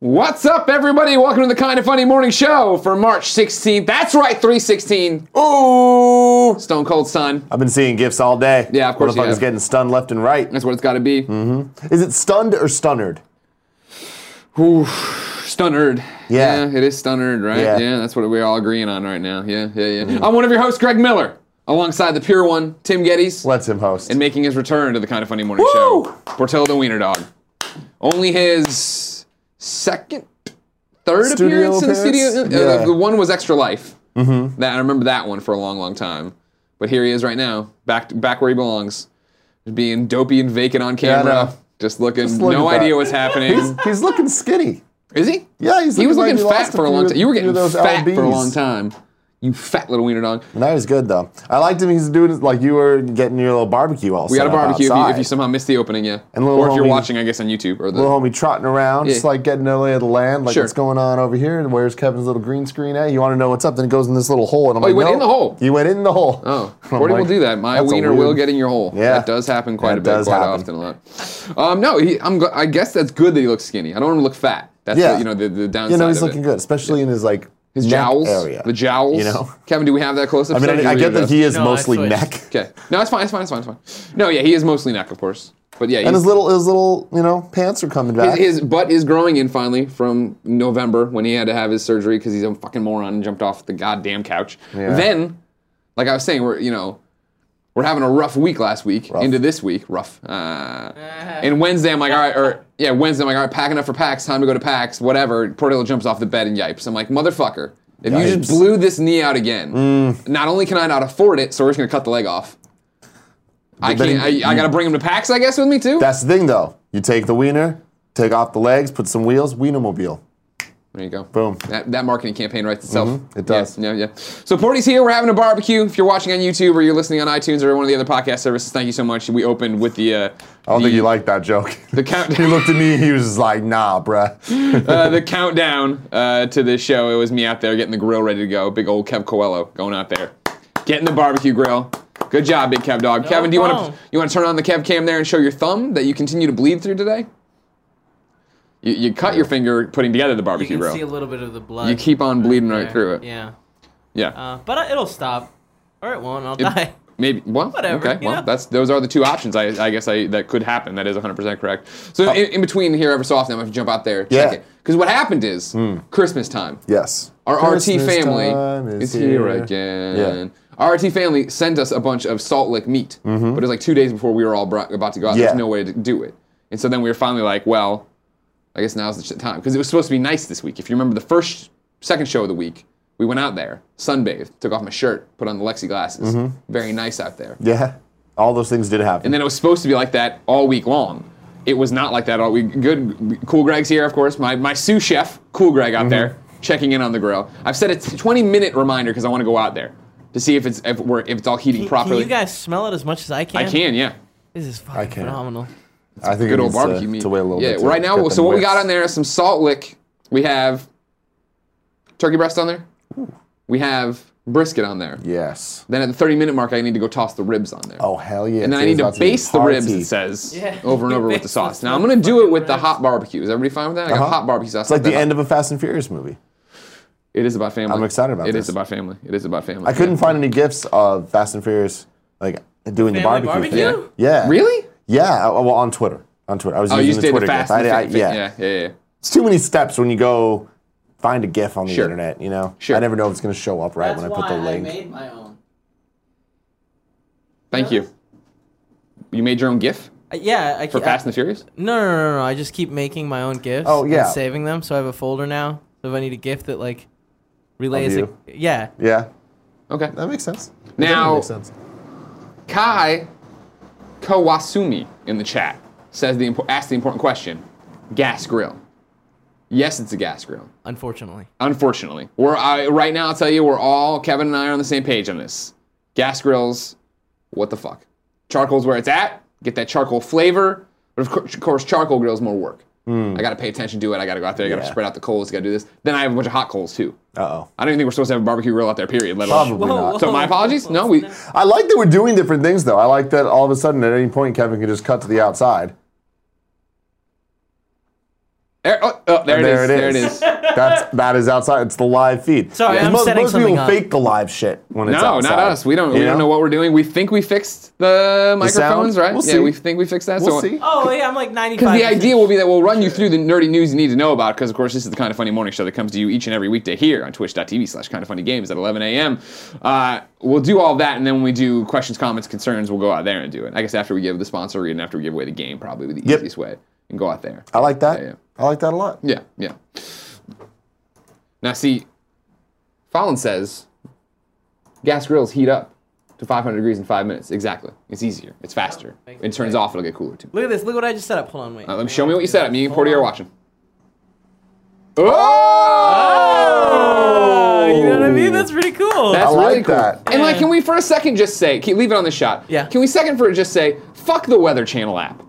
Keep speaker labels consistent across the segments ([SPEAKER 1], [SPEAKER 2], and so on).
[SPEAKER 1] What's up, everybody? Welcome to the Kind of Funny Morning Show for March 16th. That's right, 316.
[SPEAKER 2] Ooh!
[SPEAKER 1] Stone Cold Sun.
[SPEAKER 2] I've been seeing gifts all day.
[SPEAKER 1] Yeah, of course you
[SPEAKER 2] Motherfuckers
[SPEAKER 1] have.
[SPEAKER 2] getting stunned left and right.
[SPEAKER 1] That's what it's got to be.
[SPEAKER 2] Is it stunned or stunnered?
[SPEAKER 1] Stunnered.
[SPEAKER 2] Yeah.
[SPEAKER 1] it is stunnered, right? Yeah.
[SPEAKER 2] Yeah.
[SPEAKER 1] that's what we're all agreeing on right now. Yeah, yeah, yeah. I'm one of your hosts, Greg Miller, alongside the pure one, Tim Geddes,
[SPEAKER 2] Let's him host.
[SPEAKER 1] and making his return to the Kind of Funny Morning
[SPEAKER 2] Woo!
[SPEAKER 1] Show, Portillo the Wiener Dog. Only his second, third
[SPEAKER 2] Studio
[SPEAKER 1] appearance in the
[SPEAKER 2] appearance?
[SPEAKER 1] studio. Uh,
[SPEAKER 2] Yeah.
[SPEAKER 1] the one was Extra Life. Mm-hmm. That I remember that one for a long, long time. But here he is right now, back back where he belongs, being dopey and vacant on
[SPEAKER 2] I
[SPEAKER 1] camera.
[SPEAKER 2] know.
[SPEAKER 1] just looking,
[SPEAKER 2] look
[SPEAKER 1] no
[SPEAKER 2] at that.
[SPEAKER 1] idea what's happening.
[SPEAKER 2] He's looking skinny.
[SPEAKER 1] Is he?
[SPEAKER 2] Yeah, he's
[SPEAKER 1] he was
[SPEAKER 2] looking
[SPEAKER 1] looking
[SPEAKER 2] like he
[SPEAKER 1] fat
[SPEAKER 2] lost a
[SPEAKER 1] for a
[SPEAKER 2] few-
[SPEAKER 1] long time. You were
[SPEAKER 2] few
[SPEAKER 1] getting
[SPEAKER 2] of those
[SPEAKER 1] fat for a
[SPEAKER 2] LBs.
[SPEAKER 1] long time. You fat little wiener dog.
[SPEAKER 2] And that was good though. I liked him. He's doing it like you were getting your little barbecue all
[SPEAKER 1] We got a
[SPEAKER 2] set up
[SPEAKER 1] barbecue if you, if
[SPEAKER 2] outside.
[SPEAKER 1] you somehow missed the opening, yeah.
[SPEAKER 2] And little
[SPEAKER 1] or if you're
[SPEAKER 2] homie-
[SPEAKER 1] watching, I guess on YouTube or the.
[SPEAKER 2] Little homie trotting around, just
[SPEAKER 1] Yeah.
[SPEAKER 2] like getting a lay of the land, like
[SPEAKER 1] Sure.
[SPEAKER 2] what's going on over here, and where's Kevin's little green screen at? You want to know what's up? Then it goes in this little hole, and I'm like,
[SPEAKER 1] Oh, he went
[SPEAKER 2] no,
[SPEAKER 1] in the hole.
[SPEAKER 2] You went in the hole.
[SPEAKER 1] Oh,
[SPEAKER 2] I'm
[SPEAKER 1] Gordy will
[SPEAKER 2] like,
[SPEAKER 1] do that. My
[SPEAKER 2] that's a
[SPEAKER 1] wiener will
[SPEAKER 2] weird-
[SPEAKER 1] get in your hole.
[SPEAKER 2] Yeah.
[SPEAKER 1] that does happen quite
[SPEAKER 2] That
[SPEAKER 1] a bit,
[SPEAKER 2] does
[SPEAKER 1] quite
[SPEAKER 2] happen.
[SPEAKER 1] often, a lot. Um, no, he, I'm. gl- I guess that's good that he looks skinny. I don't want him to look fat. That's
[SPEAKER 2] Yeah.
[SPEAKER 1] the, you know the, the downside.
[SPEAKER 2] You know, he's
[SPEAKER 1] of it.
[SPEAKER 2] looking good, especially in his like
[SPEAKER 1] His
[SPEAKER 2] neck
[SPEAKER 1] jowls,
[SPEAKER 2] area.
[SPEAKER 1] the jowls.
[SPEAKER 2] You know?
[SPEAKER 1] Kevin, do we have that close up?
[SPEAKER 2] I mean, I, I get that he is
[SPEAKER 3] No, I
[SPEAKER 2] mostly
[SPEAKER 3] switched.
[SPEAKER 2] neck.
[SPEAKER 1] Okay, no, it's fine, it's fine, it's fine, it's fine. No, yeah, he is mostly neck, of course. But yeah,
[SPEAKER 2] And
[SPEAKER 1] he's-
[SPEAKER 2] his little, his little, you know, pants are coming back.
[SPEAKER 1] His butt is growing in finally from November when he had to have his surgery because he's a fucking moron and jumped off the goddamn couch.
[SPEAKER 2] Yeah.
[SPEAKER 1] Then, like I was saying, we're you know we're having a rough week last week into this week rough. Uh, and Wednesday I'm like all right or yeah Wednesday I'm like all right packing up for PAX time to go to PAX whatever. Portillo jumps off the bed and yipes. I'm like motherfucker if you just
[SPEAKER 2] Yipes. Mm.
[SPEAKER 1] blew this knee out again, not only can I not afford it, so we're just gonna cut the leg off. I
[SPEAKER 2] But
[SPEAKER 1] can't.
[SPEAKER 2] he-
[SPEAKER 1] I, I gotta bring him to PAX, I guess, with me too.
[SPEAKER 2] That's the thing, though. You take the wiener, take off the legs, put some wheels, wienermobile.
[SPEAKER 1] There you go.
[SPEAKER 2] Boom.
[SPEAKER 1] That, that marketing campaign writes itself.
[SPEAKER 2] Mm-hmm. it does.
[SPEAKER 1] Yeah, yeah, yeah. So Porty's here. We're having a barbecue. If you're watching on YouTube or you're listening on iTunes or one of the other podcast services, thank you so much. We opened with the. Uh,
[SPEAKER 2] I don't
[SPEAKER 1] the,
[SPEAKER 2] think you like that joke.
[SPEAKER 1] the count.
[SPEAKER 2] he looked at me, he was just like, nah, bruh.
[SPEAKER 1] uh, the countdown uh, to this show. It was me out there getting the grill ready to go. Big old Kev Coelho going out there, getting the barbecue grill. Good job, big Kev dog. Kevin, do you want
[SPEAKER 3] problem.
[SPEAKER 1] to you want to turn on the Kev cam there and show your thumb that you continue to bleed through today? You, you cut your finger putting together the
[SPEAKER 3] You
[SPEAKER 1] barbecue
[SPEAKER 3] can see a
[SPEAKER 1] grill.
[SPEAKER 3] little bit of the blood.
[SPEAKER 1] You keep on bleeding right through it.
[SPEAKER 3] Yeah.
[SPEAKER 1] Yeah.
[SPEAKER 3] Uh, but I- it'll stop. Or it won't. I'll die.
[SPEAKER 1] Maybe well,
[SPEAKER 3] Whatever,
[SPEAKER 1] Okay,
[SPEAKER 3] you
[SPEAKER 1] well,
[SPEAKER 3] know?
[SPEAKER 1] that's those are the two options. I, I guess I that could happen. That is 100 percent correct. So in, in between here, every so often, I'm gonna have to jump out there.
[SPEAKER 2] Yeah.
[SPEAKER 1] Because what happened is Christmas time.
[SPEAKER 2] Yes.
[SPEAKER 1] Our RT
[SPEAKER 2] Christmas
[SPEAKER 1] family
[SPEAKER 2] time
[SPEAKER 1] is, here, again. Our RT family sent us a bunch of Salt Lick meat, but it was like two days before we were all brought, about to go out.
[SPEAKER 2] Mm-hmm. Yeah.
[SPEAKER 1] There's no way to do it, and so then we were finally like, well, I guess now's the sh- time because it was supposed to be nice this week. If you remember the first, second show of the week, we went out there, sunbathed, took off my shirt, put on the Lexi glasses.
[SPEAKER 2] Mm-hmm.
[SPEAKER 1] Very nice out there.
[SPEAKER 2] Yeah. All those things did happen.
[SPEAKER 1] And then it was supposed to be like that all week long. It was not like that all week. Good, cool. Greg's here, of course. My my sous chef, cool Greg, out there
[SPEAKER 2] Mm-hmm.
[SPEAKER 1] checking in on the grill. I've set a t- 20 minute reminder because I want to go out there to see if it's if we're if it's all heating
[SPEAKER 3] Can, can
[SPEAKER 1] properly.
[SPEAKER 3] you guys smell it as much as I can?
[SPEAKER 1] I can, yeah.
[SPEAKER 3] This is fucking
[SPEAKER 2] can.
[SPEAKER 3] phenomenal.
[SPEAKER 2] I think
[SPEAKER 1] Good
[SPEAKER 2] it
[SPEAKER 1] old
[SPEAKER 2] needs to-
[SPEAKER 1] barbecue
[SPEAKER 2] to,
[SPEAKER 1] meat.
[SPEAKER 2] wait a little
[SPEAKER 1] yeah.
[SPEAKER 2] bit. to
[SPEAKER 1] right now,
[SPEAKER 2] get
[SPEAKER 1] so
[SPEAKER 2] them
[SPEAKER 1] what we got
[SPEAKER 2] whiffs.
[SPEAKER 1] on there is some salt lick. We have turkey breast on there. We have brisket on there.
[SPEAKER 2] Yes.
[SPEAKER 1] Then at the 30 minute mark, I need to go toss the ribs on there.
[SPEAKER 2] Oh, hell yeah.
[SPEAKER 1] And then I need to baste the ribs, it says,
[SPEAKER 3] Yeah.
[SPEAKER 1] over and over with the
[SPEAKER 3] Baste
[SPEAKER 1] sauce.
[SPEAKER 3] the
[SPEAKER 1] Now I'm gonna do it with the
[SPEAKER 3] ribs.
[SPEAKER 1] hot barbecue. Is everybody fine with that? I got
[SPEAKER 2] Uh-huh.
[SPEAKER 1] hot barbecue sauce.
[SPEAKER 2] It's like the end of a Fast and Furious movie.
[SPEAKER 1] It is about family.
[SPEAKER 2] I'm excited about
[SPEAKER 1] It
[SPEAKER 2] this.
[SPEAKER 1] is about family. It is about family.
[SPEAKER 2] I couldn't find any gifts of Fast and Furious, like doing the
[SPEAKER 3] Family
[SPEAKER 2] barbecue,
[SPEAKER 3] barbecue?
[SPEAKER 2] thing. Yeah.
[SPEAKER 1] Really?
[SPEAKER 2] Yeah. uh, Well, on Twitter. On Twitter. I was
[SPEAKER 1] Oh,
[SPEAKER 2] using
[SPEAKER 1] you just
[SPEAKER 2] the
[SPEAKER 1] did
[SPEAKER 2] Twitter
[SPEAKER 1] the fast.
[SPEAKER 2] gif.
[SPEAKER 1] and
[SPEAKER 2] I- I-
[SPEAKER 1] fit- fit. yeah, yeah, yeah.
[SPEAKER 2] it's too many steps when you go find a GIF on the
[SPEAKER 1] Sure.
[SPEAKER 2] internet. You know,
[SPEAKER 1] Sure.
[SPEAKER 2] I never know if it's going to show up right when I put the link.
[SPEAKER 3] my own.
[SPEAKER 1] Thank you. You made your own GIF
[SPEAKER 3] Uh, yeah, I
[SPEAKER 1] for
[SPEAKER 3] can't.
[SPEAKER 1] Fast and the Furious.
[SPEAKER 3] no, no, no, no, no. I just keep making my own gifts.
[SPEAKER 2] Oh, yeah.
[SPEAKER 3] And saving them, so I have a folder now. So if I need a gift that like relays, a,
[SPEAKER 2] you.
[SPEAKER 3] yeah.
[SPEAKER 2] yeah,
[SPEAKER 1] Okay.
[SPEAKER 2] that makes sense. That
[SPEAKER 1] Now-
[SPEAKER 2] definitely makes sense.
[SPEAKER 1] Kai Kawasumi in the chat says the impo- asked the important question: gas grill. Yes, it's a gas grill.
[SPEAKER 3] Unfortunately,
[SPEAKER 1] Unfortunately, we're I, right now. I'll tell you, we're all Kevin and I are on the same page on this. Gas grills, what the fuck? Charcoal's where it's at. Get that charcoal flavor, but of, cour- of course, charcoal grills more work. I gotta pay attention to it. I gotta go out there. I gotta
[SPEAKER 2] Hmm. Yeah.
[SPEAKER 1] spread out the coals. Gotta do this. Then I have a bunch of hot coals too.
[SPEAKER 2] Uh oh.
[SPEAKER 1] I don't even think we're supposed to have a barbecue grill out there. Period. Let alone.
[SPEAKER 2] Probably
[SPEAKER 3] Whoa,
[SPEAKER 2] not.
[SPEAKER 3] whoa.
[SPEAKER 1] So my apologies. No, we.
[SPEAKER 2] I like that we're doing different things though. I like that all of a sudden at any point Kevin can just cut to the outside.
[SPEAKER 1] There, oh, oh, there,
[SPEAKER 2] there
[SPEAKER 1] it is. There it is.
[SPEAKER 2] That's that is outside. It's the live feed.
[SPEAKER 3] Sorry,
[SPEAKER 2] Because
[SPEAKER 3] I'm
[SPEAKER 2] most,
[SPEAKER 3] setting
[SPEAKER 2] most
[SPEAKER 3] something
[SPEAKER 2] people
[SPEAKER 3] up.
[SPEAKER 2] fake the live shit when it's
[SPEAKER 1] No,
[SPEAKER 2] outside.
[SPEAKER 1] not us. We don't. We
[SPEAKER 2] You
[SPEAKER 1] don't know what we're doing. We think we fixed the
[SPEAKER 2] sound?
[SPEAKER 1] microphones, right?
[SPEAKER 2] We'll
[SPEAKER 1] yeah,
[SPEAKER 2] see.
[SPEAKER 1] we think we fixed that.
[SPEAKER 2] We'll
[SPEAKER 1] so
[SPEAKER 2] see.
[SPEAKER 3] Oh yeah, I'm like 95.
[SPEAKER 1] Because the idea will be that we'll run you through the nerdy news you need to know about, because of course this is the kind of funny morning show that comes to you each and every weekday here on twitch.tv slash kind of funny games at 11 a.m. Uh, we'll do all that, and then when we do questions, comments, concerns, we'll go out there and do it. I guess after we give the sponsor read and after we give away the game, probably would be the
[SPEAKER 2] Yep. Uh,
[SPEAKER 1] easiest way, and go out there.
[SPEAKER 2] I like that.
[SPEAKER 1] Yeah, yeah.
[SPEAKER 2] I like that a lot.
[SPEAKER 1] Yeah, yeah. Now, see, Fallon says gas grills heat up to 500 degrees in five minutes. Exactly. It's easier. It's faster.
[SPEAKER 3] Makes
[SPEAKER 1] It turns off. It'll get cooler too.
[SPEAKER 3] Look at this. Look what I just set up. Hold on, wait.
[SPEAKER 1] Uh, let me show me what you set up. Me and
[SPEAKER 3] Hold
[SPEAKER 1] Porty are
[SPEAKER 3] on.
[SPEAKER 1] watching. Oh!
[SPEAKER 3] Oh, you know what I mean? That's pretty cool.
[SPEAKER 1] That's
[SPEAKER 2] I like
[SPEAKER 1] really cool.
[SPEAKER 2] that.
[SPEAKER 1] And like,
[SPEAKER 3] Yeah.
[SPEAKER 1] can we for a second just say, can, leave it on the shot.
[SPEAKER 3] Yeah.
[SPEAKER 1] Can we second for just say, fuck the Weather Channel app.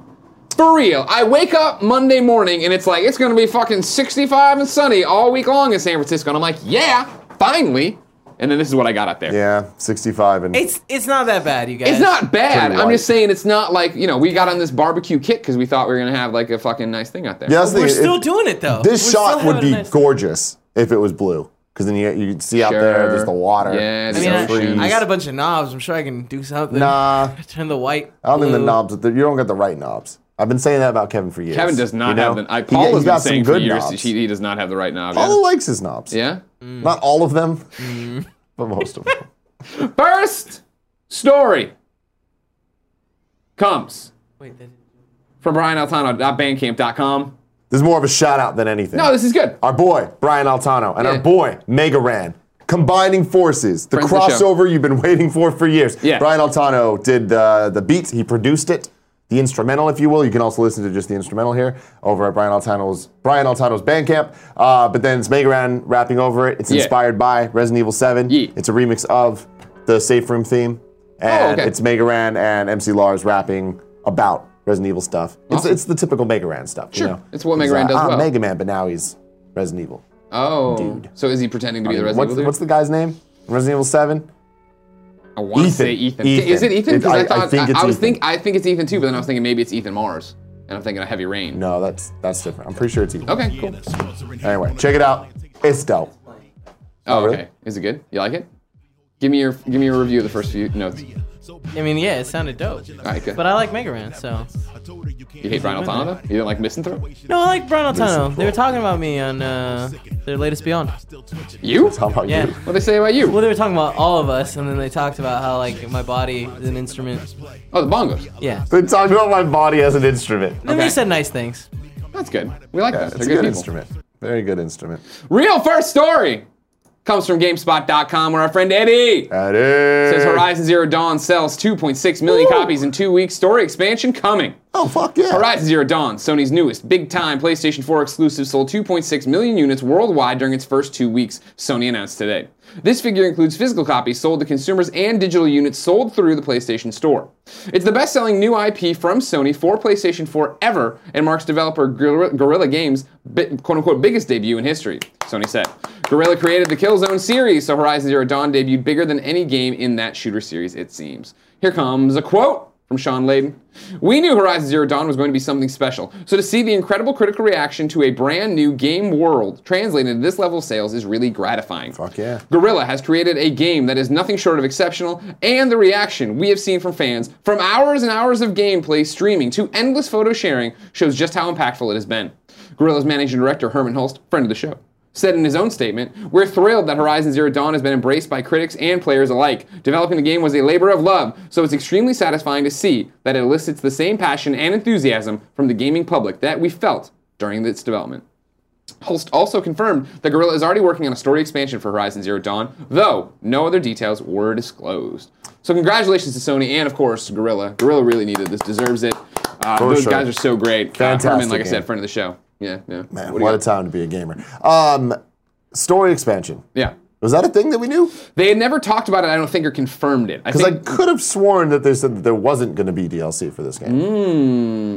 [SPEAKER 1] For real, I wake up Monday morning and it's like it's gonna be fucking 65 and sunny all week long in San Francisco, and I'm like, yeah, finally. And then this is what I got up there.
[SPEAKER 2] Yeah, 65 and
[SPEAKER 3] it's it's not that bad, you guys.
[SPEAKER 1] It's not bad.
[SPEAKER 2] Pretty
[SPEAKER 1] I'm
[SPEAKER 2] light.
[SPEAKER 1] just saying it's not like you know we got on this barbecue kit because we thought we were gonna have like a fucking nice thing out there.
[SPEAKER 2] Yeah, that's the
[SPEAKER 3] We're
[SPEAKER 2] thing,
[SPEAKER 3] still
[SPEAKER 2] it-
[SPEAKER 3] doing it though.
[SPEAKER 2] This
[SPEAKER 3] We're
[SPEAKER 2] shot
[SPEAKER 3] still
[SPEAKER 2] would
[SPEAKER 3] having
[SPEAKER 2] be
[SPEAKER 3] a nice-
[SPEAKER 2] gorgeous if it was blue, because then you you could see out
[SPEAKER 1] Sure.
[SPEAKER 2] there. There's the water.
[SPEAKER 1] Yeah,
[SPEAKER 2] there's
[SPEAKER 3] I mean,
[SPEAKER 1] so
[SPEAKER 2] the trees.
[SPEAKER 1] free.
[SPEAKER 3] I, I got a bunch of knobs. I'm sure I can do something.
[SPEAKER 2] Nah, I
[SPEAKER 3] Turn the white.
[SPEAKER 2] don't think the
[SPEAKER 3] blue.
[SPEAKER 2] knobs. You don't got the right knobs. I've been saying that about Kevin for years.
[SPEAKER 1] Kevin does not
[SPEAKER 2] you know?
[SPEAKER 1] have the. I,
[SPEAKER 2] He-
[SPEAKER 1] Paul
[SPEAKER 2] he's
[SPEAKER 1] has been
[SPEAKER 2] got some
[SPEAKER 1] saying for
[SPEAKER 2] good
[SPEAKER 1] years
[SPEAKER 2] knobs. Oh!
[SPEAKER 1] he, he does not have the right knob.
[SPEAKER 2] Paul
[SPEAKER 1] yeah?
[SPEAKER 2] likes his knobs.
[SPEAKER 1] Yeah?
[SPEAKER 2] Not all of them, but most of them.
[SPEAKER 1] First story comes
[SPEAKER 3] Wait, that-
[SPEAKER 1] from BrianAltano.bandcamp.com.
[SPEAKER 2] This is more of a shout out than anything.
[SPEAKER 1] No, Oh, this is good.
[SPEAKER 2] our boy Brian Altano and
[SPEAKER 1] Yeah.
[SPEAKER 2] our boy Mega Ran combining forces. The
[SPEAKER 1] Friends of the show.
[SPEAKER 2] crossover you've been waiting for for years.
[SPEAKER 1] Yeah.
[SPEAKER 2] Brian Altano did uh, the the beat. He produced it, the instrumental, if you will. You can also listen to just the instrumental here over at Brian Altano's Brian Altano's Bandcamp. Uh, but then it's Mega Ran rapping over it. It's
[SPEAKER 1] Yeah.
[SPEAKER 2] inspired by Resident Evil Seven.
[SPEAKER 1] Yeah.
[SPEAKER 2] It's a remix of the Safe Room theme, and
[SPEAKER 1] Oh, okay.
[SPEAKER 2] it's Mega Ran and MC Lars rapping about. Resident Evil stuff. It's,
[SPEAKER 1] Awesome.
[SPEAKER 2] it's the typical Mega Ran stuff.
[SPEAKER 1] Sure.
[SPEAKER 2] You know?
[SPEAKER 1] It's what
[SPEAKER 2] He's,
[SPEAKER 1] Mega Ran does
[SPEAKER 2] "I'm
[SPEAKER 1] well."
[SPEAKER 2] Mega Man, but now he's Resident Evil.
[SPEAKER 1] Oh.
[SPEAKER 2] Dude.
[SPEAKER 1] So is he pretending to be the
[SPEAKER 2] what's,
[SPEAKER 1] Resident Evil dude?
[SPEAKER 2] what's the guy's name? Resident Evil Seven.
[SPEAKER 1] I want to
[SPEAKER 2] Ethan.
[SPEAKER 1] say Ethan.
[SPEAKER 2] Ethan.
[SPEAKER 1] Is it Ethan?
[SPEAKER 2] It-
[SPEAKER 1] 'Cause
[SPEAKER 2] I-
[SPEAKER 1] I
[SPEAKER 2] I
[SPEAKER 1] thought,
[SPEAKER 2] think
[SPEAKER 1] I,
[SPEAKER 2] it's
[SPEAKER 1] I was
[SPEAKER 2] Ethan.
[SPEAKER 1] think I think it's Ethan too, but then I was thinking maybe it's Ethan Mars, and I'm thinking of Heavy Rain.
[SPEAKER 2] No, that's that's different. I'm pretty sure it's Ethan.
[SPEAKER 1] Okay, cool.
[SPEAKER 2] Anyway, check it out. It's dope.
[SPEAKER 1] Oh,
[SPEAKER 2] really?
[SPEAKER 1] okay. Is it good? You like it? Give me your give me a review of the first few notes.
[SPEAKER 3] I mean, yeah, it sounded dope.
[SPEAKER 1] All right, good.
[SPEAKER 3] But I like Megaran, so.
[SPEAKER 1] You hate Brian Altano? though? You don't like Misanthrope?
[SPEAKER 3] No, I like Brian Altano. They were talking about me on uh, their latest Beyond.
[SPEAKER 1] You?
[SPEAKER 2] How about
[SPEAKER 3] Yeah.
[SPEAKER 2] you?
[SPEAKER 1] What they say about you?
[SPEAKER 3] Well, they were talking about all of us, and then they talked about how like my body is an instrument.
[SPEAKER 1] Oh, the bongos.
[SPEAKER 3] Yeah.
[SPEAKER 2] They talk about my body as an instrument.
[SPEAKER 3] Then
[SPEAKER 1] Okay.
[SPEAKER 3] they said nice things.
[SPEAKER 1] That's good. We like
[SPEAKER 2] Yeah,
[SPEAKER 1] that.
[SPEAKER 2] it's a
[SPEAKER 1] They're
[SPEAKER 2] good,
[SPEAKER 1] good, people.
[SPEAKER 2] instrument. Very good instrument.
[SPEAKER 1] Real first story comes from GameSpot.com, where our friend Eddie
[SPEAKER 2] That is.
[SPEAKER 1] says Horizon Zero Dawn sells 2.6 million copies in two weeks. Story expansion coming.
[SPEAKER 2] Oh fuck yeah!
[SPEAKER 1] Horizon Zero Dawn, Sony's newest big-time PlayStation 4 exclusive, sold 2.6 million units worldwide during its first two weeks. Sony announced today. This figure includes physical copies sold to consumers and digital units sold through the PlayStation Store. It's the best-selling new IP from Sony for PlayStation 4 ever, and marks developer Guerrilla Guerrilla Games' bi- quote-unquote biggest debut in history. Sony said. Guerrilla created the Killzone series, so Horizon Zero Dawn debuted bigger than any game in that shooter series, it seems. Here comes a quote from Sean Layden. We knew Horizon Zero Dawn was going to be something special, so to see the incredible critical reaction to a brand new game world translated into this level of sales is really gratifying.
[SPEAKER 2] Fuck yeah.
[SPEAKER 1] Gorilla has created a game that is nothing short of exceptional, and the reaction we have seen from fans, from hours and hours of gameplay streaming to endless photo sharing, shows just how impactful it has been. Gorilla's managing director, Herman Hulst, friend of the show, said in his own statement We're thrilled that Horizon Zero Dawn has been embraced by critics and players alike. Developing the game was a labor of love, so it's extremely satisfying to see that it elicits the same passion and enthusiasm from the gaming public that we felt during its development. Holst also confirmed that Guerrilla is already working on a story expansion for Horizon Zero Dawn, though no other details were disclosed. So congratulations to Sony and of course Guerrilla. Guerrilla really needed this, deserves it. Uh,
[SPEAKER 2] For
[SPEAKER 1] those
[SPEAKER 2] sure.
[SPEAKER 1] guys are so great. Uh,
[SPEAKER 2] Fantastic
[SPEAKER 1] Herman, like I
[SPEAKER 2] game.
[SPEAKER 1] said, friend of the show. Yeah, yeah. What
[SPEAKER 2] Man, what,
[SPEAKER 1] do you
[SPEAKER 2] a
[SPEAKER 1] got?
[SPEAKER 2] time to be a gamer. Um, story expansion.
[SPEAKER 1] yeah.
[SPEAKER 2] Was that a thing that we knew?
[SPEAKER 1] They had never talked about it. I don't think or confirmed it. I
[SPEAKER 2] Because I
[SPEAKER 1] think.
[SPEAKER 2] could have sworn that they said that there wasn't going to be DLC for
[SPEAKER 1] Mm,
[SPEAKER 2] this game.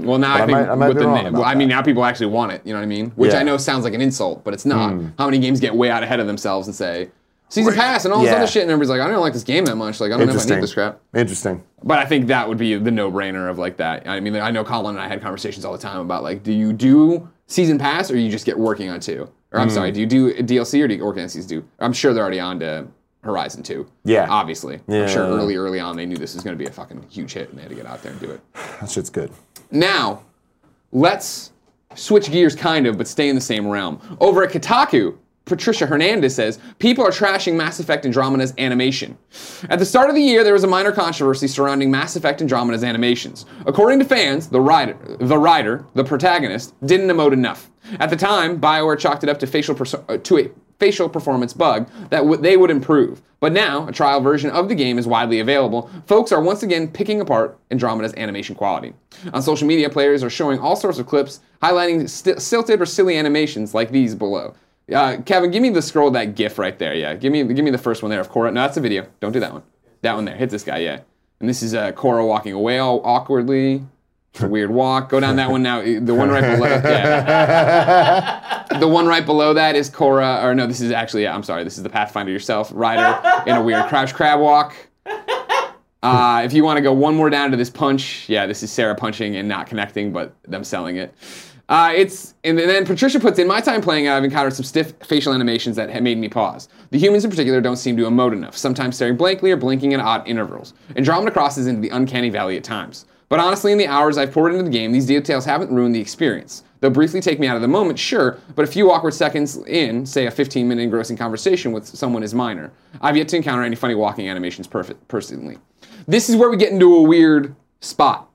[SPEAKER 1] well, now I, think.
[SPEAKER 2] might- I might
[SPEAKER 1] with
[SPEAKER 2] be
[SPEAKER 1] the
[SPEAKER 2] wrong
[SPEAKER 1] name-
[SPEAKER 2] about
[SPEAKER 1] well, I
[SPEAKER 2] that.
[SPEAKER 1] mean, now people actually want it. You know what I mean? Which
[SPEAKER 2] Yeah. Hmm.
[SPEAKER 1] I know sounds like an insult, but it's not. How many games get way out ahead of themselves and say season pass and all this
[SPEAKER 2] Yeah.
[SPEAKER 1] other shit, and everybody's like, I don't like this game that much. Like, I don't know if I
[SPEAKER 2] Interesting.
[SPEAKER 1] need this crap.
[SPEAKER 2] Interesting.
[SPEAKER 1] But I think that would be the no-brainer of like that. I mean, I know Colin and I had conversations all the time about like, do you do season pass, or you just get working on two? Or I'm
[SPEAKER 2] Mm.
[SPEAKER 1] sorry, do you do DLC or do you work on season two? I'm sure they're already on to Horizon two.
[SPEAKER 2] Yeah.
[SPEAKER 1] obviously.
[SPEAKER 2] Yeah.
[SPEAKER 1] I'm sure early, early on they knew this was going to be a fucking huge hit, and they had to get out there and do it.
[SPEAKER 2] That shit's good.
[SPEAKER 1] Now, let's switch gears kind of, but stay in the same realm. Over at Kotaku, Patricia Hernandez says people are trashing Mass Effect Andromeda's animation. At the start of the year, there was a minor controversy surrounding Mass Effect Andromeda's animations. According to fans, the writer, the writer, the protagonist, didn't emote enough. At the time, Bioware chalked it up to facial perso- uh, to a facial performance bug that w- they would improve. But now, a trial version of the game is widely available. Folks are once again picking apart Andromeda's animation quality. On social media, players are showing all sorts of clips highlighting sti- silted or silly animations like these below. Uh, Kevin, give me the scroll that GIF right there. Yeah, give me give me the first one there of Korra. No, that's a video. Don't do that one. That one there. Hit this guy. Yeah, and this is uh, Korra walking away all awkwardly. It's a Weird walk. Go down that one now. The one right below. Yeah the one right below that is Cora, or no, this is actually, yeah, I'm sorry, this is the Pathfinder yourself, Ryder in a weird crouch crab walk. Uh, if you want to go one more down to this punch, yeah, this is Sarah punching and not connecting, but them selling it. Uh, it's and then Patricia puts in my time playing. I've encountered some stiff facial animations that have made me pause. The humans in particular don't seem to emote enough, sometimes staring blankly or blinking at odd intervals. Andromeda crosses into the uncanny valley at times. But honestly, in the hours I've poured into the game, these details haven't ruined the experience. They'll briefly take me out of the moment, sure, but a few awkward seconds in, say a 15 minute engrossing conversation with someone is minor. I've yet to encounter any funny walking animations perfect, personally. This is where we get into a weird spot.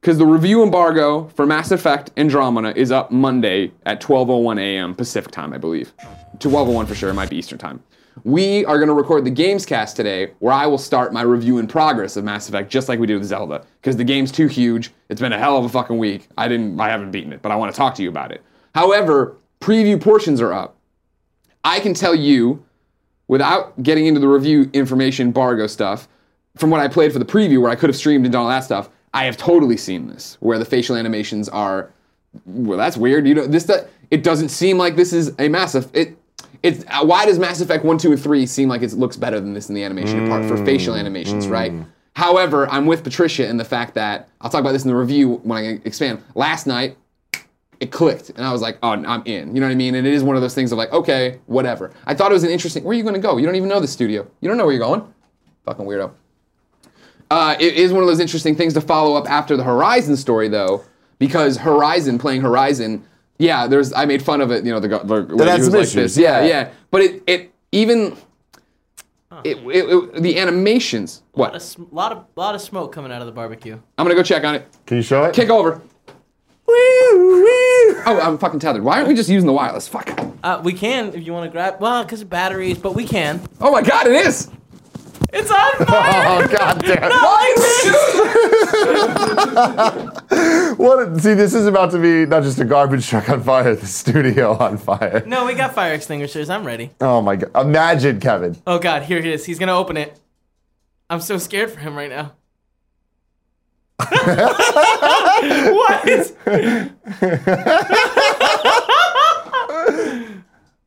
[SPEAKER 1] Because the review embargo for Mass Effect Andromeda is up Monday at 12.01 a.m. Pacific time, I believe. 12.01 for sure, it might be Eastern time. We are going to record the Games Cast today, where I will start my review in progress of Mass Effect, just like we did with Zelda. Because the game's too huge, it's been a hell of a fucking week. I didn't, I haven't beaten it, but I want to talk to you about it. However, preview portions are up. I can tell you without getting into the review information bargo stuff, from what I played for the preview where I could have streamed and done all that stuff, I have totally seen this where the facial animations are well that's weird. You know this that it doesn't seem like this is a massive it it's uh, why does Mass Effect 1, 2 and 3 seem like it looks better than this in the animation department for facial animations, right? However, I'm with Patricia in the fact that I'll talk about this in the review when I expand. Last night, it clicked and I was like, oh, I'm in. You know what I mean? And it is one of those things of like, okay, whatever. I thought it was an interesting, where are you going to go? You don't even know the studio. You don't know where you're going. Fucking weirdo. Uh, it is one of those interesting things to follow up after the Horizon story though, because Horizon, playing Horizon, yeah, there's, I made fun of it, you know, the, the, the lady
[SPEAKER 2] had
[SPEAKER 1] who was
[SPEAKER 2] some
[SPEAKER 1] like
[SPEAKER 2] issues,
[SPEAKER 1] this. Yeah,
[SPEAKER 2] yeah.
[SPEAKER 1] yeah, But it, it even, it, it, it- the animations,
[SPEAKER 3] A
[SPEAKER 1] what?
[SPEAKER 3] s- lot of lot of smoke coming out of the barbecue.
[SPEAKER 1] I'm going to go check on it.
[SPEAKER 2] Can you show it?
[SPEAKER 1] Kick over. Oh, I'm fucking tethered. Why aren't we just using the wireless? Fuck.
[SPEAKER 3] Uh, we can if you want to grab. Well, because of batteries, but we can.
[SPEAKER 1] Oh my god, it is!
[SPEAKER 3] It's on fire.
[SPEAKER 2] Oh god damn!
[SPEAKER 1] What?
[SPEAKER 2] What? A, see, this is about to be not just a garbage truck on fire, the studio on fire.
[SPEAKER 3] no, we got fire extinguishers. I'm ready.
[SPEAKER 2] Oh my god! Imagine, Kevin.
[SPEAKER 3] Oh God, here he is. He's gonna open it. I'm so scared for him right now. what?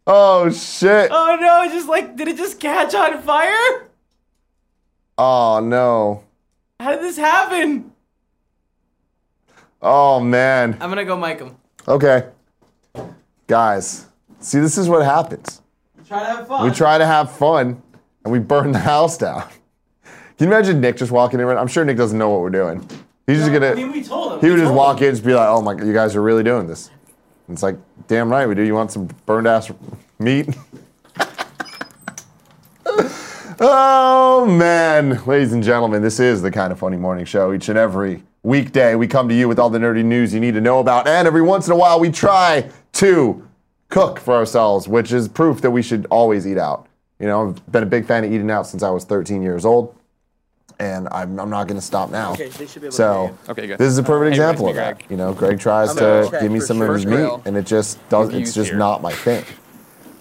[SPEAKER 2] Oh shit!
[SPEAKER 3] Oh no! It just like did it just catch on fire?
[SPEAKER 2] Oh no!
[SPEAKER 3] How did this happen?
[SPEAKER 2] Oh man!
[SPEAKER 3] I'm gonna go mic him.
[SPEAKER 2] Okay, guys. See, this is what happens.
[SPEAKER 3] Try to have fun.
[SPEAKER 2] We try to have fun, and we burn the house down. Can you imagine Nick just walking in? right- I'm sure Nick doesn't know what we're doing. He's just gonna.
[SPEAKER 3] I mean, we told him.
[SPEAKER 2] He would just
[SPEAKER 3] walk.
[SPEAKER 2] walk in and just be like, "Oh my god, you guys are really doing this." And it's like, "Damn right we do. You want some burned ass meat?" oh man, ladies and gentlemen, this is the kind of funny morning show. Each and every weekday, we come to you with all the nerdy news you need to know about, and every once in a while, we try to cook for ourselves, which is proof that we should always eat out. You know, I've been a big fan of eating out since I was 13 years old, and I'm, I'm not going to stop now.
[SPEAKER 4] Okay, they should be able to hear
[SPEAKER 2] So
[SPEAKER 4] you.
[SPEAKER 1] Okay, good.
[SPEAKER 2] this is a perfect example of
[SPEAKER 1] Greg.
[SPEAKER 2] that. You know, Greg tries
[SPEAKER 4] gonna
[SPEAKER 2] to
[SPEAKER 4] check
[SPEAKER 2] give me
[SPEAKER 4] for
[SPEAKER 2] some of
[SPEAKER 4] sure.
[SPEAKER 2] his
[SPEAKER 1] First
[SPEAKER 2] meat,
[SPEAKER 1] grill.
[SPEAKER 2] and it just does. It's
[SPEAKER 1] Reviews
[SPEAKER 2] just
[SPEAKER 1] here.
[SPEAKER 2] not my thing.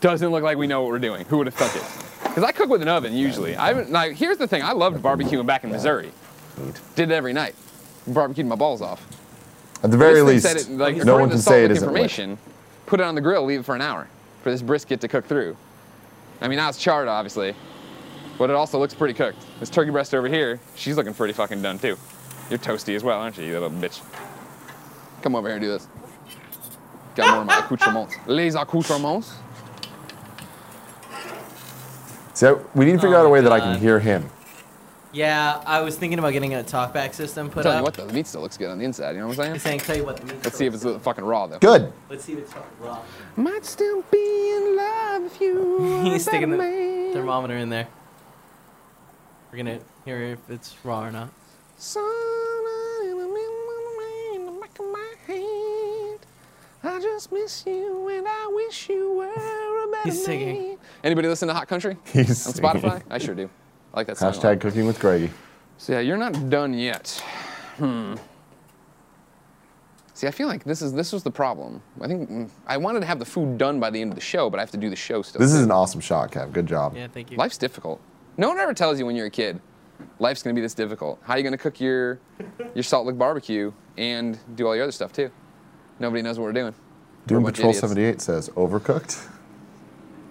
[SPEAKER 1] Doesn't look like we know what we're doing. Who would have thunk it? Because I cook with an oven usually. I haven't. Now, here's the thing. I loved barbecuing back in Missouri. Did it every night. Barbecued my balls off.
[SPEAKER 2] At the very
[SPEAKER 1] This thing
[SPEAKER 2] least,
[SPEAKER 1] said it, like,
[SPEAKER 2] no
[SPEAKER 1] according
[SPEAKER 2] one
[SPEAKER 1] to
[SPEAKER 2] can
[SPEAKER 1] the
[SPEAKER 2] say it
[SPEAKER 1] Salt Lick
[SPEAKER 2] isn't. Lit.
[SPEAKER 1] Information. Put it on the grill. Leave it for an hour for this brisket to cook through. I mean, now it's charred, obviously, but it also looks pretty cooked. This turkey breast over here, she's looking pretty fucking done too. You're toasty as well, aren't you, you little bitch? Come over here and do this. got more of my accoutrements. Les accoutrements.
[SPEAKER 2] So we need to figure
[SPEAKER 3] Oh
[SPEAKER 2] out a
[SPEAKER 3] my
[SPEAKER 2] way that I can
[SPEAKER 3] God.
[SPEAKER 2] hear him.
[SPEAKER 3] Yeah, I was thinking about getting a talkback system put
[SPEAKER 1] Tell you
[SPEAKER 3] up.
[SPEAKER 1] what though, the meat still looks good on the inside. You know what I'm
[SPEAKER 3] Just
[SPEAKER 1] saying?
[SPEAKER 3] saying, tell you what. The meat
[SPEAKER 1] Let's see if it's fucking raw though.
[SPEAKER 2] Good.
[SPEAKER 3] Let's see if it's fucking raw.
[SPEAKER 1] Might still be in love with you.
[SPEAKER 3] He's sticking the
[SPEAKER 1] man.
[SPEAKER 3] thermometer in there. We're gonna hear if it's raw or not.
[SPEAKER 1] Sun in the middle of the rain, the back of my hand. I just miss you and I wish you were a better
[SPEAKER 3] He's singing.
[SPEAKER 1] man. Anybody listen to Hot Country
[SPEAKER 2] He's
[SPEAKER 1] on
[SPEAKER 2] singing.
[SPEAKER 1] Spotify? I sure do. I like that song. a lot.
[SPEAKER 2] Hashtag cooking with Greggy.
[SPEAKER 1] So yeah, you're not done yet. Hmm. See, I feel like this is this was the problem. I think mm, I wanted to have the food done by the end of the show, but I have to do the show still.
[SPEAKER 2] This is an awesome shot, Kev. Good job.
[SPEAKER 3] Yeah, thank you.
[SPEAKER 1] Life's difficult. No one ever tells you when you're a kid, life's gonna be this difficult. How are you gonna cook your your salt lick barbecue and do all your other stuff too? Nobody knows what we're doing.
[SPEAKER 2] Doom
[SPEAKER 1] We're a bunch of
[SPEAKER 2] Patrol
[SPEAKER 1] idiots.
[SPEAKER 2] 78 says overcooked.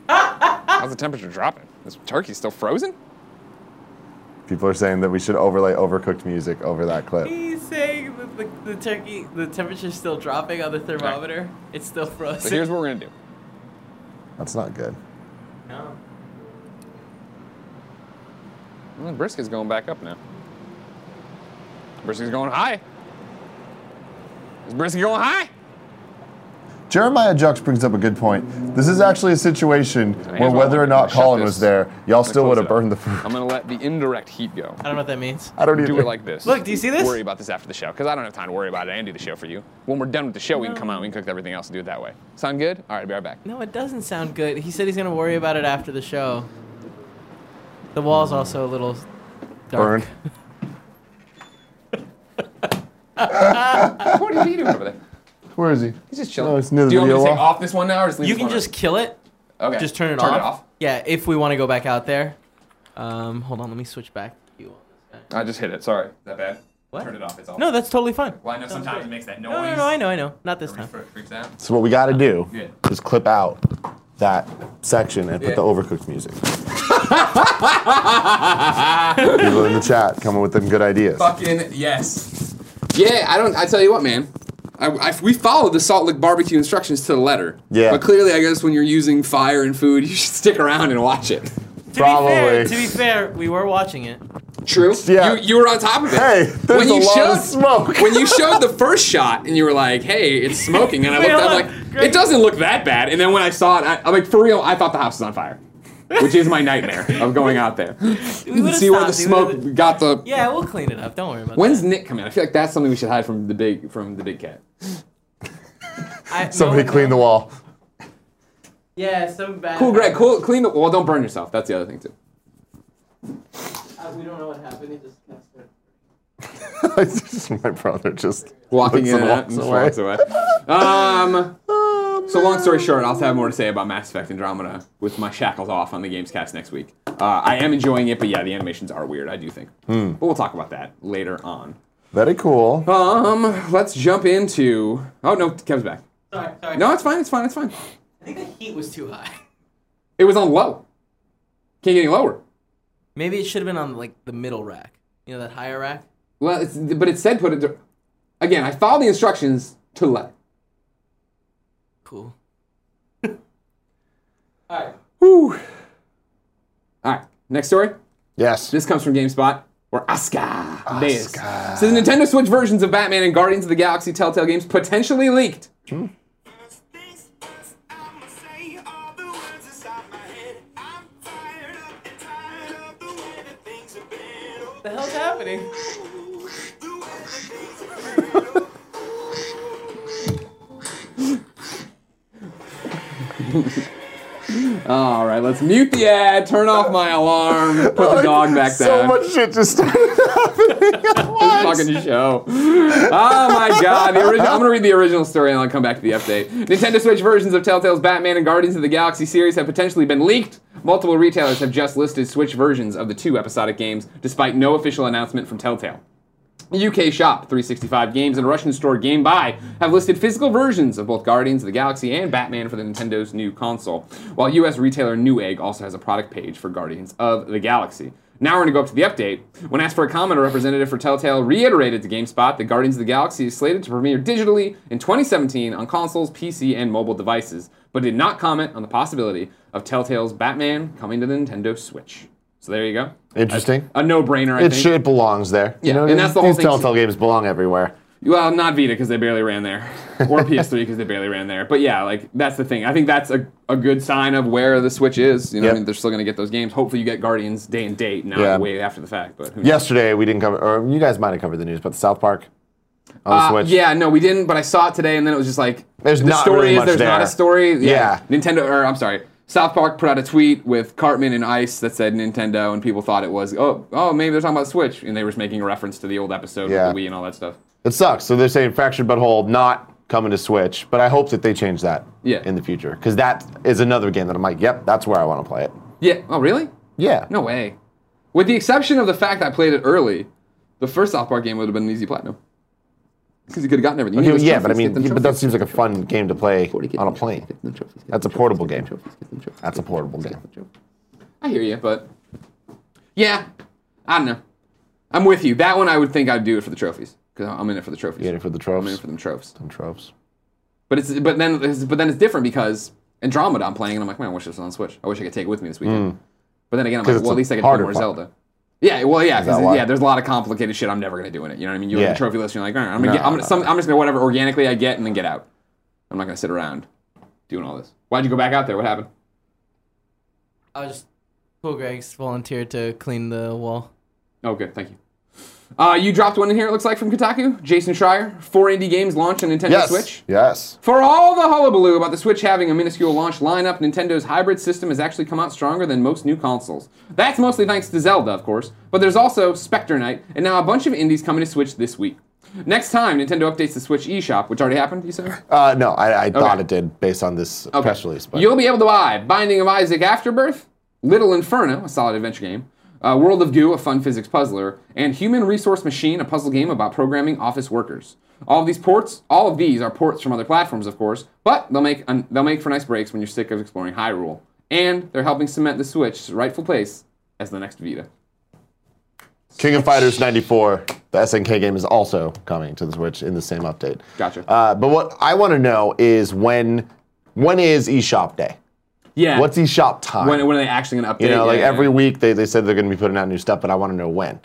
[SPEAKER 1] How's the temperature dropping? This turkey's still frozen?
[SPEAKER 2] People are saying that we should overlay overcooked music over that clip.
[SPEAKER 3] He's saying that the, the turkey, the temperature's still dropping on the thermometer. It's still frozen.
[SPEAKER 1] So here's what we're gonna do.
[SPEAKER 2] That's not good.
[SPEAKER 3] No.
[SPEAKER 1] Well, the brisket's going back up now. Brisket's going high. Is brisket going high?
[SPEAKER 2] Jeremiah Jux brings up a good point. This is actually a situation where
[SPEAKER 1] what I
[SPEAKER 2] whether
[SPEAKER 1] want.
[SPEAKER 2] or
[SPEAKER 1] I'm
[SPEAKER 2] not
[SPEAKER 1] gonna shut
[SPEAKER 2] Colin
[SPEAKER 1] this.
[SPEAKER 2] was there, y'all still
[SPEAKER 1] close
[SPEAKER 2] would
[SPEAKER 1] it
[SPEAKER 2] have
[SPEAKER 1] up.
[SPEAKER 2] burned the fruit.
[SPEAKER 1] I'm gonna let the indirect heat go.
[SPEAKER 3] I don't know what that means.
[SPEAKER 2] I don't even.
[SPEAKER 1] Do it like this.
[SPEAKER 3] Look, do you see this?
[SPEAKER 1] Worry about this after the show, because I don't have time to worry about it and do the show for you. When we're done with the show, we can come out, we can cook everything else and do it that way. Sound good? All right, be right back.
[SPEAKER 3] No, it doesn't sound good. He said he's gonna worry about it after the show. The wall's also a little dark.
[SPEAKER 2] Burned.
[SPEAKER 1] what are you doing over there?
[SPEAKER 2] Where is he?
[SPEAKER 1] He's just chilling.
[SPEAKER 2] No, it's near the
[SPEAKER 1] do you want me to
[SPEAKER 2] video
[SPEAKER 1] take
[SPEAKER 2] wall.
[SPEAKER 1] off this one now, or just leave
[SPEAKER 3] You
[SPEAKER 1] this
[SPEAKER 3] can
[SPEAKER 1] one
[SPEAKER 3] just kill it.
[SPEAKER 1] on? okay.
[SPEAKER 3] Just turn it
[SPEAKER 1] turn
[SPEAKER 3] off.
[SPEAKER 1] It off.
[SPEAKER 3] Yeah, if we want to go back out there. Um, hold on, let me switch back. to You.
[SPEAKER 1] I just hit it. Sorry. Is that bad?
[SPEAKER 3] What?
[SPEAKER 1] Turn it off. It's off.
[SPEAKER 3] No, that's totally fine.
[SPEAKER 1] Well, I know sometimes it makes that noise.
[SPEAKER 3] No, no, no, I know, I know. Not this time.
[SPEAKER 1] Everybody freaks out.
[SPEAKER 2] So what we got to do
[SPEAKER 1] Good.
[SPEAKER 2] is clip out that section and put
[SPEAKER 1] Yeah.
[SPEAKER 2] the overcooked music. People in the chat coming with them good ideas.
[SPEAKER 1] Fucking yes. Yeah, I don't. I tell you what, man. I, I- we followed the Salt Lick barbecue instructions to the letter.
[SPEAKER 2] Yeah.
[SPEAKER 1] But clearly, I guess when you're using fire and food, you should stick around and watch it.
[SPEAKER 3] To be fair,
[SPEAKER 2] Probably.
[SPEAKER 3] to be fair, we were watching it.
[SPEAKER 1] True.
[SPEAKER 2] Yeah.
[SPEAKER 1] You, you were on top of it.
[SPEAKER 2] Hey, there's a lot of smoke.
[SPEAKER 1] when you showed the first shot and you were like, "Hey, it's smoking," and I
[SPEAKER 3] Wait,
[SPEAKER 1] looked up
[SPEAKER 3] hold on.
[SPEAKER 1] like,
[SPEAKER 3] Greg-
[SPEAKER 1] "It doesn't look that bad." And then when I saw it, I, I'm like, "For real, I thought the house was on fire," which is my nightmare of going out there.
[SPEAKER 3] We would've
[SPEAKER 1] See where the
[SPEAKER 3] stopped, we would've-
[SPEAKER 1] smoke got the.
[SPEAKER 3] Yeah, we'll clean it up. Don't worry about
[SPEAKER 1] When's
[SPEAKER 3] that.
[SPEAKER 1] Nick coming? I feel like that's something we should hide from the big from the big cat.
[SPEAKER 3] I,
[SPEAKER 2] Somebody
[SPEAKER 3] no,
[SPEAKER 2] clean the wall.
[SPEAKER 3] Yeah, some bad.
[SPEAKER 1] Cool, Greg. Cool, clean the. Well, don't burn yourself. That's the other thing too.
[SPEAKER 3] Uh, we don't know what happened. It just kind of started.
[SPEAKER 2] It's just my brother just
[SPEAKER 1] Walking
[SPEAKER 2] looks
[SPEAKER 1] in
[SPEAKER 2] and
[SPEAKER 1] and out and
[SPEAKER 2] walks
[SPEAKER 1] just
[SPEAKER 2] away.
[SPEAKER 1] walks away. Um. So long story short, I'll have more to say about Mass Effect Andromeda with my shackles off on the Games Cast next week. Uh, I am enjoying it, but yeah, the animations are weird. I do think, but we'll talk about that later on.
[SPEAKER 2] Very cool.
[SPEAKER 1] Um, let's jump into. Oh no, Kev's back.
[SPEAKER 3] Sorry, sorry.
[SPEAKER 1] No, it's fine. It's fine. It's fine.
[SPEAKER 3] I think the heat was too high.
[SPEAKER 1] It was on low. Can't get any lower.
[SPEAKER 3] Maybe it should have been on like the middle rack. You know that higher rack.
[SPEAKER 1] Well, it's, but it said put it. dir- Again, I followed the instructions to let.
[SPEAKER 3] Cool. All right.
[SPEAKER 1] Whew. All right, next story.
[SPEAKER 2] Yes.
[SPEAKER 1] This comes from GameSpot, where Asuka Baez says the Nintendo Switch versions of Batman and Guardians of the Galaxy Telltale games potentially leaked.
[SPEAKER 3] The hell's happening?
[SPEAKER 1] All right, let's mute the ad, turn off my alarm, put the dog back
[SPEAKER 2] Oh, so
[SPEAKER 1] down.
[SPEAKER 2] much shit just started happening. at once.
[SPEAKER 1] fucking show. Oh my god. The original, I'm gonna read the original story and I'll come back to the update. Nintendo Switch versions of Telltale's Batman and Guardians of the Galaxy series have potentially been leaked. Multiple retailers have just listed Switch versions of the two episodic games, despite no official announcement from Telltale. UK Shop 365 Games and Russian store Game Buy have listed physical versions of both Guardians of the Galaxy and Batman for the Nintendo's new console, while US retailer Newegg also has a product page for Guardians of the Galaxy. Now we're going to go up to the update. When asked for a comment, a representative for Telltale reiterated to GameSpot that Guardians of the Galaxy is slated to premiere digitally in 2017 on consoles, PC, and mobile devices, but did not comment on the possibility of Telltale's Batman coming to the Nintendo Switch. So there you go.
[SPEAKER 2] Interesting.
[SPEAKER 1] A no-brainer, I
[SPEAKER 2] It
[SPEAKER 1] think.
[SPEAKER 2] should it belongs there.
[SPEAKER 1] Yeah,
[SPEAKER 2] you know,
[SPEAKER 1] and that's the whole
[SPEAKER 2] these
[SPEAKER 1] thing.
[SPEAKER 2] Telltale games belong everywhere.
[SPEAKER 1] Well, not Vita because they barely ran there, or PS3 because they barely ran there. But yeah, like that's the thing. I think that's a, a good sign of where the Switch is. You know,
[SPEAKER 2] Yep.
[SPEAKER 1] I mean, they're still going to get those games. Hopefully, you get Guardians day and date, not
[SPEAKER 2] Yeah.
[SPEAKER 1] way after the fact. But who knows?
[SPEAKER 2] Yesterday we didn't cover, or you guys might have covered the news, but the South Park on the
[SPEAKER 1] Uh,
[SPEAKER 2] Switch.
[SPEAKER 1] yeah, no, we didn't. But I saw it today, and then it was just like
[SPEAKER 2] There's
[SPEAKER 1] the
[SPEAKER 2] not
[SPEAKER 1] story
[SPEAKER 2] really
[SPEAKER 1] is
[SPEAKER 2] much
[SPEAKER 1] there's not
[SPEAKER 2] there.
[SPEAKER 1] a story.
[SPEAKER 2] Yeah.
[SPEAKER 1] Nintendo, or I'm sorry, South Park put out a tweet with Cartman and Ice that said Nintendo, and people thought it was oh oh maybe they're talking about Switch, and they were just making a reference to the old episode
[SPEAKER 2] Yeah.
[SPEAKER 1] with the Wii and all that stuff.
[SPEAKER 2] It sucks. So they're saying fractured butthole not coming to Switch, but I hope that they change that
[SPEAKER 1] Yeah.
[SPEAKER 2] in the future because that is another game that I'm like, yep, that's where I want to play it.
[SPEAKER 1] Yeah. Oh really?
[SPEAKER 2] Yeah.
[SPEAKER 1] No way. With the exception of the fact I played it early, the first South Park game would have been an easy platinum. Because you could have gotten everything. You
[SPEAKER 2] Yeah,
[SPEAKER 1] need those
[SPEAKER 2] yeah, but I
[SPEAKER 1] trophies,
[SPEAKER 2] mean,
[SPEAKER 1] get them
[SPEAKER 2] yeah, but that
[SPEAKER 1] trophies.
[SPEAKER 2] seems like a fun game to play
[SPEAKER 1] Get them
[SPEAKER 2] on a
[SPEAKER 1] trophies,
[SPEAKER 2] plane.
[SPEAKER 1] get them trophies, get
[SPEAKER 2] That's a
[SPEAKER 1] them
[SPEAKER 2] portable
[SPEAKER 1] trophies, get them
[SPEAKER 2] game.
[SPEAKER 1] trophies, get them trophies,
[SPEAKER 2] That's a
[SPEAKER 1] get them
[SPEAKER 2] portable
[SPEAKER 1] trophies,
[SPEAKER 2] game.
[SPEAKER 1] get them trophies. I hear you, but yeah, I don't know. I'm with you. That one I would think I'd do it for the trophies because I'm in it for the trophies.
[SPEAKER 2] Get it for the
[SPEAKER 1] I'm in
[SPEAKER 2] trophies.
[SPEAKER 1] it for them trophies.
[SPEAKER 2] Some tropes.
[SPEAKER 1] But it's but then it's, but then it's different because Andromeda I'm playing and I'm like, man, I wish this was on Switch. I wish I could take it with me this weekend. But then again, I'm
[SPEAKER 2] Mm. 'Cause
[SPEAKER 1] like,
[SPEAKER 2] it's
[SPEAKER 1] well,
[SPEAKER 2] a
[SPEAKER 1] at least I could play
[SPEAKER 2] harder
[SPEAKER 1] more
[SPEAKER 2] fight.
[SPEAKER 1] Zelda. Yeah, well, yeah,
[SPEAKER 2] that
[SPEAKER 1] 'cause,
[SPEAKER 2] why?
[SPEAKER 1] yeah. There's a lot of complicated shit I'm never gonna do in it. You know what I mean? You look at
[SPEAKER 2] Yeah.
[SPEAKER 1] the trophy list, and you're like, all right, I'm gonna get, I'm, gonna,
[SPEAKER 2] no,
[SPEAKER 1] some, I'm just gonna whatever organically I get and then get out. I'm not gonna sit around doing all this. Why'd you go back out there? What happened?
[SPEAKER 3] I was just cool. Greg's volunteered to clean the wall.
[SPEAKER 1] Oh, good, thank you. Uh, you dropped one in here. It looks like from Kotaku, Jason Schreier. Four indie games launched on Nintendo
[SPEAKER 2] Yes.
[SPEAKER 1] Switch.
[SPEAKER 2] Yes.
[SPEAKER 1] For all the hullabaloo about the Switch having a minuscule launch lineup, Nintendo's hybrid system has actually come out stronger than most new consoles. That's mostly thanks to Zelda, of course, but there's also Spectre Knight, and now a bunch of indies coming to Switch this week. Next time, Nintendo updates the Switch eShop, which already happened, you said?
[SPEAKER 2] Uh, no, I, I thought it did based on this press release. But
[SPEAKER 1] You'll be able to buy Binding of Isaac Afterbirth, Little Inferno, a solid adventure game, uh, World of Goo, a fun physics puzzler, and Human Resource Machine, a puzzle game about programming office workers. All of these ports, all of these are ports from other platforms, of course, but they'll make an, they'll make for nice breaks when you're sick of exploring Hyrule, and they're helping cement the Switch's rightful place as the next Vita.
[SPEAKER 2] King of Fighters 94, the SNK game is also coming to the Switch in the same update.
[SPEAKER 1] Gotcha.
[SPEAKER 2] Uh, but what I want to know is when when is eShop day?
[SPEAKER 1] Yeah.
[SPEAKER 2] What's eShop time?
[SPEAKER 1] when, when are they actually going to update?
[SPEAKER 2] you
[SPEAKER 1] Yeah,
[SPEAKER 2] know, like
[SPEAKER 1] yeah,
[SPEAKER 2] every
[SPEAKER 1] yeah.
[SPEAKER 2] week they, they said they're going to be putting out new stuff, but I want to know when.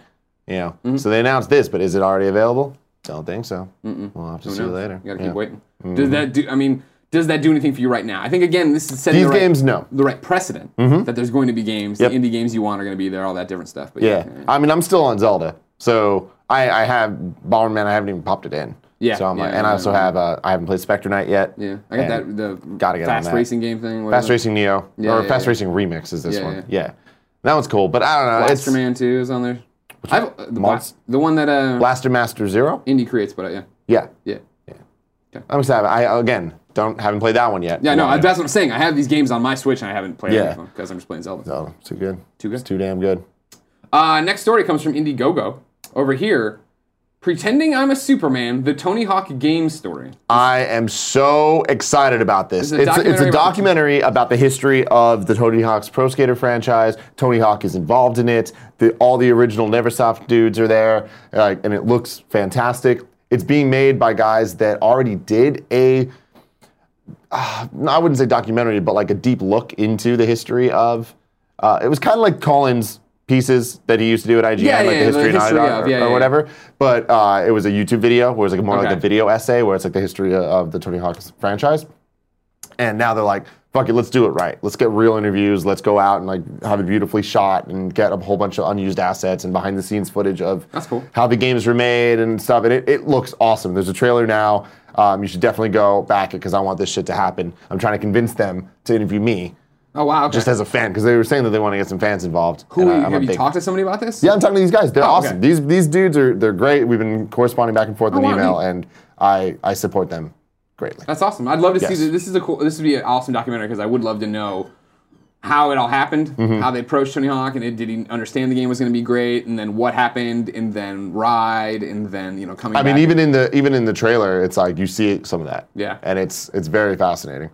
[SPEAKER 2] You know,
[SPEAKER 1] Mm-hmm.
[SPEAKER 2] so they announced this, but is it already available? Don't think so. We'll have to see later.
[SPEAKER 1] You got to
[SPEAKER 2] Yeah. Mm-hmm.
[SPEAKER 1] keep waiting. Does that do? I mean, does that do anything for you right now? I think again, this is setting
[SPEAKER 2] These
[SPEAKER 1] the right,
[SPEAKER 2] games, no.
[SPEAKER 1] the right precedent that there's going to be games,
[SPEAKER 2] Mm-hmm. Yep.
[SPEAKER 1] the indie games you want are going to be there, all that different stuff. But
[SPEAKER 2] Yeah. I mean, I'm still on Zelda, so I, I have Bomberman. I haven't even popped it in.
[SPEAKER 1] Yeah,
[SPEAKER 2] So I'm like,
[SPEAKER 1] yeah,
[SPEAKER 2] and I
[SPEAKER 1] yeah,
[SPEAKER 2] also
[SPEAKER 1] yeah.
[SPEAKER 2] have uh, I haven't played Spectre Knight yet.
[SPEAKER 1] yeah, I got
[SPEAKER 2] and
[SPEAKER 1] that the
[SPEAKER 2] Gotta get on
[SPEAKER 1] fast
[SPEAKER 2] that.
[SPEAKER 1] racing game thing.
[SPEAKER 2] Fast Racing Neo
[SPEAKER 1] Yeah,
[SPEAKER 2] or
[SPEAKER 1] yeah,
[SPEAKER 2] Fast
[SPEAKER 1] yeah.
[SPEAKER 2] Racing Remix is this
[SPEAKER 1] Yeah,
[SPEAKER 2] one.
[SPEAKER 1] yeah.
[SPEAKER 2] Yeah. That one's cool, but I don't know.
[SPEAKER 1] Blaster
[SPEAKER 2] it's
[SPEAKER 1] Man Two is on there. I have, uh, the, Bla-
[SPEAKER 2] Monst-
[SPEAKER 1] the one that uh,
[SPEAKER 2] Blaster Master Zero.
[SPEAKER 1] indie creates, but uh, yeah,
[SPEAKER 2] Yeah.
[SPEAKER 1] yeah,
[SPEAKER 2] I'm excited. I again don't haven't played that one yet.
[SPEAKER 1] yeah. No,
[SPEAKER 2] Wanna-
[SPEAKER 1] that's what I'm saying. I have these games on my Switch and I haven't played
[SPEAKER 2] Yeah.
[SPEAKER 1] them because I'm just playing Zelda.
[SPEAKER 2] No, it's too good.
[SPEAKER 1] Too good?
[SPEAKER 2] It's too damn good.
[SPEAKER 1] Uh, next story comes from Indiegogo over here. Pretending I'm a Superman, the Tony Hawk game story.
[SPEAKER 2] I am so excited about this.
[SPEAKER 1] This is a
[SPEAKER 2] It's a, it's a
[SPEAKER 1] documentary about-
[SPEAKER 2] documentary about the history of the Tony Hawk's Pro Skater franchise. Tony Hawk is involved in it. The, all the original Neversoft dudes are there, uh, and it looks fantastic. It's being made by guys that already did a, uh, I wouldn't say documentary, but like a deep look into the history of. Uh, it was kind of like Collins pieces that he used to do at IGN,
[SPEAKER 1] Yeah,
[SPEAKER 2] like
[SPEAKER 1] yeah,
[SPEAKER 2] the
[SPEAKER 1] the
[SPEAKER 2] history, and
[SPEAKER 1] history
[SPEAKER 2] Naughty
[SPEAKER 1] of,
[SPEAKER 2] Dog or,
[SPEAKER 1] yeah, yeah,
[SPEAKER 2] or
[SPEAKER 1] yeah.
[SPEAKER 2] whatever whatever. But uh, it was a YouTube video where it's like more like
[SPEAKER 1] Okay.
[SPEAKER 2] a video essay where it's like the history of the Tony Hawk's franchise. And now they're like, fuck it, let's do it right. Let's get real interviews. Let's go out and like have it beautifully shot and get a whole bunch of unused assets and behind the scenes footage of
[SPEAKER 1] That's cool.
[SPEAKER 2] how the games were made and stuff. And it, it looks awesome. There's a trailer now. Um, you should definitely go back it because I want this shit to happen. I'm trying to convince them to interview me
[SPEAKER 1] Oh wow! Okay.
[SPEAKER 2] just as a fan because they were saying that they want to get some fans involved.
[SPEAKER 1] Who
[SPEAKER 2] And
[SPEAKER 1] are you,
[SPEAKER 2] I- I'm a
[SPEAKER 1] have you
[SPEAKER 2] big-
[SPEAKER 1] talked to somebody about this?
[SPEAKER 2] yeah, I'm talking to these guys. They're
[SPEAKER 1] Oh, okay. Oh,
[SPEAKER 2] awesome. These these dudes are they're great. We've been corresponding back and forth on
[SPEAKER 1] wow,
[SPEAKER 2] email,
[SPEAKER 1] neat.
[SPEAKER 2] and I I support them greatly.
[SPEAKER 1] That's awesome. I'd love to see
[SPEAKER 2] Yes.
[SPEAKER 1] see. This is a cool. This would be an awesome documentary because I would love to know how it all happened,
[SPEAKER 2] Mm-hmm.
[SPEAKER 1] how they approached Tony Hawk, and it, did he understand the game was going to be great, and then what happened, and then ride, and then you know coming.
[SPEAKER 2] I mean,
[SPEAKER 1] back.
[SPEAKER 2] even in the even in the trailer, it's like you see some of that.
[SPEAKER 1] Yeah.
[SPEAKER 2] and it's it's very fascinating.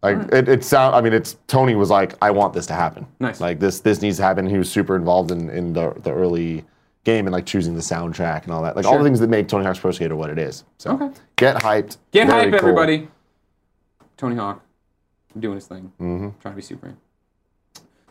[SPEAKER 2] Like it, it sound. I mean, it's Tony was like, I want this to happen.
[SPEAKER 1] Nice.
[SPEAKER 2] Like this this needs to happen. He was super involved in in the the early game and like choosing the soundtrack and all that. Like all the
[SPEAKER 1] Sure.
[SPEAKER 2] things that make Tony Hawk's Pro Skater what it is. So
[SPEAKER 1] Okay.
[SPEAKER 2] get hyped.
[SPEAKER 1] Get
[SPEAKER 2] Very
[SPEAKER 1] hype,
[SPEAKER 2] cool.
[SPEAKER 1] everybody. Tony Hawk doing his thing,
[SPEAKER 2] Mm-hmm.
[SPEAKER 1] trying to be Superman.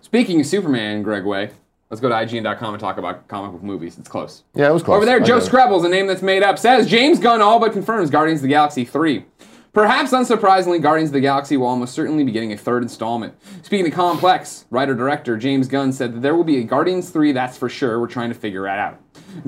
[SPEAKER 1] Speaking of Superman, Greg Way, let's go to IGN.com and talk about comic book movies. It's close.
[SPEAKER 2] Yeah, it was close.
[SPEAKER 1] Over there,
[SPEAKER 2] I
[SPEAKER 1] Joe
[SPEAKER 2] get it.
[SPEAKER 1] Scrabbles, a name that's made up, says James Gunn all but confirms Guardians of the Galaxy 3. Perhaps unsurprisingly, Guardians of the Galaxy will almost certainly be getting a third installment. Speaking of complex, writer director James Gunn said that there will be a Guardians 3, that's for sure. We're trying to figure that out.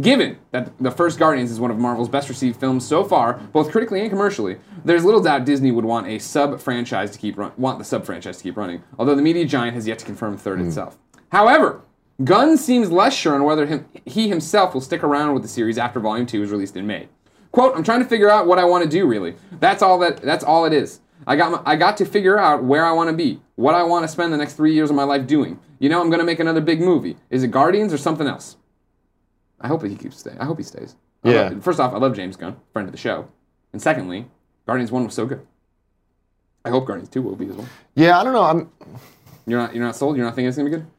[SPEAKER 1] Given that the first Guardians is one of Marvel's best received films so far, both critically and commercially, there's little doubt Disney would want a sub franchise to keep run- want the sub franchise to keep running. Although the media giant has yet to confirm third itself. However, Gunn seems less sure on whether him, he himself will stick around with the series after Volume 2 is released in May. Quote, I'm trying to figure out what I want to do really. That's all that that's all it is. I got my, I got to figure out where I want to be, what I want to spend the next 3 years of my life doing. You know, I'm going to make another big movie. Is it Guardians or something else? I hope he keeps staying. I hope he stays. I
[SPEAKER 2] Yeah.
[SPEAKER 1] love- first off, I love James Gunn, friend of the show. And secondly, Guardians 1 was so good. I hope Guardians 2 will be as well.
[SPEAKER 2] Yeah, I don't know. I'm.
[SPEAKER 1] You're not you're not sold? You're not thinking it's going to be good?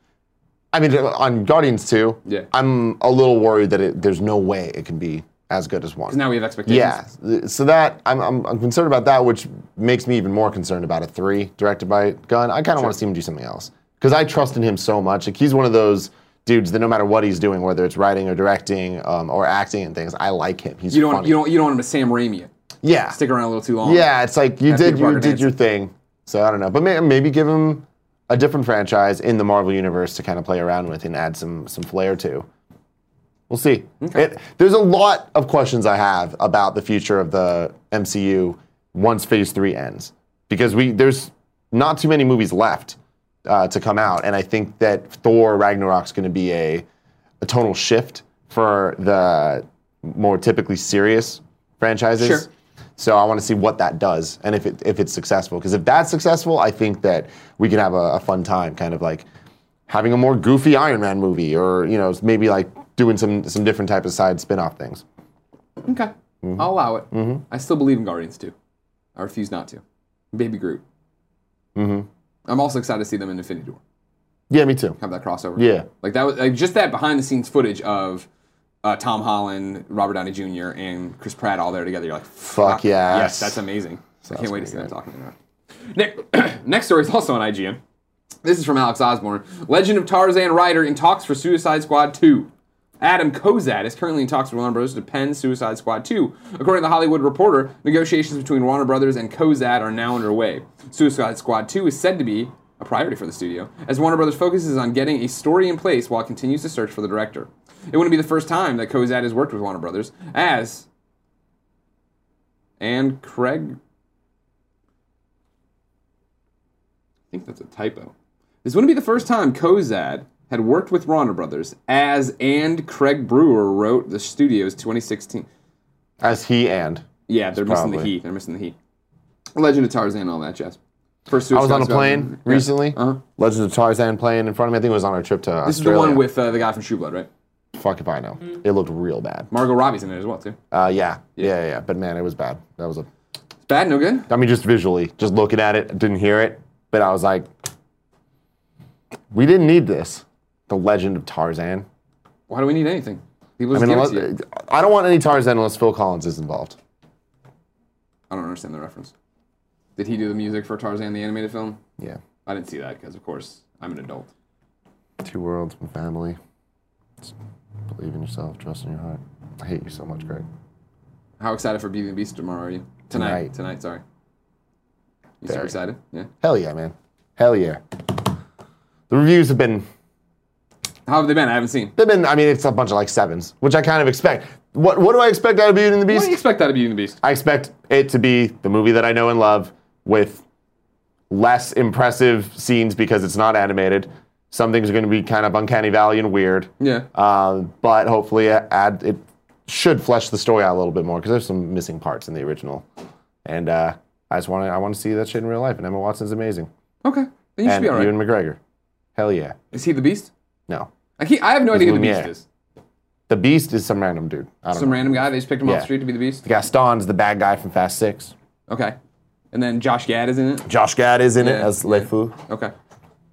[SPEAKER 2] I mean, on Guardians 2,
[SPEAKER 1] Yeah.
[SPEAKER 2] I'm a little worried that it, there's no way it can be as good as one.
[SPEAKER 1] Now we have expectations.
[SPEAKER 2] Yeah, th- so that I'm, I'm I'm concerned about that, which makes me even more concerned about a three directed by Gunn. I kind of want to see him do something else because I trust in him so much. Like he's one of those dudes that no matter what he's doing, whether it's writing or directing um, or acting and things, I like him. He's
[SPEAKER 1] You don't
[SPEAKER 2] funny.
[SPEAKER 1] you don't you don't want him to Sam Raimi it.
[SPEAKER 2] yeah,
[SPEAKER 1] stick around a little too long.
[SPEAKER 2] yeah. It's like you did
[SPEAKER 1] Peter
[SPEAKER 2] you
[SPEAKER 1] Parker
[SPEAKER 2] did
[SPEAKER 1] dance.
[SPEAKER 2] your thing. So I don't know, but may, maybe give him a different franchise in the Marvel universe to kind of play around with and add some some flair to. We'll see. It, there's a lot of questions I have about the future of the MCU once Phase Three ends, because we there's not too many movies left uh, to come out, and I think that Thor Ragnarok's going to be a a tonal shift for the more typically serious franchises.
[SPEAKER 1] Sure.
[SPEAKER 2] So I want to see what that does and if it if it's successful. Because if that's successful, I think that we can have a, a fun time, kind of like having a more goofy Iron Man movie, or you know, maybe like doing some some different type of side spin-off things.
[SPEAKER 1] Okay. I'll allow it. I still believe in Guardians too. I refuse not to. Baby Groot. Mm-hmm. I'm also excited to see them in Infinity War.
[SPEAKER 2] Yeah, me too.
[SPEAKER 1] Have that crossover.
[SPEAKER 2] Yeah.
[SPEAKER 1] Like that was like just that behind the scenes footage of uh, Tom Holland, Robert Downey Jr., and Chris Pratt all there together. You're like, fuck,
[SPEAKER 2] yes.
[SPEAKER 1] yes, that's amazing. I can't wait to
[SPEAKER 2] pretty
[SPEAKER 1] see them talking about. it. Nick, next story is also on IGN. This is from Alex Osborne. Legend of Tarzan writer in talks for Suicide Squad 2. Adam Kozat is currently in talks with Warner Bros. to pen Suicide Squad 2. According to The Hollywood Reporter, negotiations between Warner Brothers and Kozat are now underway. Suicide Squad 2 is said to be a priority for the studio, as Warner Brothers focuses on getting a story in place while it continues to search for the director. It wouldn't be the first time that Kozat has worked with Warner Brothers, as. And Craig I think that's a typo. This wouldn't be the first time Kozad had worked with Warner Brothers, as and Craig Brewer wrote the studio's 2016.
[SPEAKER 2] As he and
[SPEAKER 1] Yeah, they're missing the
[SPEAKER 2] Probably.
[SPEAKER 1] heat. They're missing the heat. Legend of Tarzan, and all that jazz. First
[SPEAKER 2] I was on a plane recently. Legend of Tarzan playing in front of me. I think it was on our trip to
[SPEAKER 1] Uh-huh. This is the one with uh, the guy from True Blood, right?
[SPEAKER 2] fuck if I know. It looked real bad.
[SPEAKER 1] Margot Robbie's in it as well, too.
[SPEAKER 2] Uh, yeah, yeah, yeah, yeah. But man, it was bad. That was a.
[SPEAKER 1] It's bad, no good.
[SPEAKER 2] I mean, just visually, just looking at it, I didn't hear it, but I was like, we didn't need this. The Legend of Tarzan.
[SPEAKER 1] Why do we need anything? People
[SPEAKER 2] I
[SPEAKER 1] just
[SPEAKER 2] mean,
[SPEAKER 1] give it
[SPEAKER 2] unless,
[SPEAKER 1] to you.
[SPEAKER 2] I don't want any Tarzan unless Phil Collins is involved.
[SPEAKER 1] I don't understand the reference. Did he do the music for Tarzan, the animated film?
[SPEAKER 2] Yeah.
[SPEAKER 1] I didn't see that because, of course, I'm an adult.
[SPEAKER 2] Two worlds, one family. Just believe in yourself, trust in your heart. I hate you so much, Greg.
[SPEAKER 1] How excited for Beauty and the Beast tomorrow are you? Tonight.
[SPEAKER 2] Tonight.
[SPEAKER 1] Tonight, sorry. You super
[SPEAKER 2] Very.
[SPEAKER 1] excited? Yeah.
[SPEAKER 2] Hell yeah, man. Hell yeah. The reviews have been
[SPEAKER 1] How have they been? I haven't seen.
[SPEAKER 2] they've been I mean, it's a bunch of like sevens, which I kind of expect. What what do I expect out of Beauty and the
[SPEAKER 1] What do
[SPEAKER 2] Beast?
[SPEAKER 1] you expect out of Beauty and the Beast?
[SPEAKER 2] I expect it to be the movie that I know and love with less impressive scenes because it's not animated. Some things are going to be kind of uncanny valley and weird.
[SPEAKER 1] Yeah.
[SPEAKER 2] Um, but hopefully, a- add it should flesh the story out a little bit more because there's some missing parts in the original, and uh, I just want to I want to see that shit in real life. And Emma Watson's amazing.
[SPEAKER 1] Okay. He should
[SPEAKER 2] and
[SPEAKER 1] be all right.
[SPEAKER 2] Ewan McGregor. Hell yeah.
[SPEAKER 1] Is he the Beast?
[SPEAKER 2] No.
[SPEAKER 1] I, can't, I have no idea who the
[SPEAKER 2] Lumiere.
[SPEAKER 1] Beast is.
[SPEAKER 2] The Beast is some random dude. I don't
[SPEAKER 1] Some
[SPEAKER 2] know.
[SPEAKER 1] random guy. They just picked him off
[SPEAKER 2] Yeah.
[SPEAKER 1] the street to be the Beast.
[SPEAKER 2] Gaston's the bad guy from Fast Six.
[SPEAKER 1] Okay. And then Josh Gad is in it.
[SPEAKER 2] Josh Gad is in it
[SPEAKER 1] Yeah,
[SPEAKER 2] as Le Fou.
[SPEAKER 1] Okay.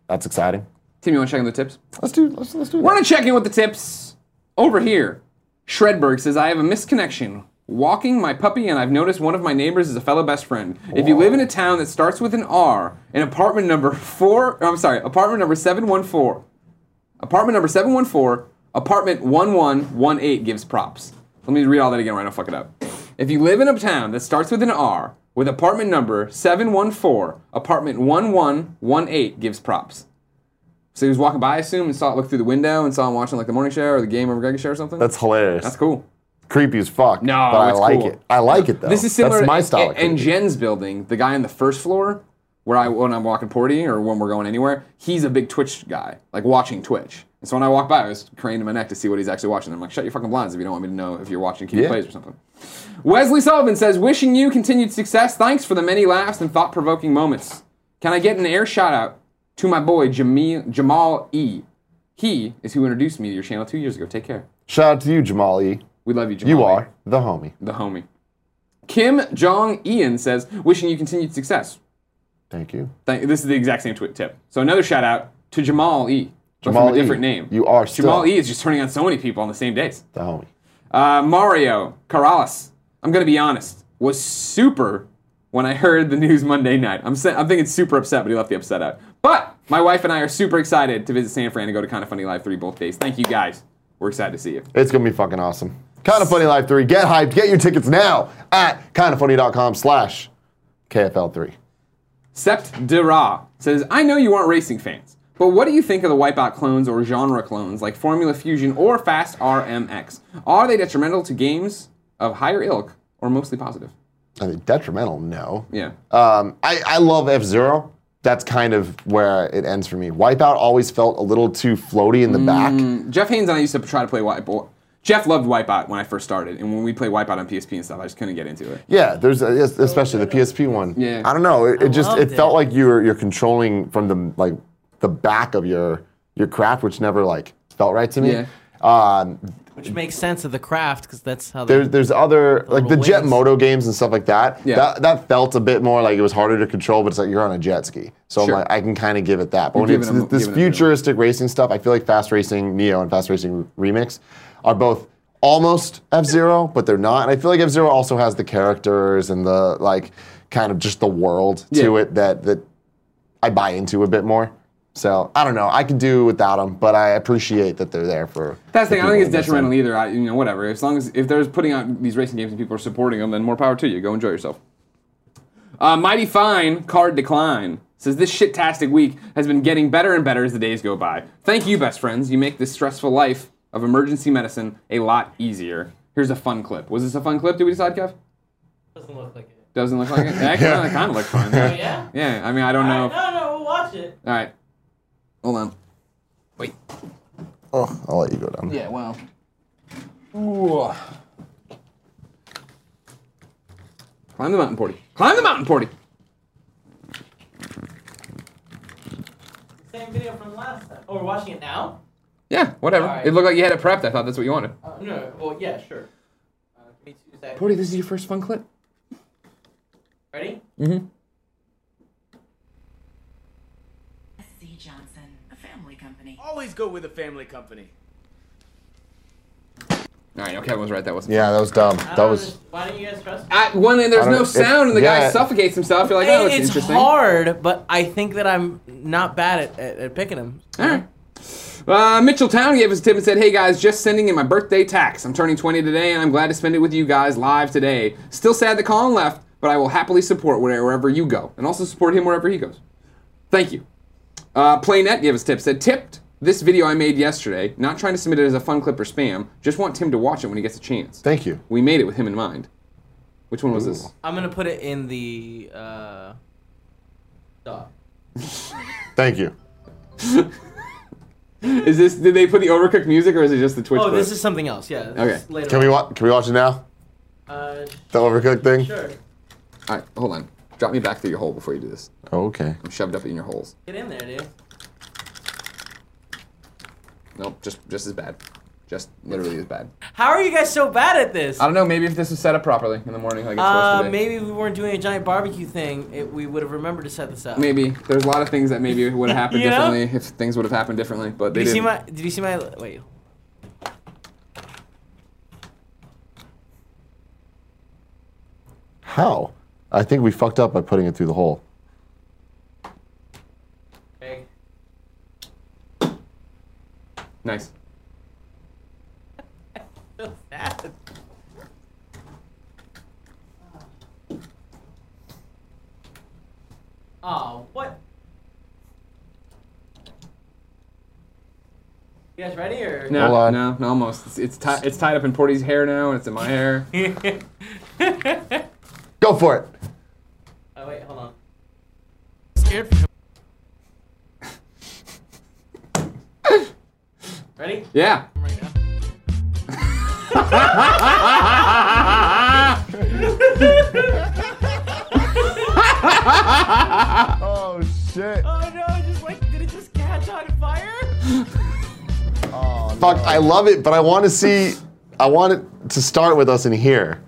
[SPEAKER 2] That's exciting.
[SPEAKER 1] Tim, you want to check in the tips?
[SPEAKER 2] Let's do let's let's do
[SPEAKER 1] We're
[SPEAKER 2] that.
[SPEAKER 1] gonna check in with the tips over here. Shredberg says I have a misconnection. Walking my puppy, and I've noticed one of my neighbors is a fellow best friend. If you live in a town that starts with an R, in apartment number four, I'm sorry, apartment number seven one four, apartment number seven one four, apartment one one one eight gives props. Let me read all that again, right? I'll fuck it up. If you live in a town that starts with an R, with apartment number seven one four, apartment one one one eight gives props. So he was walking by, I assume, and saw it look through the window and saw him watching like the morning show or the game or McGregor show or something.
[SPEAKER 2] That's hilarious.
[SPEAKER 1] That's cool.
[SPEAKER 2] creepy as fuck.
[SPEAKER 1] No,
[SPEAKER 2] but I
[SPEAKER 1] it's
[SPEAKER 2] like
[SPEAKER 1] cool.
[SPEAKER 2] it. I like it though.
[SPEAKER 1] This is similar
[SPEAKER 2] That's my
[SPEAKER 1] to-
[SPEAKER 2] style. of
[SPEAKER 1] and, and
[SPEAKER 2] creepy.
[SPEAKER 1] Jen's building, the guy on the first floor, where I when I'm walking porty or when we're going anywhere, he's a big Twitch guy, like watching Twitch. And so when I walk by, I was craning my neck to see what he's actually watching. I'm like, shut your fucking blinds if you don't want me to know if you're watching Q
[SPEAKER 2] Yeah.
[SPEAKER 1] plays or something. Wesley Sullivan says, wishing you continued success. Thanks for the many laughs and thought provoking moments. Can I get an air shout out to my boy Jamil, Jamal E? He is who introduced me to your channel two years ago. Take care.
[SPEAKER 2] Shout out to you, Jamal E.
[SPEAKER 1] We love you, Jamal.
[SPEAKER 2] You are the homie.
[SPEAKER 1] the homie. Kim Jong Ian says, wishing you continued success.
[SPEAKER 2] Thank you.
[SPEAKER 1] Thank, this is the exact same tweet tip. So another shout out to Jamal E. but
[SPEAKER 2] Jamal
[SPEAKER 1] from
[SPEAKER 2] E.
[SPEAKER 1] a different name.
[SPEAKER 2] You are still-
[SPEAKER 1] Jamal E. is just turning on so many people on the same days.
[SPEAKER 2] The homie.
[SPEAKER 1] Uh, Mario Corrales. I'm gonna be honest. Was super when I heard the news Monday night. I'm sa- I'm thinking super upset, but he left the upset out. But my wife and I are super excited to visit San Fran and go to Kind of Funny Live three both days. Thank you guys. We're excited to see you.
[SPEAKER 2] It's gonna be fucking awesome. Kind of Funny Live 3. Get hyped. Get your tickets now at kindoffunny.com slash KFL3.
[SPEAKER 1] Sept de Ra says, I know you aren't racing fans, but what do you think of the wipeout clones or genre clones like Formula Fusion or Fast RMX? Are they detrimental to games of higher ilk or mostly positive?
[SPEAKER 2] I mean, detrimental, no.
[SPEAKER 1] Yeah.
[SPEAKER 2] Um, I, I love F Zero. That's kind of where it ends for me. Wipeout always felt a little too floaty in the
[SPEAKER 1] Mm.
[SPEAKER 2] back.
[SPEAKER 1] Jeff Haynes and I used to try to play Wipeout. Jeff loved Wipeout when I first started, and when we played Wipeout on PSP and stuff, I just couldn't get into it.
[SPEAKER 2] Yeah, there's a, yes, especially the PSP one.
[SPEAKER 1] Yeah.
[SPEAKER 2] I don't know. It, it just it
[SPEAKER 3] loved
[SPEAKER 2] felt
[SPEAKER 3] it.
[SPEAKER 2] like you were you're controlling from the like the back of your your craft, which never like felt right to me.
[SPEAKER 1] Yeah.
[SPEAKER 2] Um,
[SPEAKER 3] Which makes sense of the craft because that's how
[SPEAKER 2] There's
[SPEAKER 3] they.
[SPEAKER 2] there's other like the
[SPEAKER 3] little
[SPEAKER 2] jet
[SPEAKER 3] wings.
[SPEAKER 2] moto games and stuff like that.
[SPEAKER 1] Yeah.
[SPEAKER 2] That that felt a bit more like it was harder to control, but it's like you're on a jet ski. So
[SPEAKER 1] Sure.
[SPEAKER 2] I'm like I can kind of give it that. But when
[SPEAKER 1] giving
[SPEAKER 2] it's
[SPEAKER 1] them-
[SPEAKER 2] this, this
[SPEAKER 1] giving them the-
[SPEAKER 2] futuristic racing stuff, I feel like Fast Racing Neo and Fast Racing Remix are both almost F Zero, but they're not. And I feel like F Zero also has the characters and the like kind of just the world to
[SPEAKER 1] Yeah.
[SPEAKER 2] it that that I buy into a bit more. So I don't know. I could do without them, but I appreciate that they're there for.
[SPEAKER 1] That's the thing. I don't think
[SPEAKER 2] people
[SPEAKER 1] it's
[SPEAKER 2] that listen.
[SPEAKER 1] detrimental e- either. I, you know, whatever. As long as if there's putting out these racing games and people are supporting them, then more power to you. Go enjoy yourself. Uh, Mighty Fine Card Decline says this shit-tastic week has been getting better and better as the days go by. Thank you, best friends. You make this stressful life of emergency medicine a lot easier. Here's a fun clip. Was this a fun clip? Did we decide, Kev?
[SPEAKER 3] Doesn't look like it. Oh,
[SPEAKER 1] Doesn't look like it. Actually, it kind of looked fun. Yeah.
[SPEAKER 3] Yeah.
[SPEAKER 1] I mean, I don't know. All
[SPEAKER 3] No, no, we'll watch it.
[SPEAKER 1] right. Hold on. Wait.
[SPEAKER 2] Oh, I'll let you go down.
[SPEAKER 1] Yeah. Wow. Climb the mountain, Porty. Climb the mountain, Porty.
[SPEAKER 3] Same video from last time. Oh, we're watching it now.
[SPEAKER 1] Yeah, whatever.
[SPEAKER 3] All right.
[SPEAKER 1] It looked like you had it prepped. I thought that's what you wanted.
[SPEAKER 3] no. Well, yeah, sure. Uh, give me two seconds.
[SPEAKER 1] Porty, this is your first fun clip.
[SPEAKER 3] Ready?
[SPEAKER 4] C. Johnson, a family company.
[SPEAKER 5] Always go with a family company.
[SPEAKER 1] All right, no, Kevin was right. That wasn't.
[SPEAKER 2] Yeah, that was dumb. That was.
[SPEAKER 3] Uh, Why don't you guys trust?
[SPEAKER 1] I, one, and there's
[SPEAKER 2] I don't-
[SPEAKER 1] no
[SPEAKER 2] it-
[SPEAKER 1] sound, and the guy
[SPEAKER 2] yeah.
[SPEAKER 1] suffocates himself. You're like, oh, it's,
[SPEAKER 3] it's
[SPEAKER 1] interesting.
[SPEAKER 3] hard, but I think that I'm not bad at, at, at picking them.
[SPEAKER 1] All right. Uh, Mitchell Town gave us a tip and said, "Hey guys, just sending in my birthday tax. I'm turning 20 today, and I'm glad to spend it with you guys live today. Still sad that Colin left, but I will happily support where- wherever you go, and also support him wherever he goes. Thank you." Uh, Playnet gave us tips. Said tipped this video I made yesterday. Not trying to submit it as a fun clip or spam. Just want Tim to watch it when he gets a chance.
[SPEAKER 2] Thank you.
[SPEAKER 1] We made it with him in mind. Which one was this?
[SPEAKER 3] I'm gonna put it in the uh, dog.
[SPEAKER 2] Thank you.
[SPEAKER 1] Is this? Did they put the overcooked music, or is it just the Twitch?
[SPEAKER 3] Oh, this
[SPEAKER 1] clip?
[SPEAKER 3] is something else. Yeah. This
[SPEAKER 1] Okay.
[SPEAKER 3] Is later
[SPEAKER 2] Can we
[SPEAKER 3] on.
[SPEAKER 2] watch? Can we watch it now?
[SPEAKER 3] Uh,
[SPEAKER 2] The overcooked thing.
[SPEAKER 3] sure.
[SPEAKER 1] All right, hold on. Drop me back through your hole before you do this.
[SPEAKER 2] Okay.
[SPEAKER 1] I'm shoved up in your holes.
[SPEAKER 3] Get in there, dude.
[SPEAKER 1] Nope, just just as bad. Just literally as bad.
[SPEAKER 3] How are you guys so bad at this?
[SPEAKER 1] I don't know. Maybe if this was set up properly in the morning, like it's supposed
[SPEAKER 3] Uh,
[SPEAKER 1] to be.
[SPEAKER 3] maybe if we weren't doing a giant barbecue thing. It, we would have remembered to set this up.
[SPEAKER 1] Maybe there's a lot of things that maybe would have happened
[SPEAKER 3] You know?
[SPEAKER 1] differently if things would have happened differently, but they
[SPEAKER 3] Did you see
[SPEAKER 1] didn't.
[SPEAKER 3] my? Did you see my? Wait.
[SPEAKER 2] How? I think we fucked up by putting it through the hole.
[SPEAKER 3] Hey.
[SPEAKER 1] nice.
[SPEAKER 3] So sad. Oh, what? You guys ready or?
[SPEAKER 1] No,
[SPEAKER 2] Hold on.
[SPEAKER 1] no, no, almost. It's it's, ti- it's tied up in Porty's hair now, and it's in my hair.
[SPEAKER 3] oh
[SPEAKER 2] Go for it.
[SPEAKER 3] wait, hold on.
[SPEAKER 5] Scared
[SPEAKER 3] Ready?
[SPEAKER 1] Yeah.
[SPEAKER 5] right now.
[SPEAKER 2] Oh shit.
[SPEAKER 3] Oh no! it Just like did it just catch on fire?
[SPEAKER 2] Fuck, I love it, but I want to see I want it to start with us in here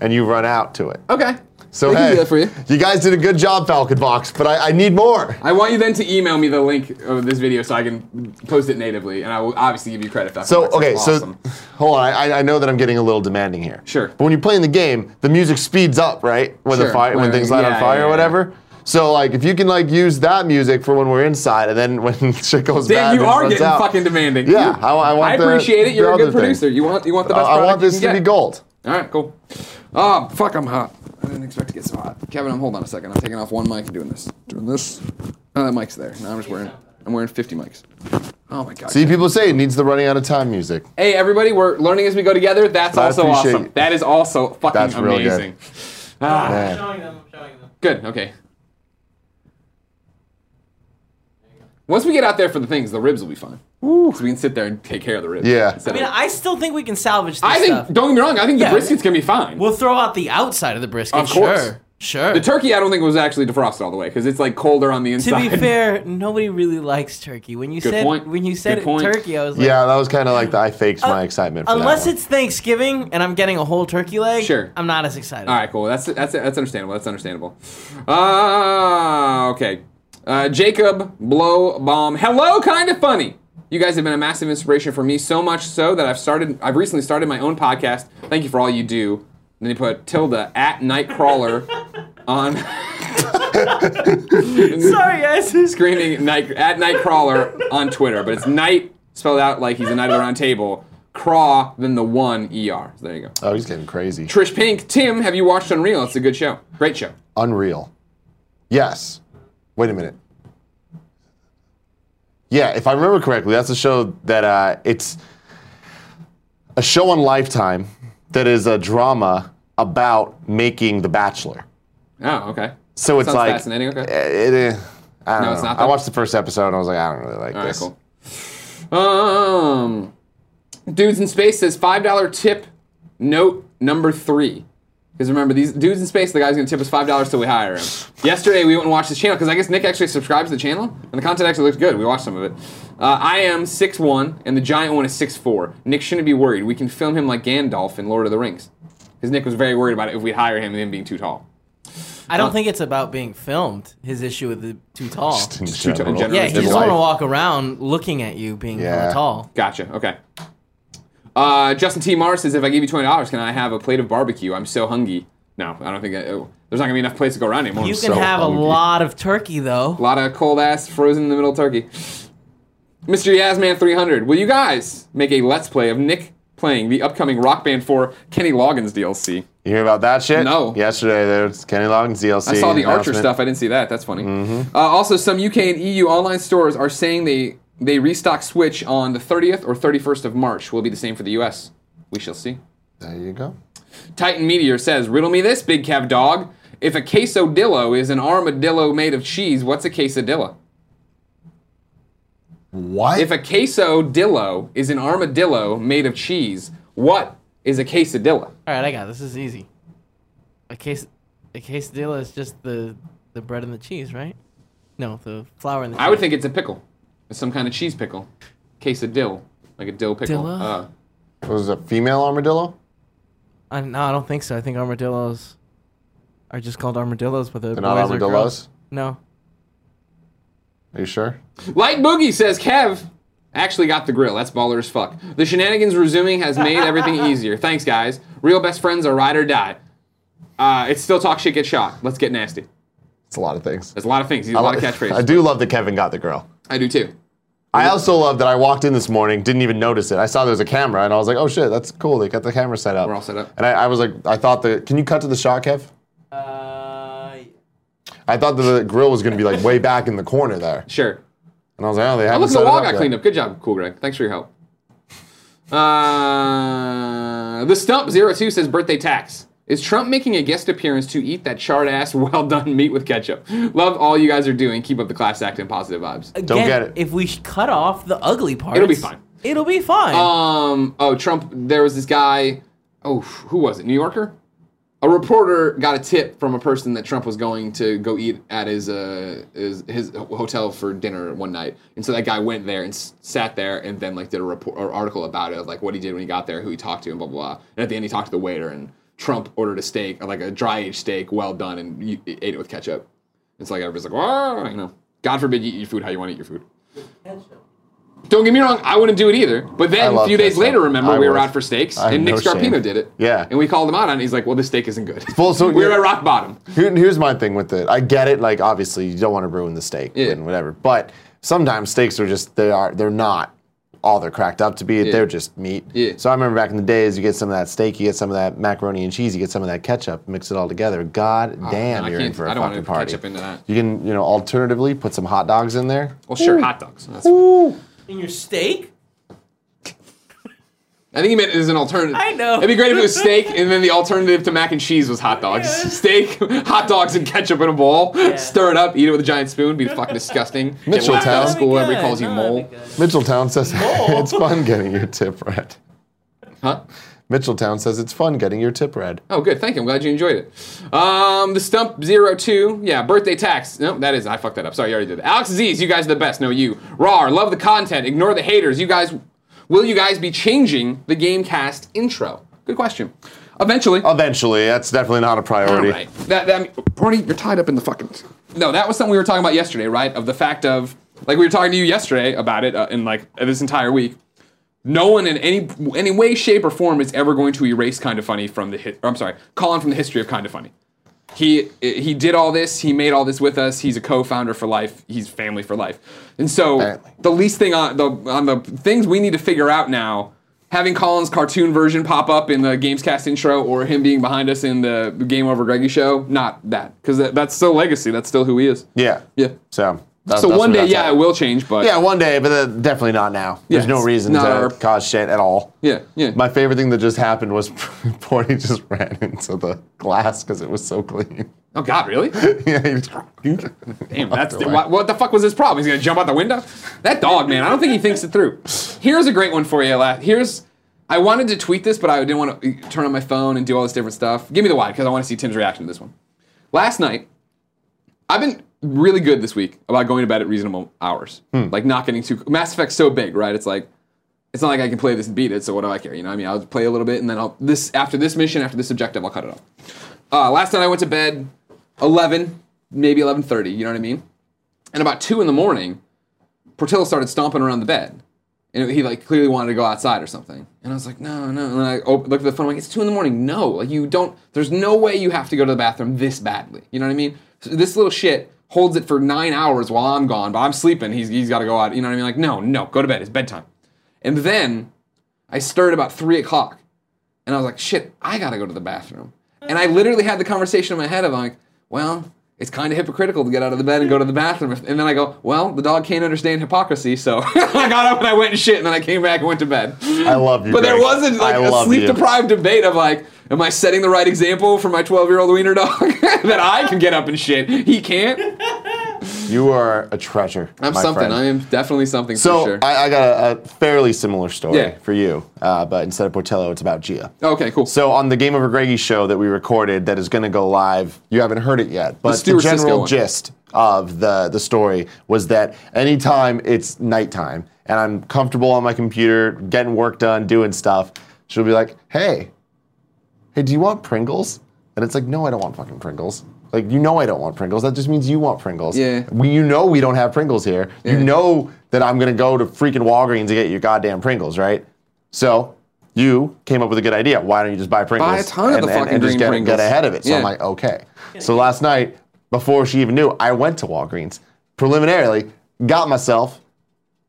[SPEAKER 2] and you run out to it.
[SPEAKER 1] Okay.
[SPEAKER 2] So
[SPEAKER 1] I can
[SPEAKER 2] hey,
[SPEAKER 1] do that for you.
[SPEAKER 2] guys did a good job, Falcon Box, but I, I need more.
[SPEAKER 1] I want you then to email me the link of this video so I can post it natively, and I will obviously give you credit. That's
[SPEAKER 2] So okay,
[SPEAKER 1] awesome.
[SPEAKER 2] so hold on. I, I know that I'm getting a little demanding here.
[SPEAKER 1] Sure.
[SPEAKER 2] But when you're playing the game, the music speeds up, right? When the
[SPEAKER 1] Sure.
[SPEAKER 2] fire, when
[SPEAKER 1] When-
[SPEAKER 2] things light
[SPEAKER 1] yeah,
[SPEAKER 2] on fire
[SPEAKER 1] yeah,
[SPEAKER 2] or
[SPEAKER 1] yeah.
[SPEAKER 2] whatever. So like, if you can like use that music for when we're inside, and then when shit goes bad,
[SPEAKER 1] Dan, you
[SPEAKER 2] and it
[SPEAKER 1] are
[SPEAKER 2] runs
[SPEAKER 1] getting
[SPEAKER 2] out.
[SPEAKER 1] fucking demanding.
[SPEAKER 2] Yeah,
[SPEAKER 1] You-
[SPEAKER 2] I, I want.
[SPEAKER 1] I
[SPEAKER 2] the-
[SPEAKER 1] appreciate
[SPEAKER 2] the
[SPEAKER 1] it. You're a
[SPEAKER 2] other
[SPEAKER 1] good
[SPEAKER 2] thing.
[SPEAKER 1] producer. You want you want the
[SPEAKER 2] I
[SPEAKER 1] best.
[SPEAKER 2] I want
[SPEAKER 1] product you
[SPEAKER 2] this
[SPEAKER 1] can
[SPEAKER 2] to be
[SPEAKER 1] get.
[SPEAKER 2] gold.
[SPEAKER 1] All right, cool. Ah, fuck, I'm hot. I didn't expect to get so hot. Kevin, I'm hold on a second. I'm taking off one mic and doing this. Doing this. Oh, that mic's there. Now I'm just wearing. I'm wearing 50 mics. Oh my god.
[SPEAKER 2] See, people say it needs the running out of time music.
[SPEAKER 1] hey, everybody, we're learning as we go together. That's
[SPEAKER 2] I
[SPEAKER 1] also
[SPEAKER 2] appreciate
[SPEAKER 1] awesome.
[SPEAKER 2] it.
[SPEAKER 1] That is also fucking
[SPEAKER 2] That's really good.
[SPEAKER 1] amazing. Ah,
[SPEAKER 3] I'm
[SPEAKER 2] Man.
[SPEAKER 3] showing them. I'm showing them.
[SPEAKER 1] good. Okay. Once we get out there for the things, the ribs will be fine. So we can sit there and take care of the ribs.
[SPEAKER 2] Yeah.
[SPEAKER 1] instead
[SPEAKER 3] I mean,
[SPEAKER 1] of-
[SPEAKER 3] I still think we can salvage this
[SPEAKER 1] I think.
[SPEAKER 3] stuff.
[SPEAKER 1] Don't get me wrong. I think
[SPEAKER 3] Yeah.
[SPEAKER 1] the brisket's gonna be fine.
[SPEAKER 3] We'll throw out the outside of the brisket.
[SPEAKER 1] Of course.
[SPEAKER 3] Sure. Sure.
[SPEAKER 1] The turkey, I don't think was actually defrosted all the way because it's like colder on the
[SPEAKER 3] to
[SPEAKER 1] inside.
[SPEAKER 3] be fair, nobody really likes turkey. When you
[SPEAKER 1] Good
[SPEAKER 3] said
[SPEAKER 1] point.
[SPEAKER 3] when you said
[SPEAKER 1] Good
[SPEAKER 3] it,
[SPEAKER 1] point.
[SPEAKER 3] turkey, I was like,
[SPEAKER 2] Yeah, that was kind of like the I faked
[SPEAKER 1] Uh,
[SPEAKER 2] my excitement. For that
[SPEAKER 3] unless
[SPEAKER 2] one.
[SPEAKER 3] it's Thanksgiving and I'm getting a whole turkey leg,
[SPEAKER 1] Sure.
[SPEAKER 3] I'm not as excited.
[SPEAKER 1] All right, cool. That's that's that's understandable. That's understandable. Ah, okay. Uh, Jacob Blow Bomb. Hello, kind of funny. You guys have been a massive inspiration for me, so much so that I've started. I've recently started my own podcast. Thank you for all you do. And then he put tilde at Nightcrawler on
[SPEAKER 3] Sorry, guys.
[SPEAKER 1] screaming night at Nightcrawler on Twitter, but it's night spelled out like he's a knight of the round table. Craw then the one er. So there you go.
[SPEAKER 2] oh, he's getting crazy.
[SPEAKER 1] Trish Pink, Tim, have you watched Unreal? It's a good show. Great show.
[SPEAKER 2] Unreal. Yes. Wait a minute. Yeah, if I remember correctly, that's a show that uh, it's a show on Lifetime that is a drama about making The Bachelor.
[SPEAKER 1] Oh, okay.
[SPEAKER 2] So it's
[SPEAKER 1] Sounds
[SPEAKER 2] like
[SPEAKER 1] fascinating. Okay.
[SPEAKER 2] eh, it, eh, I don't
[SPEAKER 1] No,
[SPEAKER 2] know.
[SPEAKER 1] it's not
[SPEAKER 2] I
[SPEAKER 1] that?
[SPEAKER 2] watched the first episode and I was like, I don't really like
[SPEAKER 1] All right,
[SPEAKER 2] this.
[SPEAKER 1] cool. Um, dudes in space says five dollar tip note number three. Because remember, these dudes in space, the guy's gonna tip us five dollars till we hire him. Yesterday, we went and watched his channel because I guess Nick actually subscribes to the channel, and the content actually looks good. We watched some of it. Uh, I am six one, and the giant one is six four. Nick shouldn't be worried. We can film him like Gandalf in Lord of the Rings. Because Nick was very worried about it if we hire him and him being too tall.
[SPEAKER 3] I don't think it's about being filmed. His issue with the too tall.
[SPEAKER 2] In
[SPEAKER 1] too
[SPEAKER 2] general.
[SPEAKER 1] general.
[SPEAKER 3] Yeah,
[SPEAKER 1] it's
[SPEAKER 3] he
[SPEAKER 1] in
[SPEAKER 3] just
[SPEAKER 2] life.
[SPEAKER 3] want to walk around looking at you being
[SPEAKER 2] Yeah.
[SPEAKER 3] kinda tall.
[SPEAKER 1] Gotcha. Okay. Uh, Justin T. Mars says, if I give you twenty dollars, can I have a plate of barbecue? I'm so hungry. No, I don't think that, oh, there's not gonna be enough plates to go around anymore.
[SPEAKER 3] You
[SPEAKER 1] So-
[SPEAKER 3] can have
[SPEAKER 2] hungry.
[SPEAKER 3] a lot of turkey though.
[SPEAKER 1] a lot of cold ass frozen in the middle turkey. Mr. Yasman300, will you guys make a let's play of Nick playing the upcoming Rock Band 4 Kenny Loggins DLC?
[SPEAKER 2] You hear about that shit?
[SPEAKER 1] No.
[SPEAKER 2] Yesterday, there's Kenny Loggins DLC.
[SPEAKER 1] I saw the Archer
[SPEAKER 2] announcement.
[SPEAKER 1] stuff. I didn't see that. That's funny. Uh, also, some UK and EU online stores are saying they they restock Switch on the 30th or 31st of March. Will be the same for the US. We shall see.
[SPEAKER 2] There you go.
[SPEAKER 1] Titan Meteor says, Riddle me this, big cav dog. If a quesadillo is an armadillo made of cheese, what's a quesadilla?
[SPEAKER 2] What?
[SPEAKER 1] If a quesadillo is an armadillo made of cheese, what is a quesadilla?
[SPEAKER 3] All right, I got it. this. Is easy. A case. a quesadilla is just the the bread and the cheese, right? No, the flour and the.
[SPEAKER 1] I would
[SPEAKER 3] cheese.
[SPEAKER 1] think it's a pickle. It's some kind of cheese pickle. Case of dill. Like a dill pickle.
[SPEAKER 3] Dilla?
[SPEAKER 1] Uh,
[SPEAKER 2] Was it a female armadillo?
[SPEAKER 3] I, no, I don't think so. I think armadillos are just called armadillos, but the
[SPEAKER 2] They're
[SPEAKER 3] boys
[SPEAKER 2] not
[SPEAKER 3] are girls.
[SPEAKER 2] armadillos?
[SPEAKER 3] No.
[SPEAKER 2] Are you sure?
[SPEAKER 1] Light Boogie says Kev actually got the grill. That's baller as fuck. The shenanigans resuming has made everything easier. Thanks, guys. Real best friends are ride or die. Uh, it's still talk shit, get shot. Let's get nasty.
[SPEAKER 2] It's a lot of things.
[SPEAKER 1] There's a lot of things. He's a lot of catchphrases.
[SPEAKER 2] Uh, I do love that Kevin got the girl.
[SPEAKER 1] I do too.
[SPEAKER 2] I also love that I walked in this morning, didn't even notice it. I saw there was a camera, and I was like, "Oh shit, that's cool. They got the camera set up."
[SPEAKER 1] We're all set up.
[SPEAKER 2] And I, I was like, I thought the. Can you cut to the shot, Kev?
[SPEAKER 3] Uh,
[SPEAKER 2] I thought that the grill was going to be like way back in the corner there,
[SPEAKER 1] Sure.
[SPEAKER 2] and I was like, "Oh, they haven't
[SPEAKER 1] Look,
[SPEAKER 2] set
[SPEAKER 1] the
[SPEAKER 2] it
[SPEAKER 1] wall
[SPEAKER 2] up
[SPEAKER 1] got
[SPEAKER 2] yet.
[SPEAKER 1] cleaned up. Good job, Cool Greg. Thanks for your help. Uh, the Stump 02 says birthday tax. Is Trump making a guest appearance to eat that charred ass well done meat with ketchup? Love all you guys are doing. Keep up the class act and positive vibes.
[SPEAKER 2] Don't get it.
[SPEAKER 3] If we sh- cut off the ugly parts,
[SPEAKER 1] It'll be fine.
[SPEAKER 3] It'll be fine.
[SPEAKER 1] Um, oh, Trump, there was this guy. Oh, who was it? New Yorker? A reporter got a tip from a person that Trump was going to go eat at his uh, his, his hotel for dinner one night, and so that guy went there and s- sat there, and then like did a report or article about it, of, like what he did when he got there, who he talked to, and blah blah. blah. And at the end, he talked to the waiter, and Trump ordered a steak, like a dry aged steak, well done, and you, ate it with ketchup. It's like everybody's like, wow, you know, God forbid you eat your food how you want to eat your food. Don't get me wrong, I wouldn't do it either. But
[SPEAKER 2] I
[SPEAKER 1] then a
[SPEAKER 2] love
[SPEAKER 1] few days
[SPEAKER 2] ketchup.
[SPEAKER 1] later, remember,
[SPEAKER 2] I
[SPEAKER 1] we were
[SPEAKER 2] would.
[SPEAKER 1] out for steaks,
[SPEAKER 2] I have
[SPEAKER 1] and Nick
[SPEAKER 2] no shame.
[SPEAKER 1] Scarpino did it.
[SPEAKER 2] Yeah.
[SPEAKER 1] And we called him out on it, and he's like, well, this steak isn't good.
[SPEAKER 2] Well, so
[SPEAKER 1] we were
[SPEAKER 2] you're-
[SPEAKER 1] at rock bottom.
[SPEAKER 2] Here, here's my thing with it. I get it. Like obviously, you don't want to ruin the steak
[SPEAKER 1] Yeah.
[SPEAKER 2] and whatever. But sometimes steaks are just they are they're not all they're cracked up to be. They're just meat.
[SPEAKER 1] Yeah.
[SPEAKER 2] So I remember back in the days, you get some of that steak, you get some of that macaroni and cheese, you get some of that ketchup, mix it all together. God damn,
[SPEAKER 1] no, Ah, I
[SPEAKER 2] you're in
[SPEAKER 1] can't-
[SPEAKER 2] for a
[SPEAKER 1] I don't wanna
[SPEAKER 2] fucking
[SPEAKER 1] put
[SPEAKER 2] party.
[SPEAKER 1] ketchup into that.
[SPEAKER 2] You can you know alternatively put some hot dogs in there.
[SPEAKER 1] Well, sure, hot dogs. That's-
[SPEAKER 3] In your steak?
[SPEAKER 1] I think he meant it as an alternative.
[SPEAKER 3] I know.
[SPEAKER 1] It'd be great if it was steak, and then the alternative to mac and cheese was hot dogs.
[SPEAKER 3] Yeah.
[SPEAKER 1] Steak, hot dogs, and ketchup in a bowl.
[SPEAKER 3] Yeah.
[SPEAKER 1] Stir it up, eat it with a giant spoon, be fucking disgusting. Get
[SPEAKER 2] Mitchelltown.
[SPEAKER 1] laughed out of
[SPEAKER 2] That'd be
[SPEAKER 1] school, everybody calls you mole.
[SPEAKER 2] Mitchelltown says it's fun getting your tip read.
[SPEAKER 1] Huh?
[SPEAKER 2] Mitchelltown says it's fun getting your tip read.
[SPEAKER 1] Oh, good. Thank you. I'm glad you enjoyed it. Um, the stump 02. Yeah, birthday tax. No, that is. I fucked that up. Sorry, you already did. It. Alex Z's. You guys are the best. No, you. Rar. Love the content. Ignore the haters. You guys. Will you guys be changing the GameCast intro? Good question. Eventually.
[SPEAKER 2] Eventually, that's definitely not a priority.
[SPEAKER 1] All right. That, that, I mean, Barney, you're tied up in the fucking. No, that was something we were talking about yesterday, right? Of the fact of, like, we were talking to you yesterday about it, uh, in like this entire week. No one in any any way, shape, or form is ever going to erase Kind of Funny from the hit. I'm sorry, Colin from the history of Kind of Funny. He he did all this. He made all this with us. He's a co-founder for life. He's family for life. And so
[SPEAKER 2] Apparently.
[SPEAKER 1] the least thing on the on the things we need to figure out now, having Colin's cartoon version pop up in the Gamescast intro, or him being behind us in the Game Over Greggy show, not that because that, that's still legacy. That's still who he is.
[SPEAKER 2] Yeah.
[SPEAKER 1] Yeah.
[SPEAKER 2] So. that-
[SPEAKER 1] so
[SPEAKER 2] that's
[SPEAKER 1] one
[SPEAKER 2] what
[SPEAKER 1] day,
[SPEAKER 2] that's
[SPEAKER 1] yeah,
[SPEAKER 2] at.
[SPEAKER 1] it will change. But
[SPEAKER 2] Yeah, one day, but uh, definitely not now. There's
[SPEAKER 1] Yeah,
[SPEAKER 2] no
[SPEAKER 1] it's
[SPEAKER 2] reason to
[SPEAKER 1] not our-
[SPEAKER 2] cause shit at all.
[SPEAKER 1] yeah, yeah.
[SPEAKER 2] My favorite thing that just happened was Porty just ran into the glass because it was so clean.
[SPEAKER 1] oh God, really?
[SPEAKER 2] yeah, he just-
[SPEAKER 1] Damn, that's
[SPEAKER 2] Walked away.
[SPEAKER 1] what, what the fuck was his problem? He's gonna jump out the window? That dog, man. I don't think he thinks it through. Here's a great one for you. La- Here's I wanted to tweet this, but I didn't want to turn on my phone and do all this different stuff. Give me the wide because I want to see Tim's reaction to this one. Last night, I've been really good this week about going to bed at reasonable hours, like not getting too. Mass Effect's so big, right? It's like it's not like I can play this and beat it. So what do I care? You know, what I mean, I'll play a little bit and then I'll this after this mission, after this objective, I'll cut it off. Uh, last night I went to bed 11, maybe 11:30. You know what I mean? And about two in the morning, Portillo started stomping around the bed, and he like clearly wanted to go outside or something. And I was like, no, no. And I op- looked at the phone. I'm like, it's two in the morning. No, like you don't. There's no way you have to go to the bathroom this badly. You know what I mean? So this little shit holds it for nine hours while I'm gone, but I'm sleeping. He's he's got to go out. You know what I mean? Like, no, no, go to bed. It's bedtime. And then I stirred about three o'clock, and I was like, shit, I gotta go to the bathroom. And I literally had the conversation in my head of like, well, it's kind of hypocritical to get out of the bed and go to the bathroom. if- And then I go, well, the dog can't understand hypocrisy, so I got up and I went and shit, and then I came back and went to bed.
[SPEAKER 2] I love you.
[SPEAKER 1] But there
[SPEAKER 2] Greg.
[SPEAKER 1] wasn't like
[SPEAKER 2] I
[SPEAKER 1] a
[SPEAKER 2] love you.
[SPEAKER 1] sleep deprived debate of like, am I setting the right example for my 12 year old wiener dog that I can get up and shit? He can't.
[SPEAKER 2] You are a treasure.
[SPEAKER 1] I'm
[SPEAKER 2] my
[SPEAKER 1] something.
[SPEAKER 2] friend.
[SPEAKER 1] I am definitely something
[SPEAKER 2] So
[SPEAKER 1] for sure.
[SPEAKER 2] I, I got a, a fairly similar story
[SPEAKER 1] Yeah.
[SPEAKER 2] for you, uh, but instead of Portillo, it's about Gia.
[SPEAKER 1] okay, cool.
[SPEAKER 2] So on the Game Over Greggy show that we recorded that is going to go live, you haven't heard it yet, but the,
[SPEAKER 1] Stuart Sisco
[SPEAKER 2] general
[SPEAKER 1] one.
[SPEAKER 2] gist of the, the story was that anytime it's nighttime and I'm comfortable on my computer, getting work done, doing stuff, she'll be like, hey, hey, do you want Pringles? And it's like, no, I don't want fucking Pringles. Like, you know I don't want Pringles. That just means you want Pringles.
[SPEAKER 1] Yeah.
[SPEAKER 2] We, you know we don't have Pringles here. You
[SPEAKER 1] Yeah.
[SPEAKER 2] know that I'm going to go to freaking Walgreens to get your goddamn Pringles, right? So you came up with a good idea. Why don't you just buy Pringles?
[SPEAKER 1] Buy a ton of
[SPEAKER 2] and,
[SPEAKER 1] the
[SPEAKER 2] and-
[SPEAKER 1] fucking
[SPEAKER 2] and just
[SPEAKER 1] green
[SPEAKER 2] get,
[SPEAKER 1] Pringles.
[SPEAKER 2] get ahead of it. So I'm
[SPEAKER 1] Yeah.
[SPEAKER 2] like, okay. So last night, before she even knew, I went to Walgreens preliminarily, got myself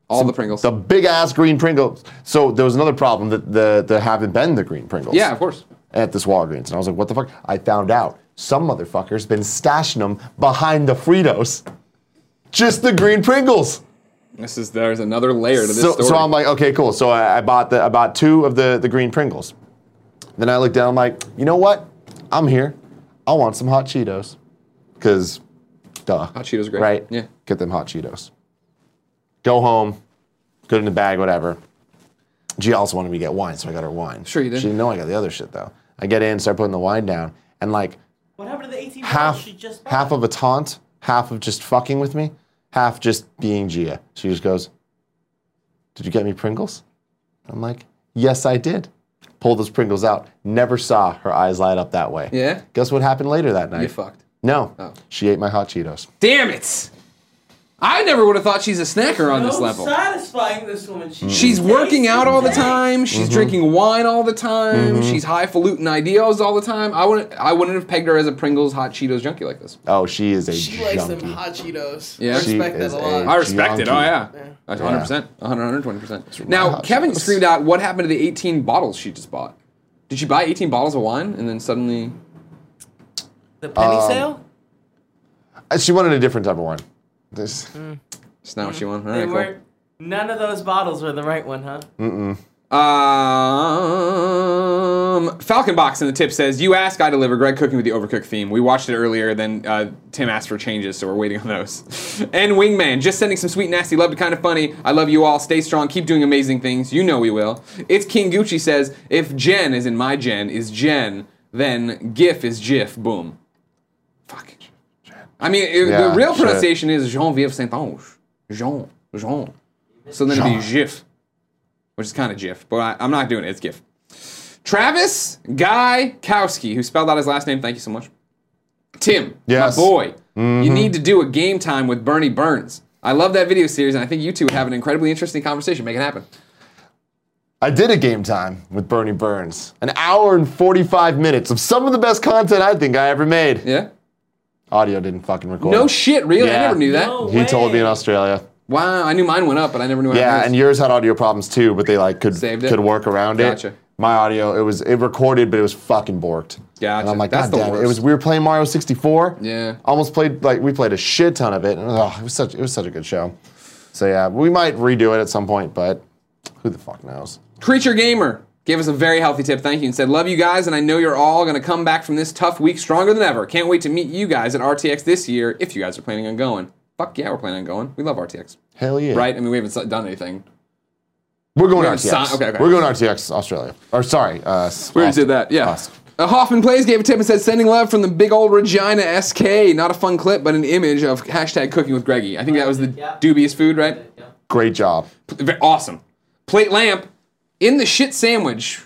[SPEAKER 1] All the Pringles.
[SPEAKER 2] the big ass green Pringles. So there was another problem that the, there haven't been the green Pringles
[SPEAKER 1] yeah, of course.
[SPEAKER 2] at this Walgreens. And I was like, what the fuck? I found out some motherfucker's been stashing them behind the Fritos. Just the green Pringles.
[SPEAKER 1] This is there's another layer to this
[SPEAKER 2] So,
[SPEAKER 1] story.
[SPEAKER 2] so I'm like, okay, cool. So I, I bought the I bought two of the, the green Pringles. Then I looked down, I'm like, you know what? I'm here. I want some hot Cheetos. Cause duh.
[SPEAKER 1] Hot Cheetos are great.
[SPEAKER 2] Right?
[SPEAKER 1] Yeah.
[SPEAKER 2] Get them hot Cheetos. Go home, put it in the bag, whatever. She also wanted me to get wine, so I got her wine.
[SPEAKER 1] Sure you did.
[SPEAKER 2] She didn't know I got the other shit though. I get in, start putting the wine down, and like
[SPEAKER 3] What happened to the 18
[SPEAKER 2] half
[SPEAKER 3] she just bought?
[SPEAKER 2] half of a taunt, half of just fucking with me, half just being Gia. She just goes, "Did you get me Pringles?" I'm like, "Yes, I did." Pull those Pringles out. Never saw her eyes light up that way.
[SPEAKER 1] Yeah?
[SPEAKER 2] Guess what happened later that night?
[SPEAKER 1] you fucked.
[SPEAKER 2] No.
[SPEAKER 1] Oh.
[SPEAKER 2] She ate my hot Cheetos.
[SPEAKER 1] Damn it! I never would have thought she's a snacker on this
[SPEAKER 3] So
[SPEAKER 1] level.
[SPEAKER 3] satisfying this woman.
[SPEAKER 2] Hmm.
[SPEAKER 3] She
[SPEAKER 1] She's working out all the
[SPEAKER 3] tastes
[SPEAKER 1] time.
[SPEAKER 2] Mm-hmm.
[SPEAKER 1] She's drinking wine all the time. She's highfalutin ideals all the time. I wouldn't. I wouldn't have pegged her as a Pringles hot Cheetos junkie like this.
[SPEAKER 2] Oh, she is a
[SPEAKER 3] it. She likes them
[SPEAKER 2] junkie.
[SPEAKER 3] hot Cheetos.
[SPEAKER 1] Yeah.
[SPEAKER 3] I
[SPEAKER 1] She
[SPEAKER 3] respect that
[SPEAKER 2] is
[SPEAKER 3] a
[SPEAKER 2] a-
[SPEAKER 3] lot.
[SPEAKER 1] I respect it. Oh yeah,
[SPEAKER 3] Yeah.
[SPEAKER 1] That's 100, percent 120 percent.
[SPEAKER 2] hot
[SPEAKER 1] Now Kevin
[SPEAKER 2] Cheetos.
[SPEAKER 1] screamed out, "What happened to the 18 bottles she just bought? Did she buy 18 bottles of wine and then suddenly?"
[SPEAKER 3] The penny
[SPEAKER 2] um,
[SPEAKER 3] sale?
[SPEAKER 2] Uh, She wanted a different type of wine. This-
[SPEAKER 1] That's not what she won. All
[SPEAKER 3] They
[SPEAKER 1] right, cool.
[SPEAKER 3] weren't. None of those bottles were the right one, huh?
[SPEAKER 2] Hmm.
[SPEAKER 1] Um, Falcon Box in the tip says, "You ask, I deliver." Greg cooking with the overcooked theme. We watched it earlier. Then uh, Tim asked for changes, so we're waiting on those. and Wingman just sending some sweet nasty love to kind of funny. I love you all. Stay strong. Keep doing amazing things. You know we will. It's King Gucci says, "If Jen is in my Jen is Jen, then GIF is GIF." Boom. Fuck. I mean, it-
[SPEAKER 2] Yeah,
[SPEAKER 1] the real
[SPEAKER 2] shit.
[SPEAKER 1] pronunciation is Jean-Vive Saint-Ange. Jean, Jean. So then it'd be GIF which is kind of GIF, but I, I'm not doing it. It's GIF. Travis Guy Kowski, who spelled out his last name. Thank you so much. Tim,
[SPEAKER 2] Yes. Mm-hmm.
[SPEAKER 1] my boy, you need to do a game time with Bernie Burns. I love that video series, and I think you two would have an incredibly interesting conversation. Make it happen.
[SPEAKER 2] I did a game time with Bernie Burns. An hour and 45 minutes of some of the best content I think I ever made.
[SPEAKER 1] Yeah.
[SPEAKER 2] Audio didn't fucking record.
[SPEAKER 1] No shit, really.
[SPEAKER 2] Yeah.
[SPEAKER 1] I never knew that.
[SPEAKER 3] No.
[SPEAKER 2] He told me in
[SPEAKER 3] way.
[SPEAKER 2] Australia.
[SPEAKER 1] Wow, I knew mine went up, but I never knew.
[SPEAKER 2] Yeah,
[SPEAKER 1] yours.
[SPEAKER 2] and yours had audio problems too, but they like could
[SPEAKER 1] Saved it.
[SPEAKER 2] could work around
[SPEAKER 1] Gotcha.
[SPEAKER 2] it. My audio, it was it recorded, but it was fucking borked. And
[SPEAKER 1] Gotcha.
[SPEAKER 2] I'm like,
[SPEAKER 1] That's
[SPEAKER 2] God
[SPEAKER 1] the
[SPEAKER 2] damn it. It
[SPEAKER 1] worst.
[SPEAKER 2] was we were playing Mario 64.
[SPEAKER 1] Yeah.
[SPEAKER 2] Almost played like we played a shit ton of it. And oh, it was such it was such a good show. So yeah, we might redo it at some point, but who the fuck knows?
[SPEAKER 1] Creature Gamer gave us a very healthy tip. Thank you. And said, Love you guys, and I know you're all going to come back from this tough week stronger than ever. Can't wait to meet you guys at RTX this year if you guys are planning on going. Fuck yeah, we're planning on going. We love RTX.
[SPEAKER 2] Hell yeah.
[SPEAKER 1] Right? I mean, we haven't s- done anything.
[SPEAKER 2] We're going
[SPEAKER 1] We haven't
[SPEAKER 2] RTX.
[SPEAKER 1] signed- okay, okay.
[SPEAKER 2] We're going RTX Australia. Or sorry, uh s-
[SPEAKER 1] We already
[SPEAKER 2] Austin.
[SPEAKER 1] did that, yeah.
[SPEAKER 2] Austin.
[SPEAKER 1] Uh, Hoffman Plays gave a tip and said, sending love from the big old Regina SK. Not a fun clip, but an image of hashtag cooking with Greggy. I think that was the
[SPEAKER 3] Yeah.
[SPEAKER 1] dubious food, right?
[SPEAKER 2] Great job.
[SPEAKER 1] Ve- awesome. Plate lamp in the shit sandwich.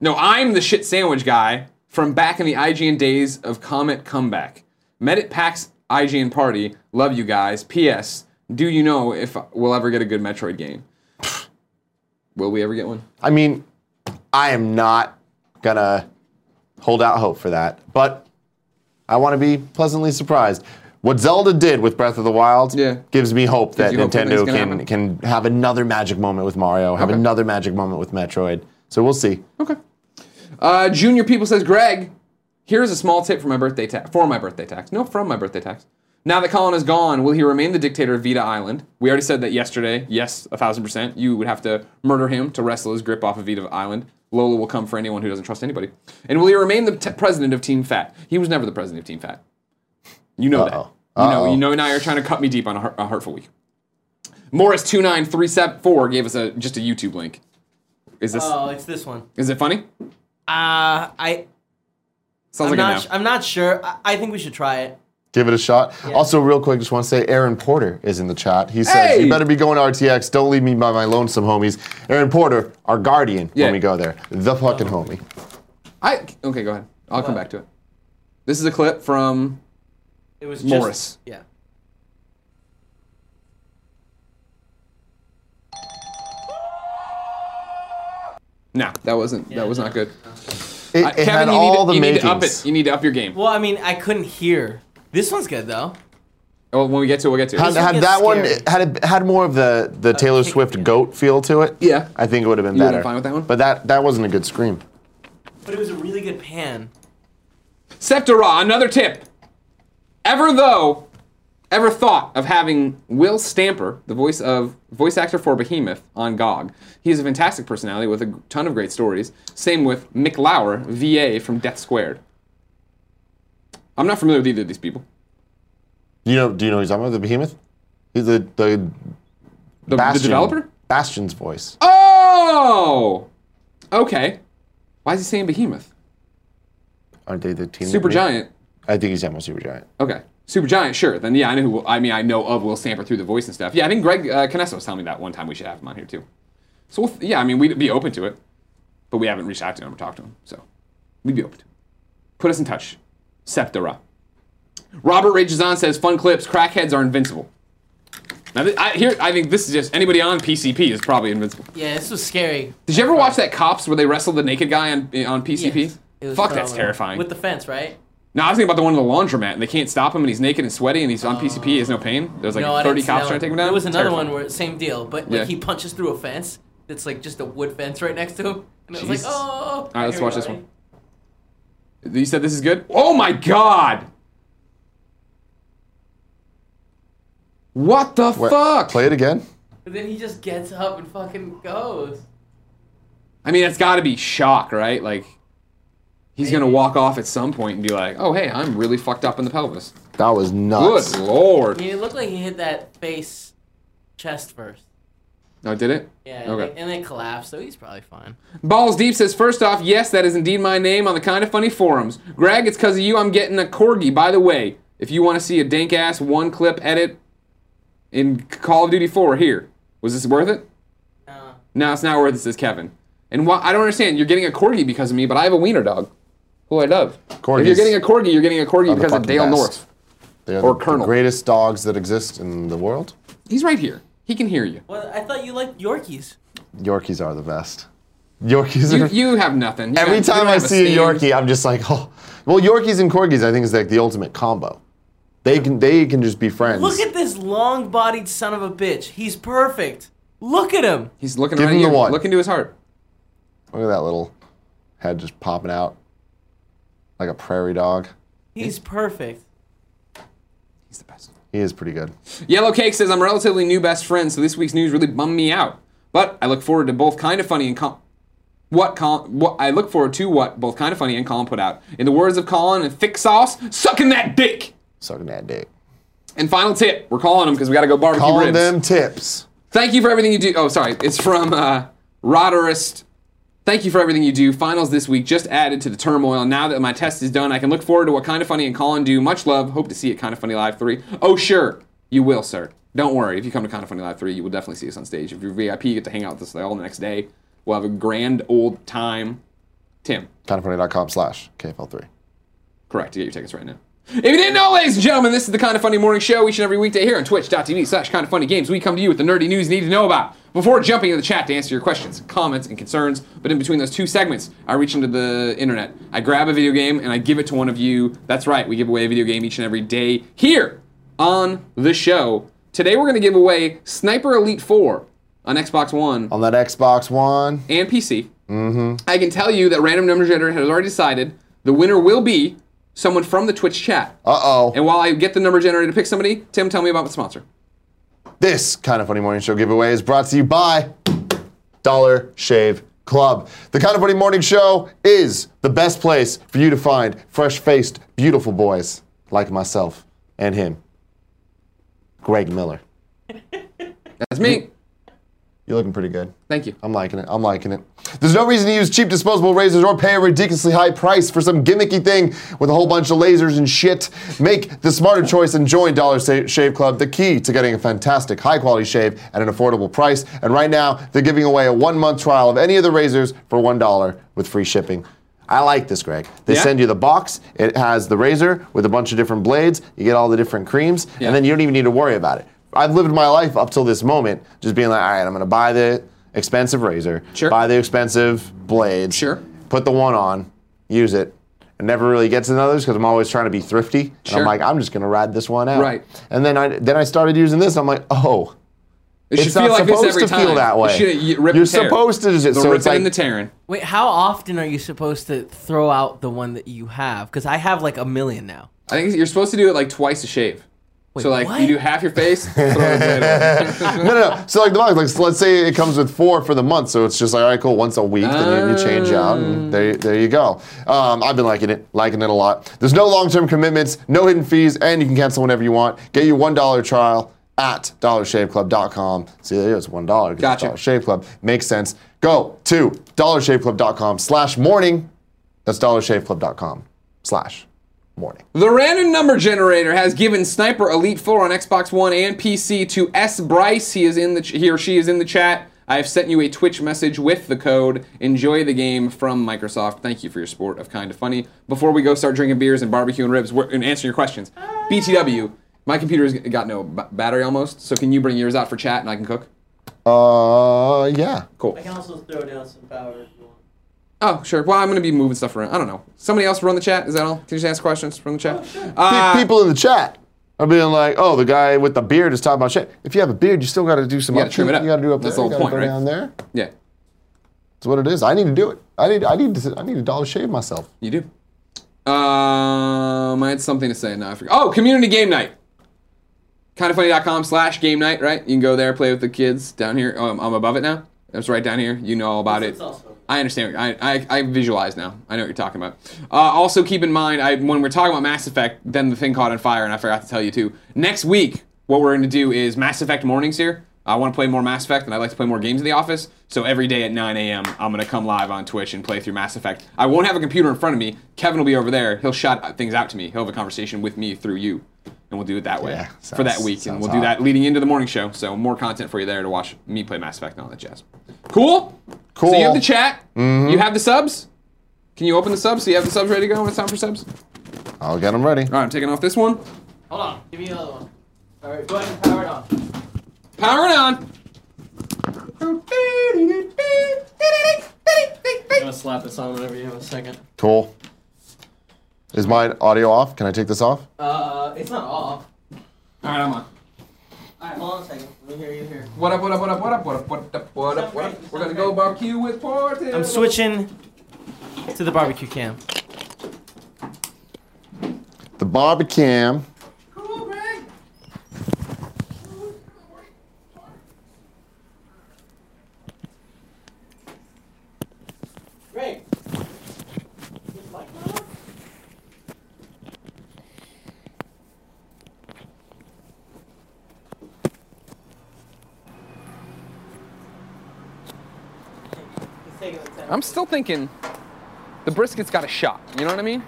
[SPEAKER 1] No, I'm the shit sandwich guy from back in the IGN days of Comet Comeback. Met at PAX IGN party. Love you guys. P.S. Do you know if we'll ever get a good Metroid game? Will we ever get one?
[SPEAKER 2] I mean, I am not gonna hold out hope for that, but I want to be pleasantly surprised. What Zelda did with Breath of the Wild
[SPEAKER 1] Yeah.
[SPEAKER 2] gives me hope that
[SPEAKER 1] you hope that
[SPEAKER 2] Nintendo
[SPEAKER 1] things can
[SPEAKER 2] can
[SPEAKER 1] happen.
[SPEAKER 2] can have another magic moment with Mario, have
[SPEAKER 1] Okay.
[SPEAKER 2] another magic moment with Metroid. So we'll see.
[SPEAKER 1] Okay. Uh, Junior People says, Greg, here's a small tip for my birthday tax. For my birthday tax. No, from my birthday tax. Now that Colin is gone, will he remain the dictator of Vita Island? We already said that yesterday. Yes, a thousand percent. You would have to murder him to wrestle his grip off of Vita Island. Lola will come for anyone who doesn't trust anybody. And will he remain the t- president of Team Fat? He was never the president of Team Fat. You know
[SPEAKER 2] Uh-oh.
[SPEAKER 1] You know, you know now you're trying to cut me deep on a, heart- a hurtful week. Morris two nine three seven four gave us a just a YouTube link. Is this
[SPEAKER 3] Oh, it's this one.
[SPEAKER 1] is it funny?
[SPEAKER 3] Uh, I
[SPEAKER 1] Sounds like
[SPEAKER 3] I'm not
[SPEAKER 1] a
[SPEAKER 3] su-
[SPEAKER 1] no.
[SPEAKER 3] I'm not sure. I, I think we should try it.
[SPEAKER 2] Give it a shot. Also, real quick, just want to say Aaron Porter is in the chat. He says,
[SPEAKER 1] Hey!
[SPEAKER 2] You better be going to RTX. Don't leave me by my lonesome homies. Aaron Porter, our guardian
[SPEAKER 1] Yeah.
[SPEAKER 2] when we go there. The fucking homie.
[SPEAKER 1] I okay, go ahead. I'll come back to it. This is a clip from
[SPEAKER 3] It was
[SPEAKER 1] Morris.
[SPEAKER 3] Just, yeah.
[SPEAKER 1] No, that wasn't that was not good.
[SPEAKER 2] It,
[SPEAKER 1] Uh,
[SPEAKER 2] it had
[SPEAKER 1] you need, to-
[SPEAKER 2] all the
[SPEAKER 1] you need
[SPEAKER 2] makings.
[SPEAKER 1] to up it. You need to up your game.
[SPEAKER 3] Well, I mean, I couldn't hear. This one's good though.
[SPEAKER 1] Well, when we get to it, we'll get to it.
[SPEAKER 2] Had,
[SPEAKER 3] one
[SPEAKER 2] had
[SPEAKER 3] gets
[SPEAKER 2] that one
[SPEAKER 3] scary.
[SPEAKER 2] had it had more of the, the Taylor
[SPEAKER 3] kick,
[SPEAKER 2] Swift
[SPEAKER 3] yeah.
[SPEAKER 2] goat feel to it.
[SPEAKER 1] Yeah.
[SPEAKER 2] I think it would have been
[SPEAKER 1] You would've
[SPEAKER 2] better.
[SPEAKER 1] been fine with that one?
[SPEAKER 2] But that that wasn't a good scream.
[SPEAKER 3] But it was a really good pan.
[SPEAKER 1] Septera, another tip. Ever though, ever thought of having Will Stamper, the voice of voice actor for Behemoth on GOG. He is a fantastic personality with a ton of great stories. Same with Mick Lauer, VA from Death Squared. I'm not familiar with either of these people.
[SPEAKER 2] You know? Do you know who he's talking about? The Behemoth. He's the the,
[SPEAKER 1] The, the
[SPEAKER 2] Bastion,
[SPEAKER 1] developer?
[SPEAKER 2] Bastion's voice.
[SPEAKER 1] Oh, okay. Why is he saying Behemoth?
[SPEAKER 2] Aren't they the team? that
[SPEAKER 1] Super
[SPEAKER 2] made-
[SPEAKER 1] Giant.
[SPEAKER 2] I think he's talking about Super Giant.
[SPEAKER 1] Okay. Super Giant, sure. Then yeah, I know who I mean I know of Will Stamper through the voice and stuff. Yeah, I think Greg uh, Canesso was telling me that one time we should have him on here too. So we'll th- yeah, I mean we'd be open to it, but we haven't reached out to him or talked to him, so we'd be open to it. Put us in touch. Septera. Robert rages on says fun clips. Crackheads are invincible. Now th- I, here I think this is just anybody on PCP is probably invincible.
[SPEAKER 3] Yeah, this was scary.
[SPEAKER 1] Did you ever watch that Cops where they wrestled the naked guy on on PCP?
[SPEAKER 3] Yes, it was
[SPEAKER 1] Fuck, that's
[SPEAKER 3] phenomenal.
[SPEAKER 1] terrifying.
[SPEAKER 3] With the fence, right?
[SPEAKER 1] No, I was thinking about the one in the laundromat, and they can't stop him, and he's naked and sweaty, and he's on PCP. He has no pain. There's like
[SPEAKER 3] no, I
[SPEAKER 1] 30
[SPEAKER 3] didn't see that
[SPEAKER 1] cops trying
[SPEAKER 3] one.
[SPEAKER 1] to take him down.
[SPEAKER 3] There was another
[SPEAKER 1] Terrifying.
[SPEAKER 3] one where same deal, but like
[SPEAKER 1] Yeah.
[SPEAKER 3] he punches through a fence that's like just a wood fence right next to him, and it was
[SPEAKER 1] Jesus.
[SPEAKER 3] like, oh.
[SPEAKER 1] All right, let's watch this one. You said this is good. Oh my god! What the
[SPEAKER 2] Wait,
[SPEAKER 1] fuck?
[SPEAKER 2] Play it again.
[SPEAKER 3] But then he just gets up and fucking goes.
[SPEAKER 1] I mean, that's got to be shock, right? Like, he's gonna walk off at some point and be like, "Oh hey, I'm really fucked up in the pelvis."
[SPEAKER 2] That was
[SPEAKER 1] Good
[SPEAKER 2] nuts.
[SPEAKER 1] lord!
[SPEAKER 3] Yeah, it looked like he hit that face, chest first.
[SPEAKER 1] No, did it?
[SPEAKER 3] Yeah.
[SPEAKER 1] Okay.
[SPEAKER 3] And then collapsed, so he's probably fine.
[SPEAKER 1] Balls Deep says, first off, yes, that is indeed my name on the kind of funny forums. Greg, it's because of you I'm getting a corgi. By the way, if you want to see a dank ass one clip edit in Call of Duty 4, here. Was this worth it?
[SPEAKER 3] Uh,
[SPEAKER 1] No, it's not worth it, says Kevin. And why, I don't understand. You're getting a corgi because of me, but I have a wiener dog who I love. If you're
[SPEAKER 2] Corgis
[SPEAKER 1] getting a corgi, you're getting a corgi
[SPEAKER 2] are the
[SPEAKER 1] because of
[SPEAKER 2] fucking
[SPEAKER 1] Dale
[SPEAKER 2] best.
[SPEAKER 1] North.
[SPEAKER 2] They are
[SPEAKER 1] Or
[SPEAKER 2] the,
[SPEAKER 1] Colonel.
[SPEAKER 2] the greatest dogs that exist in the world.
[SPEAKER 1] He's right here. He can hear you.
[SPEAKER 3] well, I thought you liked Yorkies.
[SPEAKER 2] Yorkies are the best. Yorkies
[SPEAKER 1] You,
[SPEAKER 2] are.
[SPEAKER 1] you have nothing. You
[SPEAKER 2] Every
[SPEAKER 1] don't- you
[SPEAKER 2] time
[SPEAKER 1] don't
[SPEAKER 2] I
[SPEAKER 1] have
[SPEAKER 2] see a
[SPEAKER 1] stain.
[SPEAKER 2] Yorkie, I'm just like, oh. Well, Yorkies and Corgis, I think, is like the ultimate combo. They can they can just be friends.
[SPEAKER 3] Look at this long-bodied son of a bitch. He's perfect. Look at him.
[SPEAKER 1] He's looking
[SPEAKER 2] Give
[SPEAKER 1] right
[SPEAKER 2] him the
[SPEAKER 1] here.
[SPEAKER 2] one.
[SPEAKER 1] Look into his heart.
[SPEAKER 2] Look at that little head just popping out like a prairie dog.
[SPEAKER 3] He's perfect.
[SPEAKER 1] He's the best.
[SPEAKER 2] He is pretty good.
[SPEAKER 1] Yellow Cake says, I'm a relatively new best friend, so this week's news really bummed me out. But I look forward to both kind of funny and com- what Colin, what I look forward to what both kind of funny and Colin put out. In the words of Colin and Thick Sauce, sucking that dick.
[SPEAKER 2] Sucking that dick.
[SPEAKER 1] And final tip, we're calling him because we got to go barbecue
[SPEAKER 2] Calling
[SPEAKER 1] ribs.
[SPEAKER 2] them tips.
[SPEAKER 1] Thank you for everything you do. Oh, sorry, it's from uh, Roderist. Thank you for everything you do. Finals this week just added to the turmoil. Now that my test is done, I can look forward to what Kind of Funny and Colin do. Much love. Hope to see you at Kind of Funny Live 3. Oh, sure. You will, sir. Don't worry. If you come to Kind of Funny Live 3, you will definitely see us on stage. If you're VIP, you get to hang out with us all the next day. We'll have a grand old time. Tim,
[SPEAKER 2] Kindoffunny.com slash KFL3.
[SPEAKER 1] correct. You get your tickets right now. If you didn't know, ladies and gentlemen, this is the Kind of Funny Morning Show each and every weekday here on twitch.tv slash kind of funny games. We come to you with the nerdy news you need to know about before jumping into the chat to answer your questions, comments, and concerns. But in between those two segments, I reach into the internet. I grab a video game and I give it to one of you. That's right, we give away a video game each and every day here on the show. Today we're going to give away Sniper Elite 4 on Xbox One
[SPEAKER 2] On that Xbox One.
[SPEAKER 1] and PC.
[SPEAKER 2] Mm-hmm.
[SPEAKER 1] I can tell you that Random Number Generator has already decided the winner will be someone from the Twitch chat.
[SPEAKER 2] Uh oh.
[SPEAKER 1] And while I get the number generator to pick somebody, Tim, tell me about the sponsor.
[SPEAKER 2] This kind of funny morning show giveaway is brought to you by Dollar Shave Club. The kind of funny morning show is the best place for you to find fresh faced, beautiful boys like myself and him
[SPEAKER 6] Greg Miller.
[SPEAKER 1] That's me.
[SPEAKER 2] You're looking pretty good.
[SPEAKER 1] Thank you.
[SPEAKER 6] I'm liking it. I'm liking it.
[SPEAKER 2] There's no reason to use cheap disposable razors or pay a ridiculously high price for some gimmicky thing with a whole bunch of lasers and shit. Make the smarter choice and join Dollar Sa- Shave Club, the key to getting a fantastic, high quality shave at an affordable price. And right now, they're giving away a one month trial of any of the razors for $1 with free shipping. I like this, Greg. They
[SPEAKER 1] Yeah?
[SPEAKER 2] send you the box. It has the razor with a bunch of different blades. You get all the different creams,
[SPEAKER 1] Yeah.
[SPEAKER 2] and then you don't even need to worry about it. I've lived my life up till this moment just being like, all right, I'm going to buy the expensive razor,
[SPEAKER 1] Sure.
[SPEAKER 2] buy the expensive blade,
[SPEAKER 1] Sure.
[SPEAKER 2] put the one on, use it. and never really get to the others because I'm always trying to be thrifty. And
[SPEAKER 1] Sure.
[SPEAKER 2] I'm like, I'm just going to ride this one out.
[SPEAKER 1] Right.
[SPEAKER 2] And then I then I started using this. I'm like, oh,
[SPEAKER 1] It
[SPEAKER 2] it's not supposed to feel that way.
[SPEAKER 1] You should, you rip
[SPEAKER 2] You're
[SPEAKER 1] and tear.
[SPEAKER 2] supposed to just-
[SPEAKER 1] the
[SPEAKER 2] so
[SPEAKER 1] ripping
[SPEAKER 2] it's like-
[SPEAKER 1] and the tearing.
[SPEAKER 3] Wait, how often are you supposed to throw out the one that you have? Because I have like a million now.
[SPEAKER 1] I think you're supposed to do it like twice a shave. so like
[SPEAKER 3] what?
[SPEAKER 1] you do half your face. throw the blade away.
[SPEAKER 2] no, no, no. So like the box, like so let's say it comes with four for the month, so it's just like all right, cool. Once a week, then you, you change out, and there, there you go. Um, I've been liking it, liking it a lot. There's no long-term commitments, no hidden fees, and you can cancel whenever you want. Get your one dollar trial at dollarshaveclub.com. See, there it is, one dollar.
[SPEAKER 1] Gotcha.
[SPEAKER 2] Dollar Shave Club makes sense. Go to dollarshaveclub.com/slash/morning. That's dollarshaveclub.com/slash/morning.
[SPEAKER 1] The random number generator has given Sniper Elite 4 on Xbox One and PC to S Bryce. He is in the ch- he or she is in the chat. I have sent you a Twitch message with the code. Enjoy the game from Microsoft. Thank you for your support of Kind of Funny. Before we go start drinking beers and barbecue and ribs we're, and answering your questions, BTW, my computer's got no b- battery almost. So can you bring yours out for chat and I can cook?
[SPEAKER 2] Uh, yeah.
[SPEAKER 1] Cool.
[SPEAKER 3] can also throw down some power if you want.
[SPEAKER 1] Oh sure. Well, I'm gonna be moving stuff around. I don't know. Somebody else run the chat. Is that all? Can you just ask questions from the chat?
[SPEAKER 2] Pe-
[SPEAKER 1] Uh,
[SPEAKER 2] people in the chat are being like, "Oh, the guy with the beard is talking about shit." If you have a beard, you still got to do some.
[SPEAKER 1] You gotta trim it up.
[SPEAKER 2] You got to do up
[SPEAKER 1] That's
[SPEAKER 2] there.
[SPEAKER 1] the whole
[SPEAKER 2] you
[SPEAKER 1] point,
[SPEAKER 2] gotta
[SPEAKER 1] right?
[SPEAKER 2] go Down there.
[SPEAKER 1] yeah,
[SPEAKER 2] That's what it is. I need to do it. I need. I need. To, I need a dollar shave myself.
[SPEAKER 1] you do. Um, I had something to say. Now I forgot. Oh, community game night. Kindoffunny.com slash game night, right? You can go there, play with the kids down here. Um, I'm above it now. It's right down here. You know all about it. I understand. I, I, I visualize now. I know what you're talking about. Uh, also, keep in mind, I, when we're talking about Mass Effect, then the thing caught on fire, and I forgot to tell you too. Next week, what we're going to do is Mass Effect mornings here. I want to play more Mass Effect, and I like to play more games in the office. So every day at 9 a.m., I'm going to come live on Twitch and play through Mass Effect. I won't have a computer in front of me. Kevin will be over there. He'll shout things out to me. He'll have a conversation with me through you, and we'll do it that way
[SPEAKER 2] Yeah,
[SPEAKER 1] for that
[SPEAKER 2] sounds-
[SPEAKER 1] week, and
[SPEAKER 2] sounds
[SPEAKER 1] we'll do
[SPEAKER 2] hot.
[SPEAKER 1] that leading into the morning show. So more content for you there to watch me play Mass Effect and all that jazz. Cool.
[SPEAKER 2] Cool. Mm-hmm.
[SPEAKER 1] So you have the chat. You have the subs. Can you open the subs? Do you have the subs ready to go when it's time for subs? All
[SPEAKER 2] I'll get them ready.
[SPEAKER 1] right, I'm taking off this one.
[SPEAKER 3] Hold on, give me another one. All right, go ahead and power it on.
[SPEAKER 1] Power it on.
[SPEAKER 3] I'm gonna slap this on whenever you have a second.
[SPEAKER 2] Cool. Is my audio off? Can I take this off?
[SPEAKER 3] Uh, it's not off.
[SPEAKER 1] All right, I'm on.
[SPEAKER 3] All right, hold on a second. Let me hear you here.
[SPEAKER 1] What up? What up? What up? What up? What up? What up? What up? What up? We're gonna go barbecue with Portillo.
[SPEAKER 3] I'm switching to the barbecue cam.
[SPEAKER 2] The barbecue.
[SPEAKER 1] Cool, Greg.
[SPEAKER 3] Great.
[SPEAKER 1] I'm still thinking the brisket's got a shot. You know what I mean?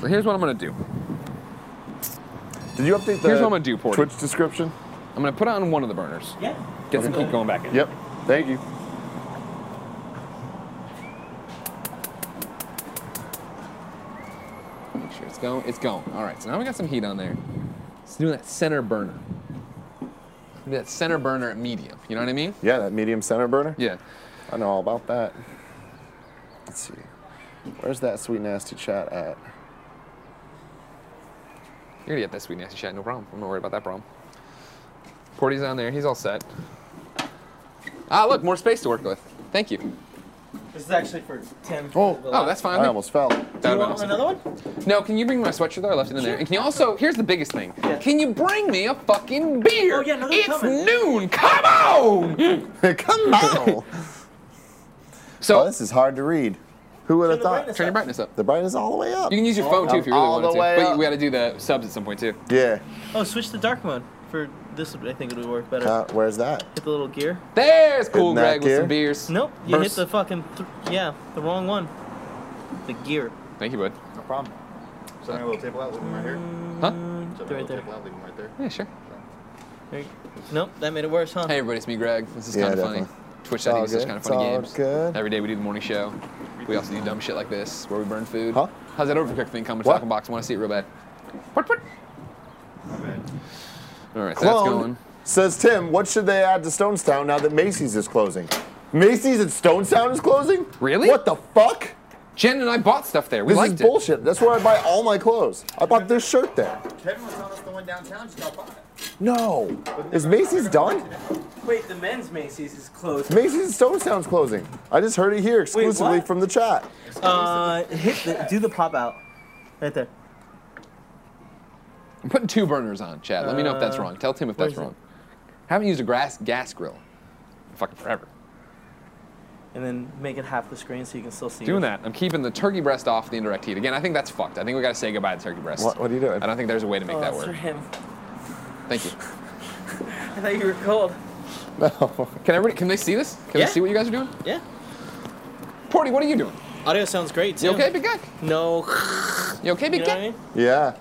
[SPEAKER 1] So here's what I'm gonna do.
[SPEAKER 2] Did you update the
[SPEAKER 1] Here's what I'm gonna do, Porter.
[SPEAKER 2] Twitch description?
[SPEAKER 1] I'm gonna put it on one of the burners.
[SPEAKER 3] Yeah.
[SPEAKER 1] Get some heat going back in.
[SPEAKER 2] Yep. Thank you.
[SPEAKER 1] Make sure it's going. It's going. All right. So now we got some heat on there. Let's do that center burner. Do that center burner at medium. You know what I mean?
[SPEAKER 2] Yeah, that medium center burner.
[SPEAKER 1] Yeah.
[SPEAKER 2] I know all about that. Let's see. Where's that sweet nasty chat at?
[SPEAKER 1] You're gonna get that sweet nasty shot. No problem. I'm not worried about that problem. Porty's on there. He's all set. Ah, look, more space to work with. Thank you.
[SPEAKER 3] This is actually for Tim.
[SPEAKER 2] Oh.
[SPEAKER 1] Oh, that's fine.
[SPEAKER 2] I almost fell.
[SPEAKER 1] That
[SPEAKER 3] You
[SPEAKER 1] would've been
[SPEAKER 3] want
[SPEAKER 1] awesome.
[SPEAKER 3] another one?
[SPEAKER 1] No, can you bring my sweatshirt though? I left it in there. And can you also? Here's the biggest thing.
[SPEAKER 3] Yeah.
[SPEAKER 1] Can you bring me a fucking beer?
[SPEAKER 3] Oh, yeah, another
[SPEAKER 1] It's
[SPEAKER 3] coming.
[SPEAKER 1] noon. Come on.
[SPEAKER 2] Come on.
[SPEAKER 1] So
[SPEAKER 2] Oh, this is hard to read. Who would have
[SPEAKER 6] the
[SPEAKER 2] thought?
[SPEAKER 6] brightness
[SPEAKER 1] Turn your
[SPEAKER 6] up.
[SPEAKER 1] brightness up.
[SPEAKER 2] The brightness all the way up.
[SPEAKER 1] You can use your phone too if you really
[SPEAKER 2] All
[SPEAKER 1] want
[SPEAKER 2] the
[SPEAKER 1] to.
[SPEAKER 2] way
[SPEAKER 1] But
[SPEAKER 2] up.
[SPEAKER 1] you got to do the subs at some point too.
[SPEAKER 2] yeah.
[SPEAKER 6] Oh, switch to dark mode for this. I think it'll work better.
[SPEAKER 2] Uh, where's that?
[SPEAKER 6] hit the little gear.
[SPEAKER 1] There's cool
[SPEAKER 2] Isn't that
[SPEAKER 1] Greg with
[SPEAKER 2] gear?
[SPEAKER 1] some beers.
[SPEAKER 6] Nope, you
[SPEAKER 1] Burst.
[SPEAKER 6] hit the fucking th- yeah, the wrong one. The gear.
[SPEAKER 1] Thank you, bud.
[SPEAKER 7] No problem. So I'm going to table out, leave them right here.
[SPEAKER 1] Huh?
[SPEAKER 7] So I'm
[SPEAKER 6] Right
[SPEAKER 7] going
[SPEAKER 6] there.
[SPEAKER 7] to table out, leave them right there.
[SPEAKER 1] Yeah, sure.
[SPEAKER 6] There- Nope, that made it worse, huh?
[SPEAKER 1] Hey everybody, it's me, Greg. This is
[SPEAKER 2] Yeah,
[SPEAKER 1] kind of funny.
[SPEAKER 2] definitely.
[SPEAKER 1] Twitch
[SPEAKER 2] all
[SPEAKER 1] TV is such
[SPEAKER 2] good.
[SPEAKER 1] kind of
[SPEAKER 2] It's
[SPEAKER 1] funny
[SPEAKER 2] all
[SPEAKER 1] games.
[SPEAKER 2] good.
[SPEAKER 1] Every day we do the morning show. We also do dumb shit like this, where we burn food.
[SPEAKER 2] Huh?
[SPEAKER 1] How's that overcooked thing coming?
[SPEAKER 2] What?
[SPEAKER 1] Talking box. Want to see it real bad. What? What? All right, so that's
[SPEAKER 2] Clone
[SPEAKER 1] going.
[SPEAKER 2] says Tim. What should they add to Stonestown now that Macy's is closing? Macy's at Stonestown is closing?
[SPEAKER 1] Really?
[SPEAKER 2] What the fuck?
[SPEAKER 1] Jen and I bought stuff there. We
[SPEAKER 2] This
[SPEAKER 1] liked
[SPEAKER 2] is bullshit. That's where I buy all my clothes. I bought this shirt there.
[SPEAKER 7] Kevin was telling us the one downtown just got bought. It
[SPEAKER 2] No. Is Macy's done?
[SPEAKER 6] Wait, the men's Macy's is closed.
[SPEAKER 2] Macy's and Stonestown's closing. I just heard it here exclusively
[SPEAKER 6] what?
[SPEAKER 2] from the chat.
[SPEAKER 6] Uh, hit the do the pop out, right there.
[SPEAKER 1] it. I'm putting two burners on, Chad. Let me know if
[SPEAKER 2] Uh,
[SPEAKER 1] that's wrong. Tell Tim if that's
[SPEAKER 6] where's it?
[SPEAKER 1] wrong. Haven't used a grass gas grill in fucking forever.
[SPEAKER 6] And then make it half the screen so you can still see.
[SPEAKER 1] Doing
[SPEAKER 6] it.
[SPEAKER 1] that, I'm keeping the turkey breast off the indirect heat. Again, I think that's fucked. I think we gotta say goodbye to turkey breast.
[SPEAKER 2] What- what are you doing?
[SPEAKER 1] I don't think there's a way to make
[SPEAKER 6] Oh,
[SPEAKER 1] that
[SPEAKER 6] that's
[SPEAKER 1] work.
[SPEAKER 6] for him.
[SPEAKER 1] Thank you.
[SPEAKER 6] I thought you were cold.
[SPEAKER 1] Can everybody? Can they see this? Can
[SPEAKER 6] Yeah.
[SPEAKER 1] they see what you guys are doing?
[SPEAKER 6] Yeah.
[SPEAKER 1] Porty, what are you doing?
[SPEAKER 6] Audio sounds great too.
[SPEAKER 1] You okay, big guy?
[SPEAKER 6] No.
[SPEAKER 1] You okay, big
[SPEAKER 6] You know what
[SPEAKER 1] guy?
[SPEAKER 6] I mean?
[SPEAKER 2] Yeah.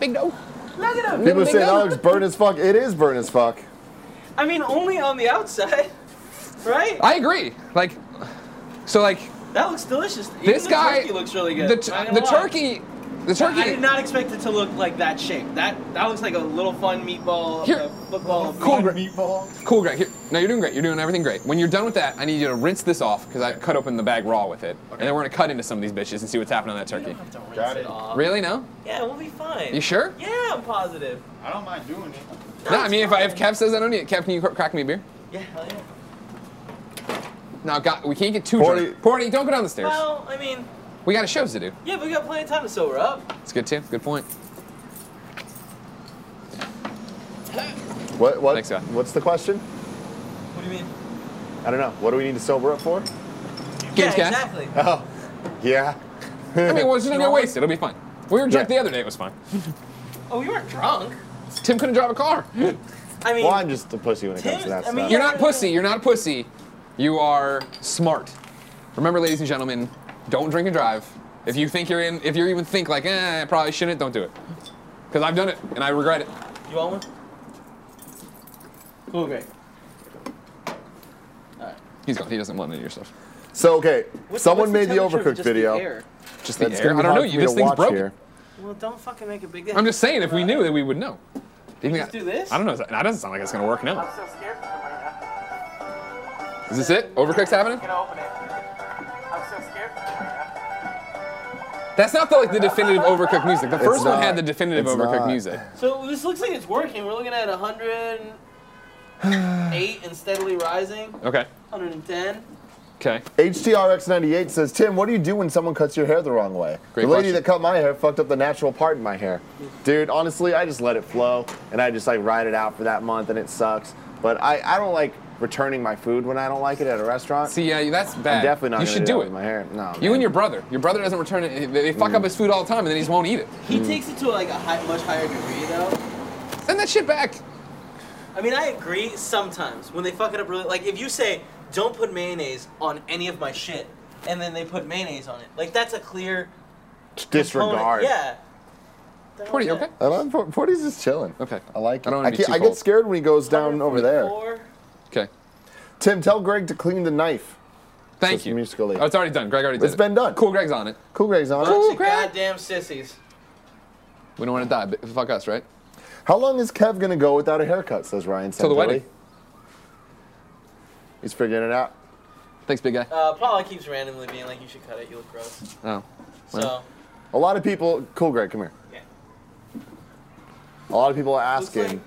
[SPEAKER 1] Big no.
[SPEAKER 6] Look at him.
[SPEAKER 2] People
[SPEAKER 1] Big
[SPEAKER 2] say that
[SPEAKER 1] no.
[SPEAKER 2] looks burn as fuck. It is burn as fuck.
[SPEAKER 6] I mean, only on the outside, right?
[SPEAKER 1] I agree. Like, so like
[SPEAKER 6] That looks delicious. Even
[SPEAKER 1] this
[SPEAKER 6] the
[SPEAKER 1] guy.
[SPEAKER 6] turkey looks really good.
[SPEAKER 1] The, t-
[SPEAKER 6] Not gonna
[SPEAKER 1] the
[SPEAKER 6] lie.
[SPEAKER 1] turkey. The turkey.
[SPEAKER 6] I did not expect it to look like that shape. That that looks like a little fun meatball,
[SPEAKER 1] Here.
[SPEAKER 6] uh, football.
[SPEAKER 1] Cool, Greg.
[SPEAKER 7] Meatball.
[SPEAKER 1] Cool, Greg. Here, no, you're doing great. You're doing everything great. When you're done with that, I need you to rinse this off because I cut open the bag raw with it, and then we're gonna cut into some of these bitches and see what's happening on that turkey.
[SPEAKER 6] Have to rinse
[SPEAKER 7] Got
[SPEAKER 6] it
[SPEAKER 7] it.
[SPEAKER 6] off.
[SPEAKER 1] Really? No?
[SPEAKER 6] Yeah, we'll be fine.
[SPEAKER 1] You sure?
[SPEAKER 6] Yeah, I'm positive.
[SPEAKER 7] I don't mind doing it.
[SPEAKER 1] No. I mean, if, I, if Kev says I don't need it, Kev, can you cr- crack me a beer?
[SPEAKER 6] Yeah, hell yeah.
[SPEAKER 1] No, God, we can't get too
[SPEAKER 2] Porty-
[SPEAKER 1] drunk. Porty, don't go down the stairs.
[SPEAKER 6] Well, I mean,
[SPEAKER 1] we got shows to do.
[SPEAKER 6] yeah, but we got plenty of time to sober up.
[SPEAKER 1] It's good too. Good point.
[SPEAKER 2] What? What?
[SPEAKER 1] Thanks, guy.
[SPEAKER 2] What's the question?
[SPEAKER 6] What do you mean?
[SPEAKER 2] I don't know. What do we need to sober up for?
[SPEAKER 1] Games
[SPEAKER 6] yeah,
[SPEAKER 1] cast.
[SPEAKER 6] exactly.
[SPEAKER 2] Oh, yeah.
[SPEAKER 1] I mean, well, it's just gonna get wasted. It'll be fine. We were drunk
[SPEAKER 2] Yeah.
[SPEAKER 1] the other day. It was fine.
[SPEAKER 6] Oh, we weren't drunk.
[SPEAKER 1] Tim couldn't drive a car.
[SPEAKER 6] I mean,
[SPEAKER 2] Well, I'm just a pussy when it comes to that
[SPEAKER 6] I mean,
[SPEAKER 2] stuff.
[SPEAKER 1] You're not pussy. You're not a pussy. You are smart. Remember, ladies and gentlemen, don't drink and drive. If you think you're in, if you even think like, eh, I probably shouldn't, don't do it. Because I've done it and I regret it.
[SPEAKER 6] you want one? Cool, great.
[SPEAKER 1] He's gone. He doesn't want any of your stuff.
[SPEAKER 2] So okay,
[SPEAKER 6] What's-
[SPEAKER 2] someone
[SPEAKER 6] what's
[SPEAKER 2] made
[SPEAKER 6] the
[SPEAKER 2] the
[SPEAKER 6] temperature of
[SPEAKER 2] overcooked
[SPEAKER 6] just
[SPEAKER 2] video.
[SPEAKER 6] The air?
[SPEAKER 1] Just the
[SPEAKER 2] That's
[SPEAKER 1] air.
[SPEAKER 2] gonna
[SPEAKER 1] I
[SPEAKER 2] be
[SPEAKER 1] don't know.
[SPEAKER 2] hard for
[SPEAKER 1] You,
[SPEAKER 2] me
[SPEAKER 1] this
[SPEAKER 2] to
[SPEAKER 1] thing's
[SPEAKER 2] watch
[SPEAKER 1] broken.
[SPEAKER 2] here.
[SPEAKER 6] Well, don't fucking make a big deal.
[SPEAKER 1] I'm just saying, if we knew that we would know. Do you think
[SPEAKER 6] Just
[SPEAKER 1] that-
[SPEAKER 6] do this?
[SPEAKER 1] I don't know. That that doesn't sound like it's gonna work now. Is this it? Overcooked's happening? That's not the, like the definitive overcooked music. The first one
[SPEAKER 2] not.
[SPEAKER 1] had the definitive
[SPEAKER 2] It's
[SPEAKER 1] overcooked
[SPEAKER 2] not.
[SPEAKER 1] music.
[SPEAKER 6] So this looks like it's working. We're looking at 108 and steadily rising.
[SPEAKER 1] Okay.
[SPEAKER 6] 110.
[SPEAKER 1] Okay.
[SPEAKER 2] HTRX98 says, Tim, what do you do when someone cuts your hair the wrong way?
[SPEAKER 1] Great
[SPEAKER 2] the lady
[SPEAKER 1] question.
[SPEAKER 2] that cut my hair fucked up the natural part in my hair. Dude, honestly, I just let it flow and I just like ride it out for that month and it sucks. But I, I don't like returning my food when I don't like it at a restaurant.
[SPEAKER 1] See, yeah, that's bad.
[SPEAKER 2] I'm definitely not
[SPEAKER 1] You
[SPEAKER 2] gonna
[SPEAKER 1] should do
[SPEAKER 2] do, that
[SPEAKER 1] it.
[SPEAKER 2] with my Mm. hair. No.
[SPEAKER 1] You
[SPEAKER 2] man.
[SPEAKER 1] and your brother. Your brother doesn't return it. They they fuck up his food all the time, and then he just won't eat it.
[SPEAKER 3] Hmm.
[SPEAKER 6] He takes it to like a high, much higher degree though.
[SPEAKER 1] Send that shit back.
[SPEAKER 6] I mean, I agree sometimes when they fuck it up really. Like if you say, "Don't put mayonnaise on any of my shit," and then they put mayonnaise on it, like that's a clear component.
[SPEAKER 2] disregard.
[SPEAKER 6] Yeah. The hell
[SPEAKER 1] Porty,
[SPEAKER 6] is
[SPEAKER 1] you okay?
[SPEAKER 6] that?
[SPEAKER 2] I love Port- Porty's just chilling.
[SPEAKER 1] Okay.
[SPEAKER 2] I like it.
[SPEAKER 1] I don't wanna be
[SPEAKER 2] can't-
[SPEAKER 1] too
[SPEAKER 2] I
[SPEAKER 1] cold.
[SPEAKER 2] get scared when he goes down over there.
[SPEAKER 6] 144.
[SPEAKER 1] Okay.
[SPEAKER 2] Tim, tell Greg to clean the knife.
[SPEAKER 1] Thank
[SPEAKER 2] It's
[SPEAKER 1] you.
[SPEAKER 2] musically.
[SPEAKER 1] Oh, it's already done. Greg already did
[SPEAKER 2] It's
[SPEAKER 1] it.
[SPEAKER 2] been done.
[SPEAKER 1] Cool. Greg's on it.
[SPEAKER 2] Cool, Greg's on
[SPEAKER 6] Bunch
[SPEAKER 2] it.
[SPEAKER 6] of
[SPEAKER 1] crap.
[SPEAKER 6] goddamn sissies.
[SPEAKER 1] We don't want to die. But fuck us, right?
[SPEAKER 2] How long is Kev gonna go without a haircut? Says Ryan.
[SPEAKER 1] Till the
[SPEAKER 2] Santilli.
[SPEAKER 1] wedding.
[SPEAKER 2] He's figuring it out.
[SPEAKER 1] Thanks, big guy.
[SPEAKER 6] Uh, Paula keeps randomly being like, "You should cut it. You look gross."
[SPEAKER 1] Oh.
[SPEAKER 6] So.
[SPEAKER 2] A lot of people. Cool, Greg, come here.
[SPEAKER 6] Yeah.
[SPEAKER 2] A lot of people are asking
[SPEAKER 6] like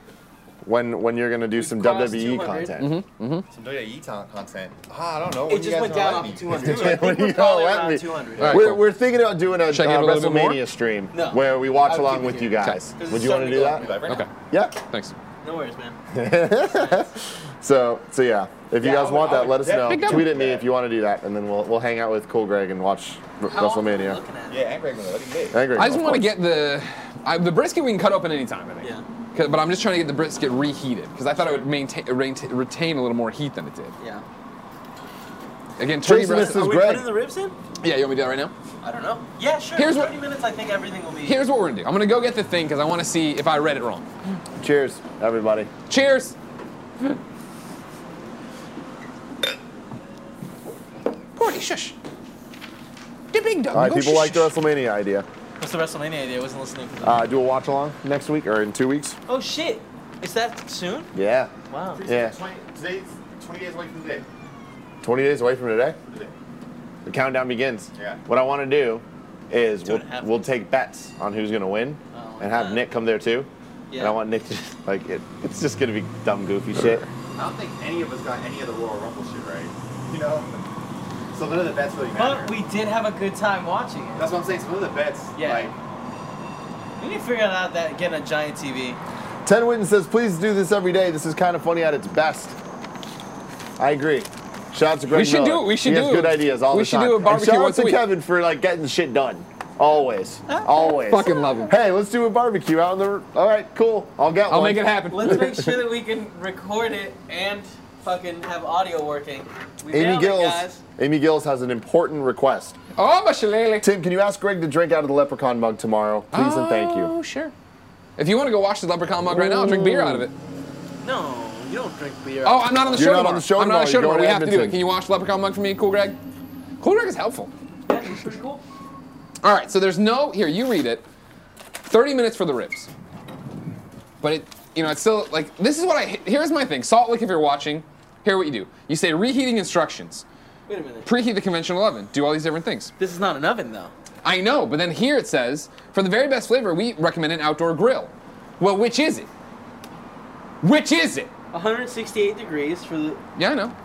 [SPEAKER 2] when when you're gonna do some
[SPEAKER 6] crossed
[SPEAKER 2] WWE
[SPEAKER 6] 200.
[SPEAKER 2] content.
[SPEAKER 1] Mm-hmm.
[SPEAKER 7] Some WWE ton- content. Ah, I don't
[SPEAKER 2] Oh,
[SPEAKER 7] know. When
[SPEAKER 6] It
[SPEAKER 7] you
[SPEAKER 6] just
[SPEAKER 7] guys
[SPEAKER 6] went
[SPEAKER 7] gonna
[SPEAKER 6] down
[SPEAKER 7] let
[SPEAKER 6] off
[SPEAKER 7] me?
[SPEAKER 6] to 200.
[SPEAKER 2] Yeah,
[SPEAKER 6] I think
[SPEAKER 2] when
[SPEAKER 6] we're
[SPEAKER 2] you
[SPEAKER 6] probably
[SPEAKER 2] let me.
[SPEAKER 6] around 200.
[SPEAKER 1] All right,
[SPEAKER 2] we're,
[SPEAKER 1] cool.
[SPEAKER 2] we're thinking about doing a,
[SPEAKER 1] Should I give
[SPEAKER 2] uh,
[SPEAKER 1] it a little bit more?
[SPEAKER 2] WrestleMania stream
[SPEAKER 6] No.
[SPEAKER 2] where we watch
[SPEAKER 6] I'll
[SPEAKER 2] along
[SPEAKER 6] keep it
[SPEAKER 2] with you
[SPEAKER 6] here.
[SPEAKER 2] guys.
[SPEAKER 6] Because
[SPEAKER 2] Would
[SPEAKER 6] it's
[SPEAKER 2] you want to do
[SPEAKER 6] starting to go
[SPEAKER 2] that?
[SPEAKER 7] Like right
[SPEAKER 1] Okay.
[SPEAKER 7] now.
[SPEAKER 2] Yeah.
[SPEAKER 1] Thanks.
[SPEAKER 6] No worries, man.
[SPEAKER 2] So, so yeah. If you
[SPEAKER 7] Yeah, I
[SPEAKER 2] guys
[SPEAKER 7] would-
[SPEAKER 2] want
[SPEAKER 7] I
[SPEAKER 2] that,
[SPEAKER 7] would
[SPEAKER 2] let us know.
[SPEAKER 7] definitely
[SPEAKER 2] Tweet at
[SPEAKER 7] do
[SPEAKER 2] me
[SPEAKER 7] that.
[SPEAKER 2] if you want to do that, and then we'll we'll hang out with Cool Greg and watch R-
[SPEAKER 3] How often are we
[SPEAKER 2] WrestleMania.
[SPEAKER 3] looking at it?
[SPEAKER 7] Yeah, angry with it. That'd be big.
[SPEAKER 2] Angry.
[SPEAKER 1] I just
[SPEAKER 2] of
[SPEAKER 1] want to
[SPEAKER 2] course.
[SPEAKER 1] get the I, the brisket we can cut open anytime, I think.
[SPEAKER 3] Yeah.
[SPEAKER 1] 'Cause- But I'm just trying to get the brisket reheated because I thought it would maintain retain, retain a little more heat than it did.
[SPEAKER 3] Yeah.
[SPEAKER 1] Again, turkey
[SPEAKER 2] Jason,
[SPEAKER 1] breast.
[SPEAKER 2] this
[SPEAKER 3] Are
[SPEAKER 2] is
[SPEAKER 3] we
[SPEAKER 2] Greg.
[SPEAKER 3] putting the ribs in?
[SPEAKER 1] Yeah, you want me to do that right now?
[SPEAKER 3] I don't know. Yeah, sure.
[SPEAKER 1] Here's what-
[SPEAKER 3] 30 minutes, I think everything will be.
[SPEAKER 1] Here's what we're gonna do. I'm gonna go get the thing because I want to see if I read it wrong.
[SPEAKER 2] Cheers, everybody.
[SPEAKER 1] Cheers. Gordy, shush. The big dog.
[SPEAKER 2] All right,
[SPEAKER 1] go
[SPEAKER 2] people
[SPEAKER 1] oh, shush,
[SPEAKER 2] like the
[SPEAKER 1] shush.
[SPEAKER 2] WrestleMania idea.
[SPEAKER 3] What's the WrestleMania idea? I wasn't listening to that.
[SPEAKER 2] Uh, do a watch along next week or in two weeks?
[SPEAKER 3] oh, shit. Is that soon?
[SPEAKER 2] Yeah.
[SPEAKER 3] Wow.
[SPEAKER 2] Yeah.
[SPEAKER 7] 20, today's 20 days away from today.
[SPEAKER 2] 20 days away from today,
[SPEAKER 7] Today.
[SPEAKER 2] the countdown begins.
[SPEAKER 7] Yeah.
[SPEAKER 2] What I want to do is
[SPEAKER 3] Two
[SPEAKER 2] we'll,
[SPEAKER 3] and a half
[SPEAKER 2] we'll
[SPEAKER 3] weeks.
[SPEAKER 2] take bets on who's gonna win,
[SPEAKER 3] Oh,
[SPEAKER 2] and have
[SPEAKER 3] uh,
[SPEAKER 2] Nick come there too. And
[SPEAKER 3] yeah.
[SPEAKER 2] I want Nick to like it, it's just gonna be dumb goofy shit.
[SPEAKER 7] I don't think any of us got any of the Royal Rumble shit right. You know? So none of the bets really matter.
[SPEAKER 3] But we did have a good time watching it.
[SPEAKER 7] That's what I'm saying. Some of the bets,
[SPEAKER 3] Yeah.
[SPEAKER 7] like,
[SPEAKER 3] We need to figure out that getting a giant TV.
[SPEAKER 2] Ted Witten says, please do this every day. This is kind of funny at its best. I agree. Shout out to Greg
[SPEAKER 1] We should
[SPEAKER 2] Miller.
[SPEAKER 1] do- we should
[SPEAKER 2] he has
[SPEAKER 1] do-
[SPEAKER 2] good ideas all
[SPEAKER 1] we
[SPEAKER 2] the
[SPEAKER 1] should
[SPEAKER 2] time.
[SPEAKER 1] do a
[SPEAKER 2] And
[SPEAKER 1] barbecue
[SPEAKER 2] shout out
[SPEAKER 1] once a
[SPEAKER 2] to
[SPEAKER 1] week.
[SPEAKER 2] Kevin for like getting shit done. Always. Always.
[SPEAKER 1] Fucking love him.
[SPEAKER 2] Hey, let's do a barbecue out in the. All right, cool. I'll get
[SPEAKER 1] I'll
[SPEAKER 2] one.
[SPEAKER 1] make it happen.
[SPEAKER 3] Let's make sure that we can record it and fucking have audio working. We
[SPEAKER 2] Amy
[SPEAKER 3] nailed it,
[SPEAKER 2] Gills.
[SPEAKER 3] guys.
[SPEAKER 2] Amy Gills has an important request.
[SPEAKER 1] Oh, my shillelagh.
[SPEAKER 2] Tim, can you ask Greg to drink out of the leprechaun mug tomorrow, please and thank
[SPEAKER 1] Oh,
[SPEAKER 2] you?
[SPEAKER 1] sure. If you want to go watch the leprechaun mug right now, I'll drink beer out of it.
[SPEAKER 3] No, you don't drink beer.
[SPEAKER 1] Oh, I'm not on the
[SPEAKER 2] You're
[SPEAKER 1] show
[SPEAKER 2] not on
[SPEAKER 1] tomorrow.
[SPEAKER 2] the show
[SPEAKER 1] I'm not on the show tomorrow.
[SPEAKER 2] tomorrow. You're
[SPEAKER 1] We
[SPEAKER 2] going
[SPEAKER 1] have
[SPEAKER 2] to
[SPEAKER 1] to do
[SPEAKER 2] Edmonton.
[SPEAKER 1] it. Can you watch leprechaun mug for me, Cool Greg? Cool Greg is helpful.
[SPEAKER 3] yeah, it's pretty cool.
[SPEAKER 1] All right, so there's no here. You read it. 30 minutes for the ribs. But it, you know, it's still like this is what I. Here's my thing. Salt Lake, if you're watching, hear what you do. You say reheating instructions,
[SPEAKER 3] Wait a minute.
[SPEAKER 1] preheat the conventional oven, do all these different things.
[SPEAKER 3] This is not an oven, though.
[SPEAKER 1] I know, but then here it says, for the very best flavor, we recommend an outdoor grill. Well, which is it? Which is it?
[SPEAKER 3] 168 degrees for the,
[SPEAKER 1] Yeah, I know.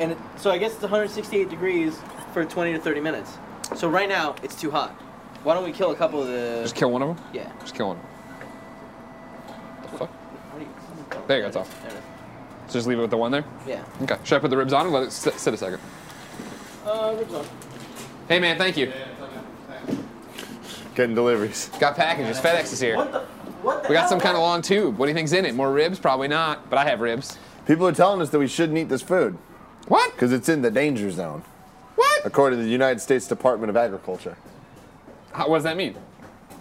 [SPEAKER 3] and it, so I guess it's 168 degrees for 20 to 30 minutes. So right now it's too hot. Why don't we kill a couple of the?
[SPEAKER 1] Just kill one of them.
[SPEAKER 3] Yeah.
[SPEAKER 1] Just kill one. of 'em. The fuck?
[SPEAKER 3] What do you-
[SPEAKER 1] There you go, it's off.
[SPEAKER 3] There it is.
[SPEAKER 1] So just leave it with the one there.
[SPEAKER 3] Yeah.
[SPEAKER 1] Okay. Should I put the ribs on or let it sit, sit a second?
[SPEAKER 3] Uh, ribs on.
[SPEAKER 1] Hey man, thank you.
[SPEAKER 2] Getting deliveries.
[SPEAKER 1] Got packages. FedEx is here.
[SPEAKER 3] What the? What the?
[SPEAKER 1] We got
[SPEAKER 3] hell?
[SPEAKER 1] some kind of long tube. What do you think's in it? More ribs? Probably not. But I have ribs.
[SPEAKER 2] People are telling us that we shouldn't eat this food
[SPEAKER 1] What?
[SPEAKER 2] because it's in the danger zone,
[SPEAKER 1] What?
[SPEAKER 2] according to the United States Department of Agriculture.
[SPEAKER 1] How, what does that mean?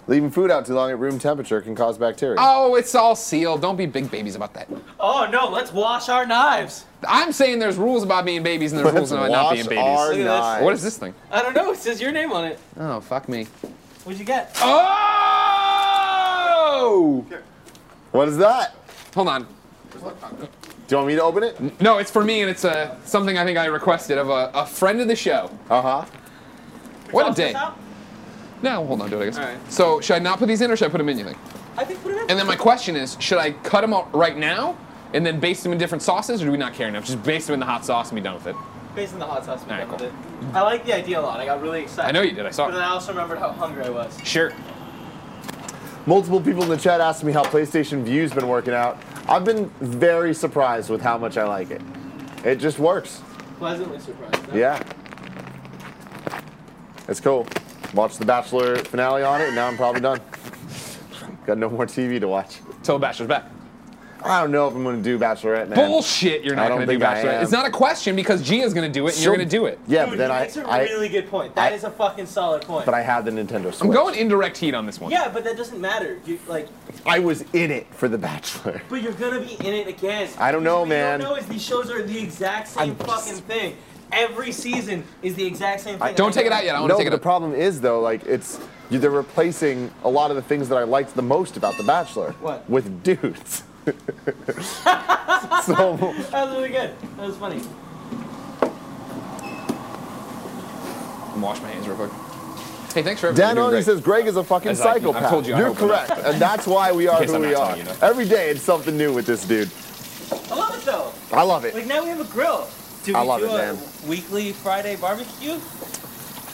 [SPEAKER 2] Leaving food out too long at room temperature can cause bacteria.
[SPEAKER 1] Oh, it's all sealed. Don't be big babies about that.
[SPEAKER 3] Oh no! Let's wash our knives.
[SPEAKER 1] I'm saying there's rules about being babies and there's
[SPEAKER 2] Let's
[SPEAKER 1] rules about not being
[SPEAKER 2] wash
[SPEAKER 1] babies.
[SPEAKER 2] our
[SPEAKER 3] Look at this.
[SPEAKER 2] knives.
[SPEAKER 1] What is this thing?
[SPEAKER 3] I don't know. It says your name on it.
[SPEAKER 1] Oh, fuck me.
[SPEAKER 3] What'd you get?
[SPEAKER 1] Oh!
[SPEAKER 2] What is that?
[SPEAKER 1] Hold on.
[SPEAKER 2] Do you want me to open it?
[SPEAKER 1] No, it's for me and it's uh, something I think I requested of a, a friend of the show.
[SPEAKER 2] Uh huh.
[SPEAKER 1] What a
[SPEAKER 3] Toss this
[SPEAKER 1] day.
[SPEAKER 3] out?
[SPEAKER 1] No, hold on to it, I guess.
[SPEAKER 3] All right.
[SPEAKER 1] So, should I not put these in or should I put them in, you think?
[SPEAKER 3] I think put it in.
[SPEAKER 1] And then my question is, should I cut them out right now and then baste them in different sauces, or do we not care enough? Just baste them in the hot sauce and be done with it.
[SPEAKER 3] Based on the hot sauce we
[SPEAKER 1] Alright,
[SPEAKER 3] got with it. I like the idea a lot. I got really excited.
[SPEAKER 1] I know you did. I
[SPEAKER 3] But then
[SPEAKER 1] saw it.
[SPEAKER 3] I also remembered how hungry I was.
[SPEAKER 1] Sure.
[SPEAKER 2] Multiple people in the chat asked me how PlayStation View's been working out. I've been very surprised with how much I like it. It just works.
[SPEAKER 3] Pleasantly surprised. huh?
[SPEAKER 2] Yeah. It's cool. Watched the Bachelor finale on it, and now I'm probably done. Got no more TV to watch.
[SPEAKER 1] Till Bachelor's back.
[SPEAKER 2] I don't know if I'm going to do Bachelorette, man.
[SPEAKER 1] Bullshit, you're
[SPEAKER 2] I
[SPEAKER 1] not
[SPEAKER 2] don't
[SPEAKER 1] going to do
[SPEAKER 2] think I
[SPEAKER 1] Bachelorette.
[SPEAKER 2] am.
[SPEAKER 1] It's not a question because Gia's going to do it and you're
[SPEAKER 2] She'll-
[SPEAKER 1] going to do it.
[SPEAKER 2] Yeah,
[SPEAKER 3] Dude,
[SPEAKER 2] but then
[SPEAKER 3] he
[SPEAKER 2] I,
[SPEAKER 3] makes a
[SPEAKER 2] I
[SPEAKER 3] really good point. That
[SPEAKER 2] I-
[SPEAKER 3] is a fucking solid point.
[SPEAKER 2] but I have the Nintendo Switch.
[SPEAKER 1] I'm going indirect heat on this one.
[SPEAKER 3] yeah, but that doesn't matter. You like,
[SPEAKER 2] I was in it for the Bachelor.
[SPEAKER 3] but you're gonna be in it again.
[SPEAKER 2] I don't know,
[SPEAKER 3] what
[SPEAKER 2] man.
[SPEAKER 3] You don't know is these shows are the exact same
[SPEAKER 2] I'm just-
[SPEAKER 3] fucking thing. Every season is the exact same thing.
[SPEAKER 1] Don't take it out yet. I want to
[SPEAKER 2] no,
[SPEAKER 1] take
[SPEAKER 2] but
[SPEAKER 1] it
[SPEAKER 2] the
[SPEAKER 1] out.
[SPEAKER 2] problem is though, like it's you- they're replacing a lot of the things that I liked the most about The Bachelor
[SPEAKER 3] What?
[SPEAKER 2] with dudes. so
[SPEAKER 3] That was really good. That was funny.
[SPEAKER 1] I'm wash my hands real quick. Hey, thanks for everything. You're
[SPEAKER 2] Dan
[SPEAKER 1] doing
[SPEAKER 2] Only
[SPEAKER 1] great.
[SPEAKER 2] says Greg is a fucking
[SPEAKER 1] As I- I've
[SPEAKER 2] psychopath.
[SPEAKER 1] told you I
[SPEAKER 2] You're
[SPEAKER 1] opened up.
[SPEAKER 2] correct, and that's why we are
[SPEAKER 1] In case
[SPEAKER 2] who
[SPEAKER 1] I'm
[SPEAKER 2] we
[SPEAKER 1] not
[SPEAKER 2] are.
[SPEAKER 1] telling you nothing.
[SPEAKER 2] Every day it's something new with this dude.
[SPEAKER 3] I love it though.
[SPEAKER 2] I love it.
[SPEAKER 3] Like now we have a grill. Do we
[SPEAKER 2] I love
[SPEAKER 3] do
[SPEAKER 2] it,
[SPEAKER 3] a
[SPEAKER 2] man.
[SPEAKER 3] weekly Friday barbecue?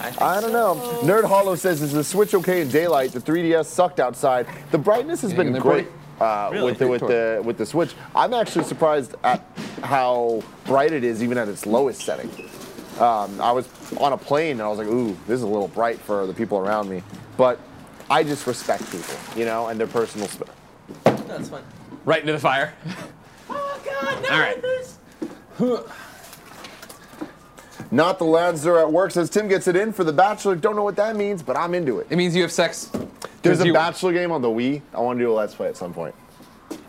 [SPEAKER 2] I don't know. Nerd Hollow says, is the Switch okay in daylight? The 3DS sucked outside. The brightness has
[SPEAKER 1] Yeah,
[SPEAKER 2] been
[SPEAKER 1] they're
[SPEAKER 2] great.
[SPEAKER 1] pretty-
[SPEAKER 2] uh,
[SPEAKER 3] Really?
[SPEAKER 2] with the with the with the Switch. I'm actually surprised at how bright it is, even at its lowest setting. Um, I was on a plane and I was like, "Ooh, this is a little bright for the people around me," but I just respect people, you know, and their personal space.
[SPEAKER 3] That's fine.
[SPEAKER 1] Right into the fire.
[SPEAKER 3] Oh God! No,
[SPEAKER 1] All right.
[SPEAKER 3] This.
[SPEAKER 2] Not the Lancer at work says Tim gets it in for the Bachelor. Don't know what that means, but I'm into it.
[SPEAKER 1] It means you have sex.
[SPEAKER 2] There's
[SPEAKER 1] Does
[SPEAKER 2] a
[SPEAKER 1] you-
[SPEAKER 2] Bachelor game on the Wii. I want to do a Let's Play at some point.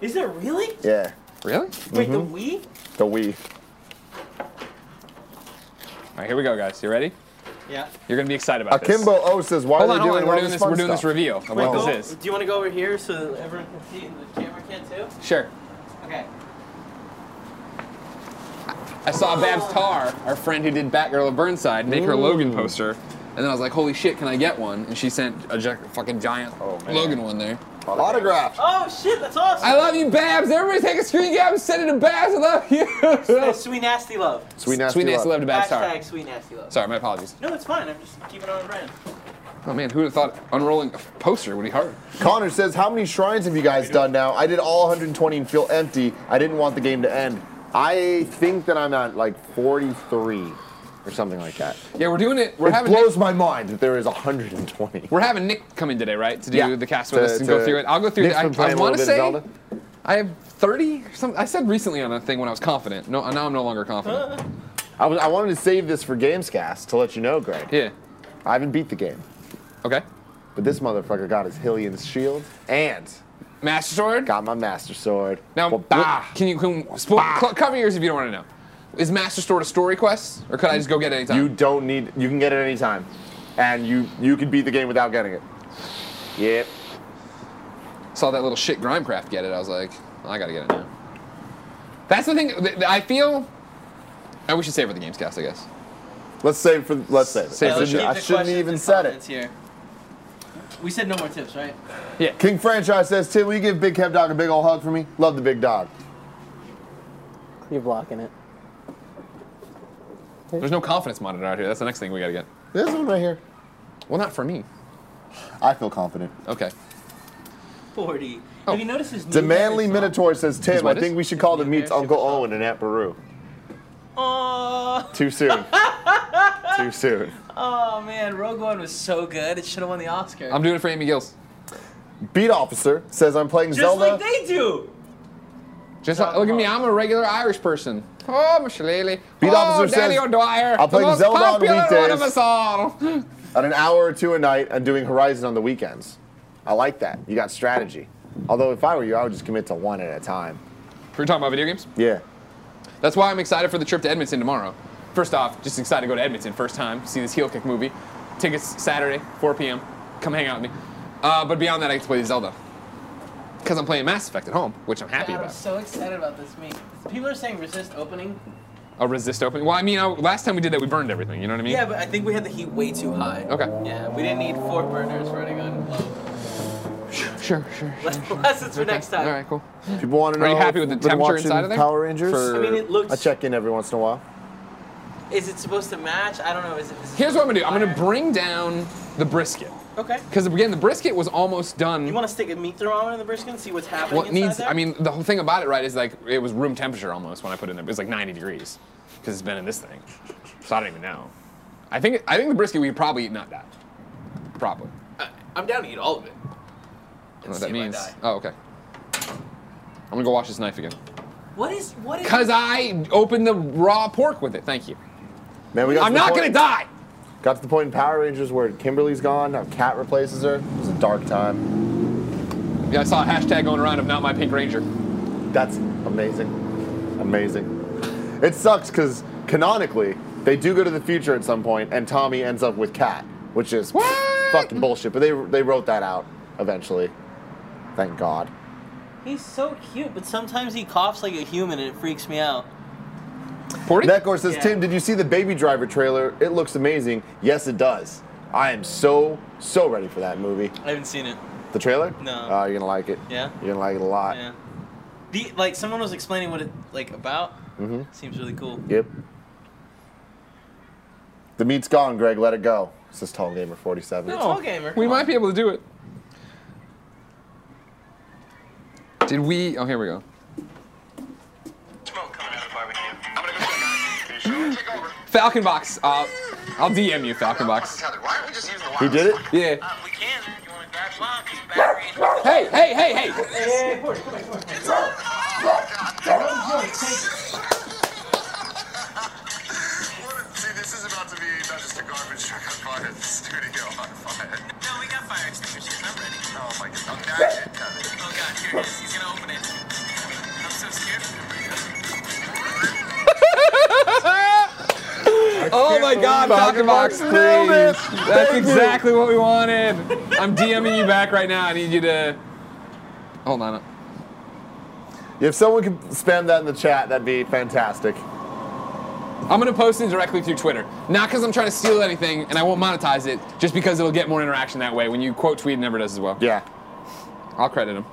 [SPEAKER 3] Is there really?
[SPEAKER 2] Yeah,
[SPEAKER 1] Really?
[SPEAKER 3] Wait, the Wii?
[SPEAKER 2] the Wii.
[SPEAKER 1] All right, here we go, guys. You ready?
[SPEAKER 3] Yeah.
[SPEAKER 1] You're gonna be excited about this.
[SPEAKER 2] Akimbo O says, "Why
[SPEAKER 1] Hold
[SPEAKER 2] are
[SPEAKER 1] on,
[SPEAKER 2] they
[SPEAKER 1] hold
[SPEAKER 2] doing
[SPEAKER 1] on.
[SPEAKER 2] all
[SPEAKER 1] We're doing this.
[SPEAKER 2] fun
[SPEAKER 1] We're doing this
[SPEAKER 2] stuff?
[SPEAKER 1] review of what
[SPEAKER 2] go-
[SPEAKER 1] this is.
[SPEAKER 3] Do you want to go over here so that everyone can see and the camera can too?
[SPEAKER 1] Sure.
[SPEAKER 3] Okay.
[SPEAKER 1] I saw Babs Tarr, our friend who did Batgirl of Burnside, make her Logan poster, and then I was like, "Holy shit, can I get one?" And she sent a gi- fucking giant
[SPEAKER 2] Oh, man.
[SPEAKER 1] Logan one there.
[SPEAKER 2] Autograph.
[SPEAKER 3] Oh shit, that's awesome.
[SPEAKER 1] I love you, Babs. Everybody take a screen grab and send it to Babs. I love you.
[SPEAKER 3] That's sweet nasty love.
[SPEAKER 2] Sweet nasty.
[SPEAKER 1] Sweet nasty love
[SPEAKER 2] love.
[SPEAKER 1] to Babs Tarr.
[SPEAKER 3] Hashtag sweet nasty love.
[SPEAKER 1] Sorry, my apologies.
[SPEAKER 3] No, it's fine. I'm just keeping it on brand.
[SPEAKER 1] Oh man, who would have thought unrolling a poster would be hard?
[SPEAKER 2] Connor says, "How many shrines have you guys done now? I did all 120 and feel empty. I didn't want the game to end. I think that I'm at like 43 or something like that.
[SPEAKER 1] Yeah, we're doing it. We're
[SPEAKER 2] it
[SPEAKER 1] having
[SPEAKER 2] blows my mind that there is 120.
[SPEAKER 1] We're having Nick come in today, right, to do
[SPEAKER 2] Yeah.
[SPEAKER 1] the cast with
[SPEAKER 2] To-
[SPEAKER 1] us and
[SPEAKER 2] to-
[SPEAKER 1] go through it. I'll go through.
[SPEAKER 2] Nick's
[SPEAKER 1] it. I,
[SPEAKER 2] been playing
[SPEAKER 1] I
[SPEAKER 2] a
[SPEAKER 1] want to
[SPEAKER 2] little bit
[SPEAKER 1] say
[SPEAKER 2] of Zelda.
[SPEAKER 1] I have 30. Or something. I said recently on a thing when I was confident. No, now I'm no longer confident.
[SPEAKER 2] I, was, I wanted to save this for Gamescast to let you know, Greg.
[SPEAKER 1] Yeah.
[SPEAKER 2] I haven't beat the game,
[SPEAKER 1] Okay.
[SPEAKER 2] but this motherfucker got his Hillian's shield and
[SPEAKER 1] Master Sword.
[SPEAKER 2] got my Master Sword.
[SPEAKER 1] Now,
[SPEAKER 2] Well, bah.
[SPEAKER 1] what- can you can, spo- cl- cover yours if you don't want to know? Is Master Sword a story quest, or could I just go get it anytime?
[SPEAKER 2] You don't need. You can get it anytime, and you you can beat the game without getting it. Yep.
[SPEAKER 1] saw that little shit Grimecraft get it. I was like, I gotta get it now. That's the thing. th- th- I feel. I we should save it for the games cast, I guess.
[SPEAKER 2] Let's save for. Let's save. it.
[SPEAKER 1] Save
[SPEAKER 2] I
[SPEAKER 1] for the-
[SPEAKER 2] shouldn't,
[SPEAKER 1] Keep
[SPEAKER 2] I shouldn't even said it.
[SPEAKER 3] Here. We said no more tips, right?
[SPEAKER 2] King Franchise says, Tim, will you give Big Kev Dog a big old hug for me? Love the big dog.
[SPEAKER 8] You're blocking it.
[SPEAKER 1] There's no confidence monitor out here. That's the next thing we gotta get.
[SPEAKER 2] This one right here.
[SPEAKER 1] Well, not for me.
[SPEAKER 2] I feel confident.
[SPEAKER 1] Okay.
[SPEAKER 3] 40.
[SPEAKER 1] Oh.
[SPEAKER 3] Have you noticed his new
[SPEAKER 2] The Manly
[SPEAKER 3] hair is
[SPEAKER 2] Minotaur says, Tim, I
[SPEAKER 1] what is-
[SPEAKER 2] think we should call the
[SPEAKER 3] New hair
[SPEAKER 2] meets Uncle
[SPEAKER 3] super soft.
[SPEAKER 2] Owen and Aunt Baru.
[SPEAKER 3] not-
[SPEAKER 2] Too soon. Too soon.
[SPEAKER 3] Aw, oh man, Rogue One was so good. It should have won the Oscar.
[SPEAKER 1] I'm doing it for Amy Gills.
[SPEAKER 2] Beat Officer says, I'm playing
[SPEAKER 3] Just
[SPEAKER 2] Zelda.
[SPEAKER 3] like they do.
[SPEAKER 1] Just like, look at me, I'm a regular Irish person. Oh, Mishalele.
[SPEAKER 2] Beat
[SPEAKER 1] oh,
[SPEAKER 2] Officer
[SPEAKER 1] Daddy
[SPEAKER 2] says,
[SPEAKER 1] O'Dwyer.
[SPEAKER 2] "I'll play
[SPEAKER 1] the most
[SPEAKER 2] Zelda on
[SPEAKER 1] popular one of
[SPEAKER 2] weekdays."
[SPEAKER 1] us all.
[SPEAKER 2] at an hour or two a night and doing Horizon on the weekends. I like that. You got strategy. Although, if I were you, I would just commit to one at a time.
[SPEAKER 1] We're talking about video games.
[SPEAKER 2] Yeah.
[SPEAKER 1] That's why I'm excited for the trip to Edmonton tomorrow. First off, just excited to go to Edmonton first time, see this heel kick movie. Tickets Saturday, 4 p.m. Come hang out with me. Uh, but beyond that, I get to play Zelda. Because I'm playing Mass Effect at home, which I'm happy
[SPEAKER 3] God, I'm
[SPEAKER 1] about.
[SPEAKER 3] so excited about this meet. People are saying resist opening.
[SPEAKER 1] A resist opening. Well, I mean, I, last time we did that, we burned everything. You know what I mean?
[SPEAKER 3] Yeah, but I think we had the heat way too high.
[SPEAKER 1] Okay.
[SPEAKER 3] Yeah, we didn't need four burners running on.
[SPEAKER 1] Sure, sure.
[SPEAKER 3] Lessons for next time.
[SPEAKER 1] All right, cool.
[SPEAKER 2] People want to know.
[SPEAKER 1] Are you happy with the
[SPEAKER 2] if they've been
[SPEAKER 1] temperature
[SPEAKER 2] watching
[SPEAKER 1] inside of there?
[SPEAKER 2] Power Rangers.
[SPEAKER 1] For-
[SPEAKER 3] I mean, it looks.
[SPEAKER 2] I check in every once in a while.
[SPEAKER 3] Is it supposed to match? I don't know. Is it? Is it
[SPEAKER 1] Here's what I'm gonna do. I'm gonna
[SPEAKER 3] fire?
[SPEAKER 1] bring down the brisket.
[SPEAKER 3] Okay.
[SPEAKER 1] Because again, the brisket was almost done.
[SPEAKER 3] You want to stick a meat thermometer in the brisket and see what's happening
[SPEAKER 1] Well, it
[SPEAKER 3] inside
[SPEAKER 1] needs.
[SPEAKER 3] there?
[SPEAKER 1] I mean, the whole thing about it, right, is like it was room temperature almost when I put it in there. It was like 90 degrees because it's been in this thing. So I don't even know. I think I think the brisket we could probably eat not die. Probably.
[SPEAKER 3] I, I'm down to eat all of it.
[SPEAKER 1] I don't know
[SPEAKER 3] Let's
[SPEAKER 1] what that
[SPEAKER 3] see if I
[SPEAKER 1] means.
[SPEAKER 3] die.
[SPEAKER 1] Oh, okay. I'm gonna go wash this knife again.
[SPEAKER 3] What is? What is?
[SPEAKER 1] Cause I opened the raw pork with it. Thank you.
[SPEAKER 2] Man, we got.
[SPEAKER 1] I'm
[SPEAKER 2] to the
[SPEAKER 1] not
[SPEAKER 2] point-
[SPEAKER 1] gonna die.
[SPEAKER 2] Got to the point in Power Rangers where Kimberly's gone. Now Cat replaces her. It was a dark time.
[SPEAKER 1] Yeah, I saw a hashtag going around of not my pink ranger.
[SPEAKER 2] That's amazing, amazing. It sucks because canonically they do go to the future at some point, and Tommy ends up with Cat, which is
[SPEAKER 1] What?
[SPEAKER 2] fucking bullshit. But they they wrote that out eventually. Thank God.
[SPEAKER 3] He's so cute, but sometimes he coughs like a human and it freaks me out.
[SPEAKER 1] Porty?
[SPEAKER 2] Netcore says,
[SPEAKER 3] Yeah.
[SPEAKER 2] Tim, did you see the Baby Driver trailer? It looks amazing. Yes, it does. I am so so ready for that movie.
[SPEAKER 3] I haven't seen it.
[SPEAKER 2] The trailer?
[SPEAKER 3] No.
[SPEAKER 2] Oh, you're gonna like it.
[SPEAKER 3] Yeah?
[SPEAKER 2] You're gonna like it a lot.
[SPEAKER 3] Yeah. The like someone was explaining what it like about. Mm-hmm. Seems really cool.
[SPEAKER 2] Yep. The meat's gone, Greg. Let it go. Says Tall Gamer 47.
[SPEAKER 1] Oh.
[SPEAKER 3] No. Tall gamer,
[SPEAKER 1] We
[SPEAKER 3] come
[SPEAKER 1] might
[SPEAKER 3] on.
[SPEAKER 1] be able to do it. Did we? Oh, here we go.
[SPEAKER 9] Smoke coming out of the barbecue. I'm gonna go check on it. Take over.
[SPEAKER 1] Falcon Box. Uh, I'll DM you, Falcon Box.
[SPEAKER 9] Why don't we just use the
[SPEAKER 2] He did it?
[SPEAKER 1] Yeah.
[SPEAKER 9] We can. You want to grab one? Cause battery.
[SPEAKER 1] Hey, hey, hey, hey.
[SPEAKER 9] See, this is about to be not just a garbage truck on fire, it's a studio on fire. No, we got fire extinguishers. I'm ready. Oh my god. I'm dying. Oh god, here it is. He's gonna open it. I'm so scared for him.
[SPEAKER 1] Oh my God, Falcon Box, please.
[SPEAKER 2] nailed it.
[SPEAKER 1] That's exactly what we wanted. I'm DMing you back right now. I need you to. Hold on.
[SPEAKER 2] If someone could spam that in the chat, that'd be fantastic.
[SPEAKER 1] I'm gonna post it directly through Twitter. Not because I'm trying to steal anything, and I won't monetize it. Just because it'll get more interaction that way. When you quote tweet, it never does as well.
[SPEAKER 2] Yeah.
[SPEAKER 1] I'll credit him.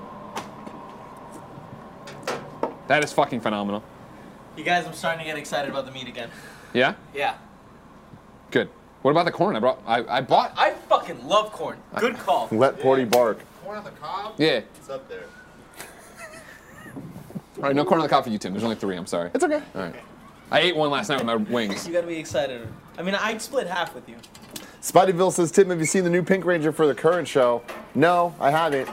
[SPEAKER 1] That is fucking phenomenal.
[SPEAKER 6] You guys, I'm starting to get excited about the meat again.
[SPEAKER 1] Yeah.
[SPEAKER 6] Yeah.
[SPEAKER 1] Good. What about the corn? I brought. I, I bought.
[SPEAKER 6] I fucking love corn. Good call.
[SPEAKER 2] Let Porty bark.
[SPEAKER 7] Corn on the cob?
[SPEAKER 1] Yeah.
[SPEAKER 7] It's up there.
[SPEAKER 1] All right. No corn on the cob for you, Tim. There's only three. I'm sorry.
[SPEAKER 2] It's okay.
[SPEAKER 1] All right. I ate one last night with my wings.
[SPEAKER 6] You gotta be excited. I mean, I'd split half with you.
[SPEAKER 2] Spideyville says, Tim, have you seen the new Pink Ranger for the current show? No, I haven't.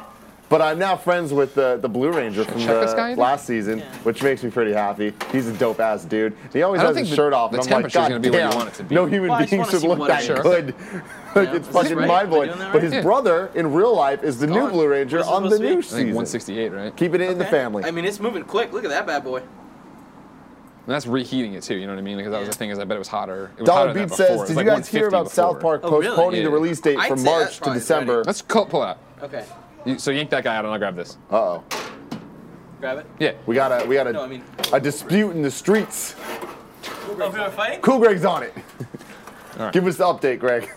[SPEAKER 2] But I'm now friends with the, the Blue Ranger from
[SPEAKER 1] Check
[SPEAKER 2] the
[SPEAKER 1] this guy in?
[SPEAKER 2] last season,
[SPEAKER 6] Yeah.
[SPEAKER 2] which makes me pretty happy. He's a dope ass dude. He always
[SPEAKER 1] I
[SPEAKER 2] has
[SPEAKER 1] don't
[SPEAKER 2] his
[SPEAKER 1] think the-
[SPEAKER 2] shirt off.
[SPEAKER 1] the
[SPEAKER 2] and I'm like,
[SPEAKER 1] temperature's
[SPEAKER 2] God
[SPEAKER 1] gonna be what you
[SPEAKER 2] damn,
[SPEAKER 1] want it to be."
[SPEAKER 2] No human
[SPEAKER 6] Well, I just
[SPEAKER 2] beings
[SPEAKER 6] wanna
[SPEAKER 2] should
[SPEAKER 6] see
[SPEAKER 2] look
[SPEAKER 6] what it
[SPEAKER 2] that
[SPEAKER 6] is.
[SPEAKER 2] good. like,
[SPEAKER 6] Yeah,
[SPEAKER 2] it's
[SPEAKER 6] is
[SPEAKER 2] fucking
[SPEAKER 6] it right?
[SPEAKER 2] mind blowing.
[SPEAKER 6] Are they doing that
[SPEAKER 2] But his
[SPEAKER 6] right?
[SPEAKER 2] brother in real life is the new
[SPEAKER 1] on.
[SPEAKER 2] Blue Ranger
[SPEAKER 6] What's it
[SPEAKER 2] on the
[SPEAKER 6] supposed to be?
[SPEAKER 2] new
[SPEAKER 6] I
[SPEAKER 1] I think
[SPEAKER 2] season.
[SPEAKER 1] 168, right?
[SPEAKER 2] Keeping it in the
[SPEAKER 6] Okay.
[SPEAKER 2] family.
[SPEAKER 6] I mean, it's moving quick. Look at that bad boy.
[SPEAKER 1] And that's reheating it too. You know what I mean? Because that was the thing is, I bet it was hotter. It was hotter
[SPEAKER 2] Dollar
[SPEAKER 1] than
[SPEAKER 2] Beat
[SPEAKER 1] that before. It
[SPEAKER 2] says,
[SPEAKER 1] was
[SPEAKER 2] Did
[SPEAKER 1] like
[SPEAKER 2] you guys hear
[SPEAKER 1] 150
[SPEAKER 2] about South
[SPEAKER 1] before."
[SPEAKER 2] Park
[SPEAKER 6] Oh, really?
[SPEAKER 2] postponing
[SPEAKER 1] Yeah.
[SPEAKER 2] the release date
[SPEAKER 6] I'd
[SPEAKER 2] from
[SPEAKER 6] say
[SPEAKER 2] March
[SPEAKER 6] that's
[SPEAKER 2] to
[SPEAKER 6] probably
[SPEAKER 2] December?
[SPEAKER 1] Let's cu- pull it out.
[SPEAKER 6] Okay,
[SPEAKER 1] You- so yank that guy out, and I'll grab this.
[SPEAKER 2] Uh oh.
[SPEAKER 6] grab it.
[SPEAKER 1] Yeah.
[SPEAKER 2] We got a we got a,
[SPEAKER 6] No, I mean-
[SPEAKER 2] a dispute in the streets.
[SPEAKER 6] Oh, we were fighting?
[SPEAKER 2] Cool Greg's on it.
[SPEAKER 1] All right.
[SPEAKER 2] Give us the update, Greg.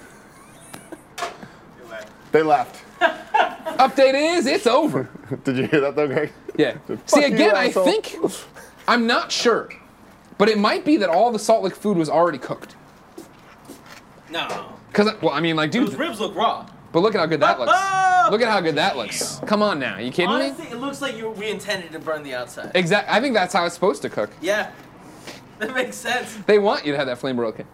[SPEAKER 7] Good lad.
[SPEAKER 2] They left.
[SPEAKER 1] Update is it's over.
[SPEAKER 2] Did you hear that though, Greg?
[SPEAKER 1] Yeah.
[SPEAKER 2] Fuck
[SPEAKER 1] See,
[SPEAKER 2] you,
[SPEAKER 1] again, I
[SPEAKER 2] asshole.
[SPEAKER 1] think I'm not sure, but it might be that all the Salt Lake food was already cooked.
[SPEAKER 6] No.
[SPEAKER 1] Cause I- well, I mean, like,
[SPEAKER 6] Those
[SPEAKER 1] dude,
[SPEAKER 6] ribs look raw.
[SPEAKER 1] but look at how good that looks.
[SPEAKER 6] Oh!
[SPEAKER 1] Look at how good that looks. Come on now, you kidding me?
[SPEAKER 6] Honestly, it looks like you, we intended to burn the outside.
[SPEAKER 1] Exactly. I think that's how it's supposed to cook.
[SPEAKER 6] yeah. That makes sense.
[SPEAKER 1] They want you to have that flame broken.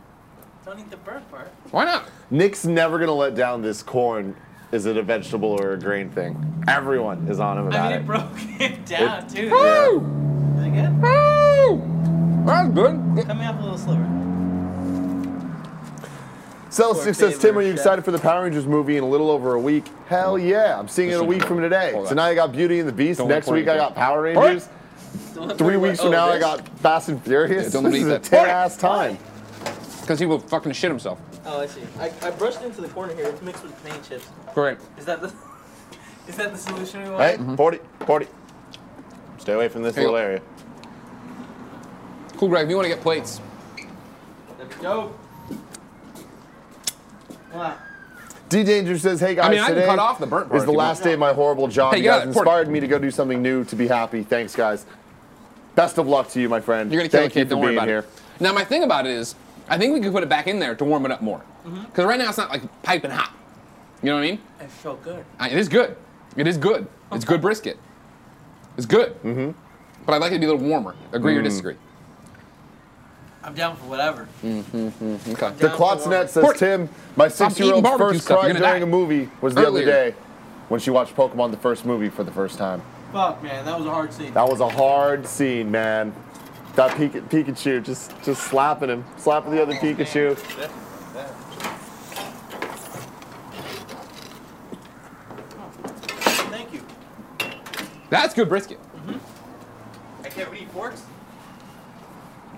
[SPEAKER 6] Don't eat the burnt part.
[SPEAKER 1] Why not?
[SPEAKER 2] Nick's never gonna let down this corn. Is it a vegetable or a grain thing? Everyone is on him
[SPEAKER 6] I
[SPEAKER 2] about
[SPEAKER 6] mean, it
[SPEAKER 2] it.
[SPEAKER 6] broke it down, too.
[SPEAKER 1] Woo!
[SPEAKER 6] Is it good?
[SPEAKER 1] Woo! That's good.
[SPEAKER 6] Cut me off a little sliver.
[SPEAKER 2] Celestic says,
[SPEAKER 6] Poor
[SPEAKER 2] Tim, are you
[SPEAKER 6] Taylor,
[SPEAKER 2] excited
[SPEAKER 6] Chef.
[SPEAKER 2] for the Power Rangers movie in a little over a week? Hell yeah. I'm seeing it a
[SPEAKER 1] Listen,
[SPEAKER 2] week from today.
[SPEAKER 1] hold on.
[SPEAKER 2] Tonight I got Beauty and the Beast.
[SPEAKER 1] Don't
[SPEAKER 2] Next
[SPEAKER 1] pour
[SPEAKER 2] week I
[SPEAKER 1] anything.
[SPEAKER 2] got Power
[SPEAKER 1] it.
[SPEAKER 2] Rangers. Three weeks from now I got Fast and Furious.
[SPEAKER 1] Yeah, don't
[SPEAKER 2] this
[SPEAKER 1] leave
[SPEAKER 2] is a
[SPEAKER 1] that. Pour it.
[SPEAKER 2] 10 ass time.
[SPEAKER 1] Because he will fucking shit himself.
[SPEAKER 6] Oh, I see. I, I brushed into the corner here. It's mixed with potato chips.
[SPEAKER 1] Great.
[SPEAKER 6] Is that the is that the solution we want?
[SPEAKER 2] Hey, 40, 40. Stay away from this
[SPEAKER 1] Hey,
[SPEAKER 2] little
[SPEAKER 1] yo.
[SPEAKER 2] area.
[SPEAKER 1] Cool, Greg. If you want to get plates,
[SPEAKER 6] That'd be dope. Wow.
[SPEAKER 2] D Danger says, "Hey guys,
[SPEAKER 1] mean, I can
[SPEAKER 2] today
[SPEAKER 1] cut off the burnt part
[SPEAKER 2] is
[SPEAKER 1] if
[SPEAKER 2] the
[SPEAKER 1] you
[SPEAKER 2] last
[SPEAKER 1] want.
[SPEAKER 2] day of my horrible job.
[SPEAKER 1] Hey,
[SPEAKER 2] you
[SPEAKER 1] get out
[SPEAKER 2] guys
[SPEAKER 1] of it, Porter.
[SPEAKER 2] inspired me to go do something new to be happy. Thanks, guys. Best of luck to you, my friend.
[SPEAKER 1] you're gonna kill
[SPEAKER 2] Thank
[SPEAKER 1] a kid.
[SPEAKER 2] you for
[SPEAKER 1] Don't worry
[SPEAKER 2] being
[SPEAKER 1] about
[SPEAKER 2] here.
[SPEAKER 1] it. Now, my thing about it is, I think we could put it back in there to warm it up more. Because right now it's not like piping hot. You know what I mean?
[SPEAKER 6] Mm-hmm. It felt good.
[SPEAKER 1] I- It is good. It is good. It's good brisket. It's good. Mm-hmm. But I'd like it to be a little warmer. Agree or
[SPEAKER 2] Mm.
[SPEAKER 1] disagree?
[SPEAKER 6] I'm down for whatever.
[SPEAKER 1] Okay.
[SPEAKER 2] The
[SPEAKER 6] Down for
[SPEAKER 2] Klotzenet
[SPEAKER 6] warm.
[SPEAKER 2] says,
[SPEAKER 1] Porter.
[SPEAKER 2] Tim, my six-year-old
[SPEAKER 1] eating barbecue
[SPEAKER 2] first
[SPEAKER 1] stuff.
[SPEAKER 2] cry
[SPEAKER 1] You're
[SPEAKER 2] during
[SPEAKER 1] gonna
[SPEAKER 2] a
[SPEAKER 1] die.
[SPEAKER 2] movie was the other
[SPEAKER 1] Earlier.
[SPEAKER 2] day when she watched Pokemon the first movie for the first time.
[SPEAKER 6] Fuck, man, that was a hard scene.
[SPEAKER 2] That was a hard scene, man. That Pika- Pikachu just just slapping him, slapping the
[SPEAKER 1] Oh,
[SPEAKER 2] other Pikachu.
[SPEAKER 6] Thank you.
[SPEAKER 1] That's good brisket.
[SPEAKER 6] I can't read forks.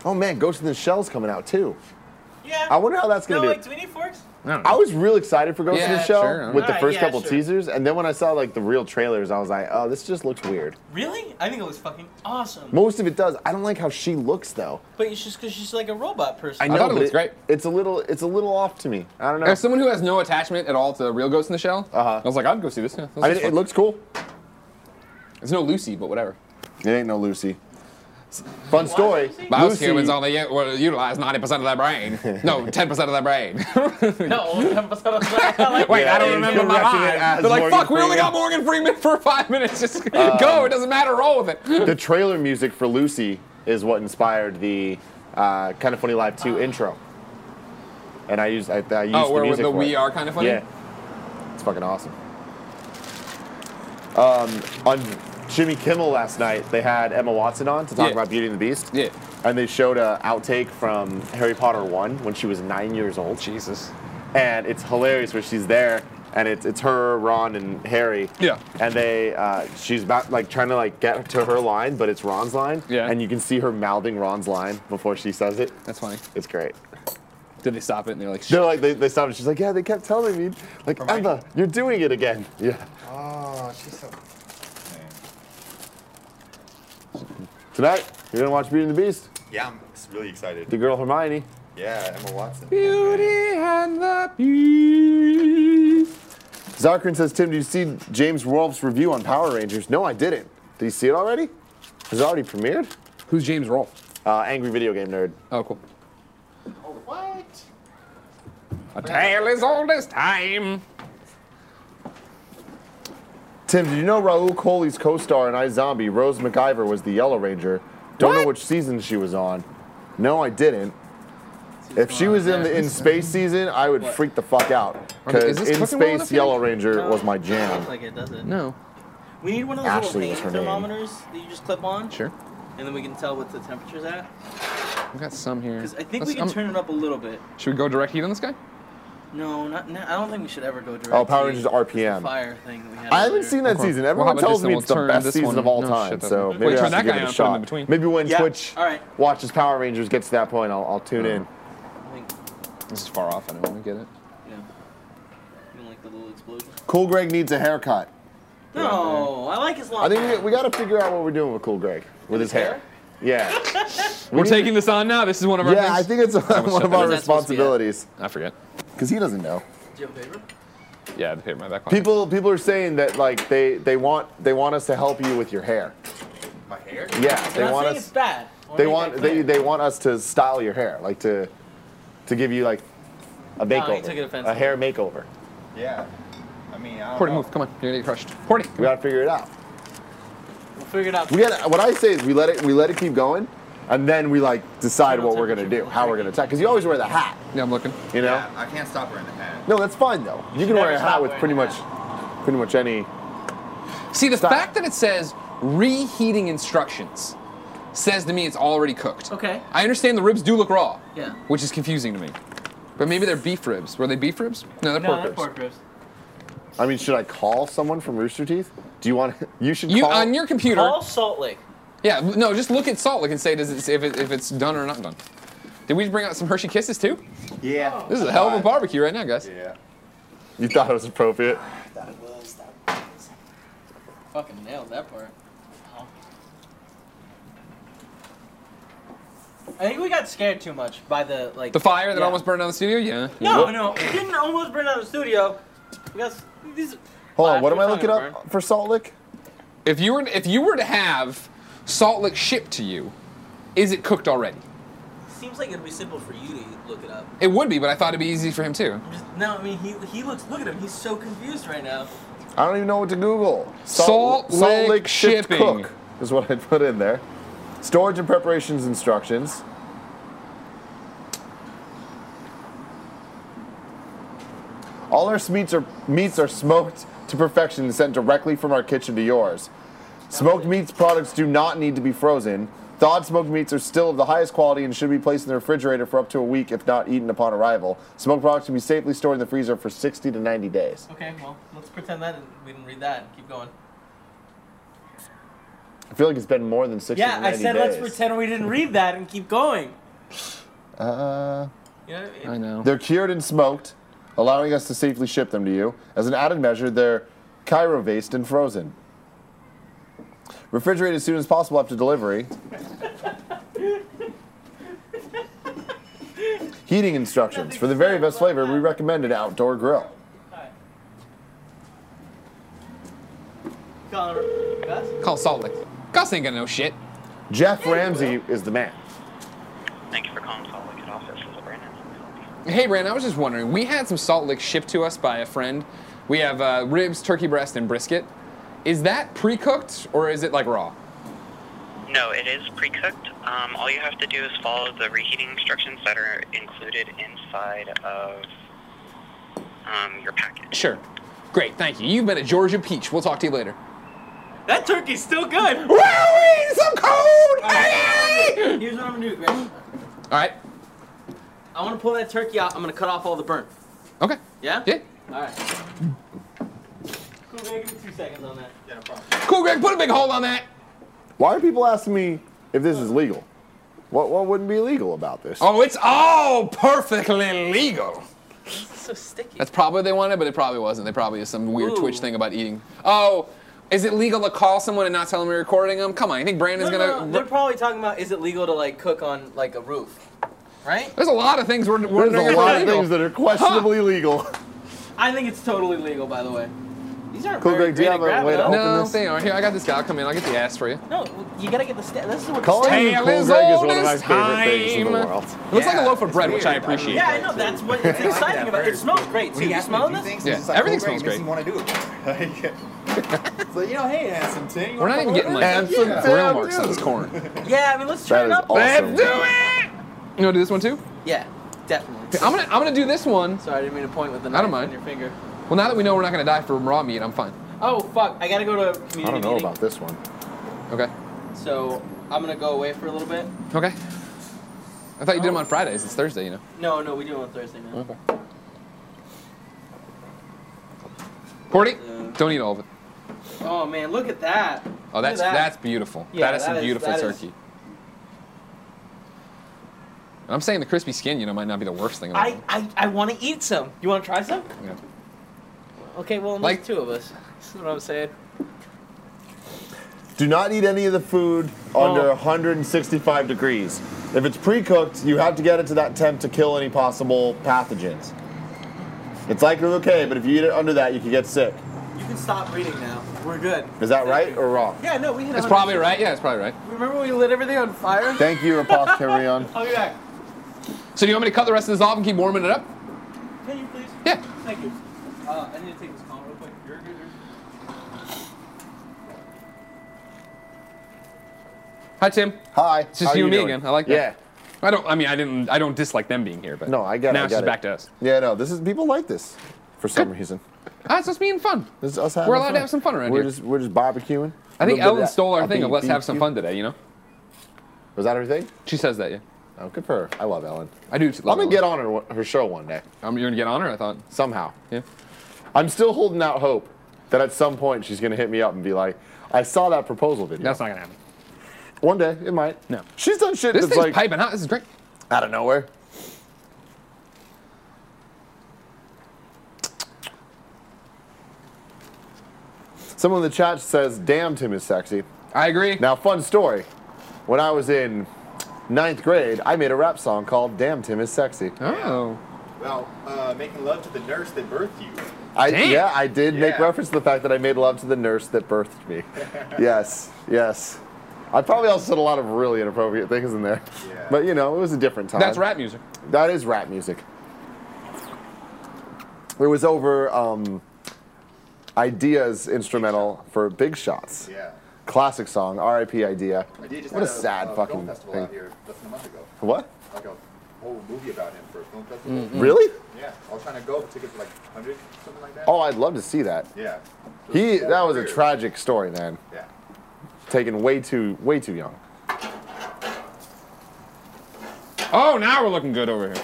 [SPEAKER 2] Oh man, Ghost in the Shell's coming out too.
[SPEAKER 6] Yeah.
[SPEAKER 2] I wonder how that's
[SPEAKER 6] no,
[SPEAKER 2] gonna do.
[SPEAKER 6] like, do we need forks?
[SPEAKER 2] I was real excited for Ghost in
[SPEAKER 1] Yeah,
[SPEAKER 2] the Shell
[SPEAKER 1] sure, I don't
[SPEAKER 2] with
[SPEAKER 1] know.
[SPEAKER 2] the
[SPEAKER 6] Alright,
[SPEAKER 2] first
[SPEAKER 6] yeah,
[SPEAKER 2] couple
[SPEAKER 6] sure.
[SPEAKER 2] teasers, and then when I saw like the real trailers, I was like, oh, this just looks weird.
[SPEAKER 6] Really? I think it was fucking awesome.
[SPEAKER 2] Most of it does. I don't like how she looks though.
[SPEAKER 6] but it's just because she's like a robot person.
[SPEAKER 1] I thought it
[SPEAKER 2] but
[SPEAKER 1] looked great.
[SPEAKER 2] It's a little, it's a little off to me. I don't know.
[SPEAKER 1] As someone who has no attachment at all to Real Ghost in the Shell,
[SPEAKER 2] Uh-huh.
[SPEAKER 1] I was like, I'd go see this. Yeah, this
[SPEAKER 2] I
[SPEAKER 1] looks
[SPEAKER 2] mean, it
[SPEAKER 1] fun.
[SPEAKER 2] looks cool.
[SPEAKER 1] It's no Lucy, but whatever.
[SPEAKER 2] It ain't no Lucy. Fun story.
[SPEAKER 1] Most
[SPEAKER 2] Lucy-
[SPEAKER 1] humans only u- will utilize 90% of their brain. No, 10% of their brain.
[SPEAKER 3] No, 10% of the
[SPEAKER 1] Wait, I don't
[SPEAKER 2] Yeah,
[SPEAKER 1] remember my
[SPEAKER 2] interrupted it
[SPEAKER 1] line.
[SPEAKER 2] as
[SPEAKER 1] They're like,
[SPEAKER 2] Morgan
[SPEAKER 1] fuck, we only
[SPEAKER 2] Freeman." Um,
[SPEAKER 1] got Morgan Freeman for five minutes. Just go. It doesn't matter. Roll with it.
[SPEAKER 2] The trailer music for Lucy is what inspired the uh, Kind of Funny Live 2 intro. And I used I, I used
[SPEAKER 1] Oh,
[SPEAKER 2] the
[SPEAKER 1] where with
[SPEAKER 2] music
[SPEAKER 1] the
[SPEAKER 2] for
[SPEAKER 1] we
[SPEAKER 2] it.
[SPEAKER 1] are kind of funny?
[SPEAKER 2] Yeah, it's fucking awesome. Um, on Jimmy Kimmel last night, they had Emma Watson on to talk
[SPEAKER 1] Yeah.
[SPEAKER 2] about Beauty and the Beast.
[SPEAKER 1] Yeah.
[SPEAKER 2] And they showed a outtake from Harry Potter 1 when she was nine years old.
[SPEAKER 1] Jesus.
[SPEAKER 2] and it's hilarious where she's there and it's, it's her ron and harry
[SPEAKER 1] Yeah.
[SPEAKER 2] and they uh, she's about like trying to like get to her line but it's ron's line
[SPEAKER 1] Yeah.
[SPEAKER 2] and you can see her mouthing ron's line before she says it
[SPEAKER 1] That's funny.
[SPEAKER 2] it's great
[SPEAKER 1] Did they stop it? And they're like,
[SPEAKER 2] they're like they, they stopped and she's like yeah they kept telling me like emma you're doing it again yeah
[SPEAKER 7] Oh, she's so.
[SPEAKER 2] tonight you're gonna watch beauty and the beast
[SPEAKER 7] Yeah, I'm really excited.
[SPEAKER 2] the girl hermione
[SPEAKER 7] Yeah, Emma Watson.
[SPEAKER 1] Beauty and the Beast.
[SPEAKER 2] zarkrin says tim did you see james rolfe's review on power rangers no i didn't did you see it already has it already premiered
[SPEAKER 1] Who's James Rolfe?
[SPEAKER 2] uh, angry video game nerd
[SPEAKER 1] Oh, cool.
[SPEAKER 7] What?
[SPEAKER 1] A tale as old as time.
[SPEAKER 2] Tim, did you know Raul Coley's co-star in iZombie, Rose McIver, was the Yellow Ranger? Don't know
[SPEAKER 1] What?
[SPEAKER 2] which season she was on. No, I didn't. If she was in the in space season, I would freak the fuck out.
[SPEAKER 1] Okay, is
[SPEAKER 2] Because
[SPEAKER 1] this
[SPEAKER 2] in
[SPEAKER 1] cooking well
[SPEAKER 2] space,
[SPEAKER 1] enough
[SPEAKER 2] Yellow
[SPEAKER 1] yet?
[SPEAKER 2] Ranger was my
[SPEAKER 6] Looks
[SPEAKER 2] jam.
[SPEAKER 6] like it, does it?
[SPEAKER 1] No.
[SPEAKER 6] We need one of those
[SPEAKER 2] Ashley
[SPEAKER 6] little
[SPEAKER 2] was her
[SPEAKER 6] pain
[SPEAKER 2] name.
[SPEAKER 6] thermometers that you just clip on,
[SPEAKER 1] Sure.
[SPEAKER 6] and then we can tell what the temperature's at.
[SPEAKER 1] I've got some here.
[SPEAKER 6] Because I think
[SPEAKER 1] Let's-
[SPEAKER 6] we can
[SPEAKER 1] I'm-
[SPEAKER 6] turn it up a little bit.
[SPEAKER 1] Should we go direct heat on this guy?
[SPEAKER 6] No, not. No, I don't think we should ever go direct.
[SPEAKER 2] Oh, Power
[SPEAKER 6] to
[SPEAKER 2] Rangers
[SPEAKER 6] the
[SPEAKER 2] RPM.
[SPEAKER 6] Fire thing that we had
[SPEAKER 2] I haven't
[SPEAKER 6] earlier.
[SPEAKER 2] seen that
[SPEAKER 1] Okay. Well,
[SPEAKER 2] season.
[SPEAKER 1] how
[SPEAKER 2] Everyone
[SPEAKER 1] about
[SPEAKER 2] tells
[SPEAKER 1] this and
[SPEAKER 2] me
[SPEAKER 1] we'll
[SPEAKER 2] it's the
[SPEAKER 1] turn
[SPEAKER 2] best
[SPEAKER 1] this
[SPEAKER 2] season
[SPEAKER 1] one-
[SPEAKER 2] of all
[SPEAKER 1] no,
[SPEAKER 2] time.
[SPEAKER 1] shit, that's
[SPEAKER 2] so
[SPEAKER 1] not-
[SPEAKER 2] maybe
[SPEAKER 1] Wait,
[SPEAKER 2] I
[SPEAKER 1] turn
[SPEAKER 2] have to
[SPEAKER 1] that
[SPEAKER 2] give
[SPEAKER 1] guy
[SPEAKER 2] it a
[SPEAKER 1] on, put him in
[SPEAKER 2] shot.
[SPEAKER 1] between.
[SPEAKER 2] Maybe when
[SPEAKER 6] Yeah.
[SPEAKER 2] Twitch
[SPEAKER 6] All right.
[SPEAKER 2] watches Power Rangers gets to that point, I'll, I'll tune in.
[SPEAKER 6] I think,
[SPEAKER 1] This is far off. I don't want to get it.
[SPEAKER 6] yeah. You don't like the little explosion?
[SPEAKER 2] Cool Greg needs a haircut.
[SPEAKER 6] No, Oh, I like his long.
[SPEAKER 2] I think we, we got to figure out what we're doing with Cool Greg with his hair. Yeah.
[SPEAKER 1] We're taking this on now. This is one of our.
[SPEAKER 2] Yeah, I
[SPEAKER 1] things?
[SPEAKER 2] think it's one
[SPEAKER 1] shut
[SPEAKER 2] of
[SPEAKER 1] that-
[SPEAKER 2] our
[SPEAKER 6] Is that supposed to be it?
[SPEAKER 2] responsibilities
[SPEAKER 1] I forget.
[SPEAKER 2] because he doesn't know.
[SPEAKER 6] Do you have paper?
[SPEAKER 1] Yeah, the paper in my back pocket.
[SPEAKER 2] People, people are saying that like they they want they want us to help you with your hair.
[SPEAKER 7] My hair?
[SPEAKER 2] Yeah,
[SPEAKER 6] I'm
[SPEAKER 2] they
[SPEAKER 6] not
[SPEAKER 2] want
[SPEAKER 6] saying it's
[SPEAKER 2] us.
[SPEAKER 6] bad. I wanna
[SPEAKER 2] They
[SPEAKER 6] make
[SPEAKER 2] want
[SPEAKER 6] that
[SPEAKER 2] they
[SPEAKER 6] clear.
[SPEAKER 2] they want us to style your hair, like to to give you like a
[SPEAKER 6] No, you
[SPEAKER 2] makeover,
[SPEAKER 6] took it
[SPEAKER 2] a
[SPEAKER 6] offensive.
[SPEAKER 2] hair makeover.
[SPEAKER 7] Yeah. I mean, I don't
[SPEAKER 1] Cordy,
[SPEAKER 7] know.
[SPEAKER 1] move. Come on. You're gonna get crushed. Cordy.
[SPEAKER 2] We
[SPEAKER 1] Come on.
[SPEAKER 2] gotta figure it out.
[SPEAKER 6] We'll figure it out.
[SPEAKER 2] We gotta. What I say is we let it we let it keep going, and then we like decide
[SPEAKER 6] General
[SPEAKER 2] what we're gonna do,
[SPEAKER 6] temperature.
[SPEAKER 2] how we're gonna attack. Because you always wear the hat,
[SPEAKER 1] Yeah, I'm looking.
[SPEAKER 2] you know.
[SPEAKER 7] Yeah, I can't stop wearing the hat.
[SPEAKER 2] No, that's fine though. You can
[SPEAKER 6] never
[SPEAKER 2] wear a hat
[SPEAKER 6] stop
[SPEAKER 2] with
[SPEAKER 6] wearing
[SPEAKER 2] pretty
[SPEAKER 6] a
[SPEAKER 2] much pretty much any.
[SPEAKER 1] See, the
[SPEAKER 2] Stop.
[SPEAKER 1] fact that it says reheating instructions says to me it's already cooked.
[SPEAKER 6] Okay.
[SPEAKER 1] I understand the ribs do look raw.
[SPEAKER 6] Yeah.
[SPEAKER 1] Which is confusing to me. But maybe they're beef ribs. Were they beef ribs? No, they're
[SPEAKER 6] No,
[SPEAKER 1] pork
[SPEAKER 6] that's
[SPEAKER 1] ribs.
[SPEAKER 6] pork ribs.
[SPEAKER 2] I mean, should I call someone from Rooster Teeth? Do you want? You should
[SPEAKER 1] You
[SPEAKER 2] call.
[SPEAKER 1] on your computer?
[SPEAKER 6] All Salt Lake.
[SPEAKER 1] Yeah. No, just look at Salt Lake and say does it, if, it, if it's done or not done. Did we bring out some Hershey Kisses too?
[SPEAKER 7] Yeah.
[SPEAKER 1] This is a hell of a barbecue right now, guys.
[SPEAKER 7] Yeah.
[SPEAKER 2] you thought it was appropriate.
[SPEAKER 6] Fucking nailed that part. I think we got scared too much by the like
[SPEAKER 1] The fire that
[SPEAKER 6] Yeah.
[SPEAKER 1] almost burned down the studio. Yeah.
[SPEAKER 6] No, no, it didn't almost burn down the studio. We got s- these.
[SPEAKER 2] Hold on,
[SPEAKER 6] Laugh,
[SPEAKER 2] what am
[SPEAKER 6] we're
[SPEAKER 2] I looking
[SPEAKER 6] talking
[SPEAKER 2] up for Salt Lick?
[SPEAKER 1] If you were if you were to have Salt Lick shipped to you, is it cooked already?
[SPEAKER 6] about- Seems like it'd be simple for you to look it up.
[SPEAKER 1] It would be, but I thought it'd be easy for him too.
[SPEAKER 6] I'm just, no, I mean he he looks. Look at him. He's so confused right now.
[SPEAKER 2] I don't even know what to Google.
[SPEAKER 1] Salt Lick
[SPEAKER 2] shipped
[SPEAKER 1] shipping.
[SPEAKER 2] Cook is what I put in there. Storage and preparations instructions. All our meats are meats are smoked to perfection and sent directly from our kitchen to yours. Smoked meats products do not need to be frozen. Thawed smoked meats are still of the highest quality and should be placed in the refrigerator for up to a week if not eaten upon arrival. Smoked products can be safely stored in the freezer for 60 to 90 days.
[SPEAKER 6] Okay, well let's pretend that we didn't read that. Keep going.
[SPEAKER 2] I feel like it's been more than 60
[SPEAKER 6] Yeah,
[SPEAKER 2] to
[SPEAKER 6] I
[SPEAKER 2] 90
[SPEAKER 6] said let's
[SPEAKER 2] days.
[SPEAKER 6] pretend we didn't read that and keep going.
[SPEAKER 2] Uh,
[SPEAKER 6] You know, it-
[SPEAKER 1] I know.
[SPEAKER 2] they're cured and smoked, allowing us to safely ship them to you. As an added measure, they're chirovased and frozen. Refrigerate as soon as possible after delivery. Heating instructions. For the very best flavor, we recommend an outdoor grill.
[SPEAKER 6] Alright. Colin, Beth?
[SPEAKER 1] Call Salt Lick. Gus ain't got no shit.
[SPEAKER 2] Jeff Ramsey is the man.
[SPEAKER 10] Thank you for calling Salt Lake Head Office. This is Brandon.
[SPEAKER 1] Hey, Brandon, I was just wondering. We had some salt lick shipped to us by a friend. We have uh, ribs, turkey breast, and brisket. Is that pre-cooked or is it like raw?
[SPEAKER 10] No, it is pre-cooked. Um, all you have to do is follow the reheating instructions that are included inside of um, your package.
[SPEAKER 1] Sure. Great, thank you. You've been a Georgia peach. We'll talk to you later.
[SPEAKER 6] That turkey's still good.
[SPEAKER 1] Wowie! Some cold!
[SPEAKER 6] Here's what I'm gonna do, Greg.
[SPEAKER 1] All right.
[SPEAKER 6] I want to pull that turkey out. I'm gonna cut off all the burn.
[SPEAKER 1] Okay.
[SPEAKER 6] Yeah?
[SPEAKER 1] Yeah.
[SPEAKER 6] All right. Cool, Greg. Give me two seconds on that. Yeah, no problem.
[SPEAKER 1] Cool, Greg. Put a big hole on that.
[SPEAKER 2] Why are people asking me if this is legal? What what wouldn't be legal about this?
[SPEAKER 1] Oh, it's all perfectly legal.
[SPEAKER 6] It's so sticky.
[SPEAKER 1] That's probably what they wanted, but it probably wasn't. They probably is some weird
[SPEAKER 6] Ooh.
[SPEAKER 1] Twitch thing about eating. Oh, is it legal to call someone and not tell them you're recording them? Come on, you think Brandon's
[SPEAKER 6] No, no,
[SPEAKER 1] gonna?
[SPEAKER 6] no, They're probably talking about is it legal to like cook on like a roof, right?
[SPEAKER 1] There's a lot of things we're. we're
[SPEAKER 2] There's a lot of things that are questionably legal.
[SPEAKER 6] I think it's totally legal, by the way. These aren't
[SPEAKER 2] Cool,
[SPEAKER 6] very
[SPEAKER 2] Greg, do you
[SPEAKER 6] great
[SPEAKER 2] have
[SPEAKER 6] at
[SPEAKER 2] a
[SPEAKER 6] grabbing
[SPEAKER 2] way to
[SPEAKER 6] them.
[SPEAKER 2] open
[SPEAKER 1] No,
[SPEAKER 2] this?
[SPEAKER 1] they are. Here, I got this guy. I'll come in. I'll get the ass for you.
[SPEAKER 6] No, you gotta get the sta This is what
[SPEAKER 2] Calling
[SPEAKER 6] the
[SPEAKER 2] me
[SPEAKER 1] Tail
[SPEAKER 2] Cool Greg
[SPEAKER 1] is
[SPEAKER 2] is
[SPEAKER 1] old
[SPEAKER 2] one of my
[SPEAKER 1] as
[SPEAKER 2] favorite things in the
[SPEAKER 1] time.
[SPEAKER 2] world.
[SPEAKER 1] It looks like a
[SPEAKER 7] Yeah,
[SPEAKER 1] loaf of
[SPEAKER 7] it's
[SPEAKER 1] bread, which I
[SPEAKER 7] weird.
[SPEAKER 1] appreciate.
[SPEAKER 6] Yeah, I know. That's what it's exciting about. It smells great too. You smelling this?
[SPEAKER 1] Yeah, everything
[SPEAKER 2] "Oh,
[SPEAKER 1] smells great.
[SPEAKER 7] want to do it. Like, so you know, hey, handsome Tim.
[SPEAKER 1] We're not even getting like
[SPEAKER 2] And some
[SPEAKER 1] grill
[SPEAKER 2] damn
[SPEAKER 1] marks on this
[SPEAKER 2] juice.
[SPEAKER 1] corn.
[SPEAKER 6] Yeah, I mean, let's
[SPEAKER 2] That
[SPEAKER 6] try it
[SPEAKER 2] is
[SPEAKER 6] up.
[SPEAKER 1] Let's do
[SPEAKER 2] awesome.
[SPEAKER 1] it. You want to do this one too?
[SPEAKER 6] Yeah, definitely.
[SPEAKER 1] I'm gonna I'm gonna do this one.
[SPEAKER 6] Sorry, I didn't mean to point with the
[SPEAKER 1] I
[SPEAKER 6] knife
[SPEAKER 1] don't mind.
[SPEAKER 6] on your finger.
[SPEAKER 1] Well, now that we know we're not gonna die from raw meat, I'm fine.
[SPEAKER 6] Oh fuck! I gotta go to a community
[SPEAKER 2] I don't know
[SPEAKER 6] meeting,
[SPEAKER 2] about this one.
[SPEAKER 1] Okay.
[SPEAKER 6] so I'm gonna go away for a little bit.
[SPEAKER 1] Okay. I thought you did them on Fridays. It's Thursday, you know.
[SPEAKER 6] No, no, we do it on Thursday now.
[SPEAKER 1] Okay. Cordy,
[SPEAKER 6] Uh,
[SPEAKER 1] don't eat all of it.
[SPEAKER 6] Oh man, look at that.
[SPEAKER 1] Oh,
[SPEAKER 6] Look at
[SPEAKER 1] that's
[SPEAKER 6] that.
[SPEAKER 1] that's beautiful.
[SPEAKER 6] Yeah,
[SPEAKER 1] that is some
[SPEAKER 6] that is-
[SPEAKER 1] beautiful
[SPEAKER 6] that is-
[SPEAKER 1] turkey. I'm saying the crispy skin, you know, might not be the worst thing. About
[SPEAKER 6] I I, I want to eat some. You want to try some?
[SPEAKER 1] it. Yeah.
[SPEAKER 6] Okay, well,
[SPEAKER 1] Like-
[SPEAKER 6] like two of us. That's what I'm saying.
[SPEAKER 2] Do not eat any of the food under
[SPEAKER 6] Oh.
[SPEAKER 2] 165 degrees. If it's pre-cooked, you have to get it to that temp to kill any possible pathogens. It's likely okay, but if you eat it under that, you could get sick.
[SPEAKER 6] You can stop reading now. We're good.
[SPEAKER 2] Is that right or wrong?
[SPEAKER 6] Yeah, no, we hit.
[SPEAKER 1] It's
[SPEAKER 6] 100.
[SPEAKER 1] probably right. Yeah, it's probably right.
[SPEAKER 6] Remember when we lit everything on fire?
[SPEAKER 2] Thank you, Apothecarion.
[SPEAKER 6] I'll be back.
[SPEAKER 1] So do you want me to cut the rest of this off and keep warming it up?
[SPEAKER 6] Can you please?
[SPEAKER 1] Yeah.
[SPEAKER 6] Thank you. Uh, I need to take this call real quick. You're good.
[SPEAKER 1] Hi, Tim.
[SPEAKER 2] Hi.
[SPEAKER 1] It's just
[SPEAKER 2] how
[SPEAKER 1] you and me
[SPEAKER 2] doing?
[SPEAKER 1] again. I like that.
[SPEAKER 2] Yeah.
[SPEAKER 1] I don't. I mean, I didn't. I don't dislike them being here, but
[SPEAKER 2] No, I get it,
[SPEAKER 1] now
[SPEAKER 2] I
[SPEAKER 1] it's
[SPEAKER 2] get
[SPEAKER 1] just
[SPEAKER 2] it.
[SPEAKER 1] back to us.
[SPEAKER 2] Yeah, no, this is people like this for some reason.
[SPEAKER 1] Ah, it's just being fun.
[SPEAKER 2] This is us having
[SPEAKER 1] We're allowed
[SPEAKER 2] fun.
[SPEAKER 1] to have some fun around
[SPEAKER 2] we're
[SPEAKER 1] here.
[SPEAKER 2] Just, we're just barbecuing.
[SPEAKER 1] I think
[SPEAKER 2] A little bit of
[SPEAKER 1] Ellen
[SPEAKER 2] that
[SPEAKER 1] stole our thing of
[SPEAKER 2] uppity
[SPEAKER 1] let's have some
[SPEAKER 2] BBQ.
[SPEAKER 1] fun today. You know,
[SPEAKER 2] Was that everything?
[SPEAKER 1] she says that. Yeah,
[SPEAKER 2] Oh, good for her. I love Ellen.
[SPEAKER 1] I do.
[SPEAKER 2] I'm gonna get on her her show one day
[SPEAKER 1] Um, you're gonna get on her. I thought.
[SPEAKER 2] somehow.
[SPEAKER 1] Yeah.
[SPEAKER 2] I'm still holding out hope that at some point she's gonna hit me up and be like, "I saw that proposal video."
[SPEAKER 1] That's not gonna happen.
[SPEAKER 2] One day it might.
[SPEAKER 1] No.
[SPEAKER 2] She's done shit
[SPEAKER 1] This
[SPEAKER 2] that's
[SPEAKER 1] thing's
[SPEAKER 2] like
[SPEAKER 1] piping hot. This is great.
[SPEAKER 2] out of nowhere. Someone in the chat says, "Damn, Tim is sexy."
[SPEAKER 1] I agree.
[SPEAKER 2] Now, fun story. When I was in ninth grade, I made a rap song called "Damn, Tim is Sexy."
[SPEAKER 1] Oh.
[SPEAKER 7] Well, uh, making love to the nurse that birthed you.
[SPEAKER 2] I,
[SPEAKER 1] Damn.
[SPEAKER 2] yeah, I did make
[SPEAKER 7] Yeah.
[SPEAKER 2] reference to the fact that I made love to the nurse that birthed me. yes, yes. I probably also said a lot of really inappropriate things in there.
[SPEAKER 7] Yeah.
[SPEAKER 2] But you know, it was a different time.
[SPEAKER 1] That's rap music.
[SPEAKER 2] That is rap music. It was over um, Idea's instrumental for Big Shots.
[SPEAKER 7] Yeah.
[SPEAKER 2] Classic song, RIP Idea.
[SPEAKER 7] I did just
[SPEAKER 2] What a
[SPEAKER 7] had
[SPEAKER 2] sad
[SPEAKER 7] a uh,
[SPEAKER 2] fucking
[SPEAKER 7] film festival
[SPEAKER 2] thing.
[SPEAKER 7] out here less than a month ago.
[SPEAKER 2] What?
[SPEAKER 7] Like a whole movie about him for a film festival.
[SPEAKER 1] Hmm.
[SPEAKER 2] Really?
[SPEAKER 7] Yeah, I was trying to go. Tickets were like 100, something like that.
[SPEAKER 2] Oh, I'd love to see that.
[SPEAKER 7] Yeah.
[SPEAKER 2] He that was a
[SPEAKER 7] Career.
[SPEAKER 2] tragic story, man.
[SPEAKER 7] Yeah.
[SPEAKER 2] Taken way too way too young.
[SPEAKER 1] Oh, now we're looking good over here.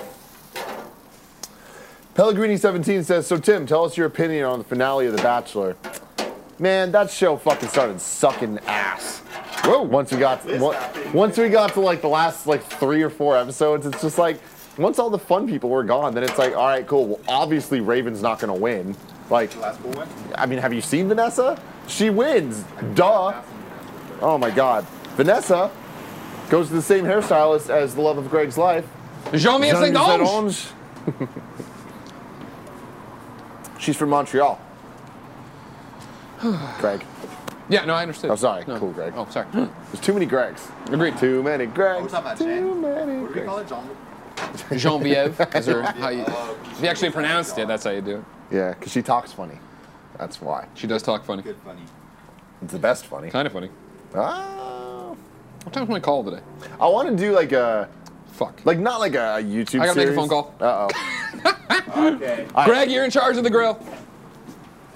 [SPEAKER 2] Pellegrini17 says, So, Tim, tell us your opinion on the finale of The Bachelor. Man, that show fucking started sucking ass. Whoa. Once we got to, on- once we got to like the last like three or four episodes, it's just like once all the fun people were gone, then it's like, all right, cool. Well, obviously Raven's not gonna win. Like,
[SPEAKER 7] The last cool one.
[SPEAKER 2] I mean, have you seen Vanessa? She wins. Duh. Oh my God. Vanessa goes to the same hairstylist as the love of Greg's life.
[SPEAKER 1] Jean Vincent
[SPEAKER 2] Jean
[SPEAKER 1] Lange.
[SPEAKER 2] Orange. She's from Montreal. Greg.
[SPEAKER 1] Yeah, no, I understood.
[SPEAKER 2] Oh, sorry.
[SPEAKER 1] No.
[SPEAKER 2] Cool, Greg.
[SPEAKER 1] Oh, sorry.
[SPEAKER 2] There's too many Gregs.
[SPEAKER 1] Agreed.
[SPEAKER 2] Too many
[SPEAKER 7] We're
[SPEAKER 2] Gregs.
[SPEAKER 7] talking about
[SPEAKER 2] too
[SPEAKER 7] Shane.
[SPEAKER 2] many
[SPEAKER 7] What do we call
[SPEAKER 2] Gregs.
[SPEAKER 7] it, John?
[SPEAKER 1] Genevieve. Is her, how you, if you actually pronounced it, that's how you do it.
[SPEAKER 2] Yeah, because she talks funny. That's why.
[SPEAKER 1] She does talk funny.
[SPEAKER 7] Good funny.
[SPEAKER 2] It's the best funny.
[SPEAKER 1] Kind of funny.
[SPEAKER 2] Ah,
[SPEAKER 1] What time was my call today?
[SPEAKER 2] I want to do like a,
[SPEAKER 1] Fuck.
[SPEAKER 2] like not like a YouTube.
[SPEAKER 1] I gotta make a
[SPEAKER 2] series.
[SPEAKER 1] phone call.
[SPEAKER 2] Uh oh.
[SPEAKER 7] Okay.
[SPEAKER 1] Greg, you're in charge of the grill.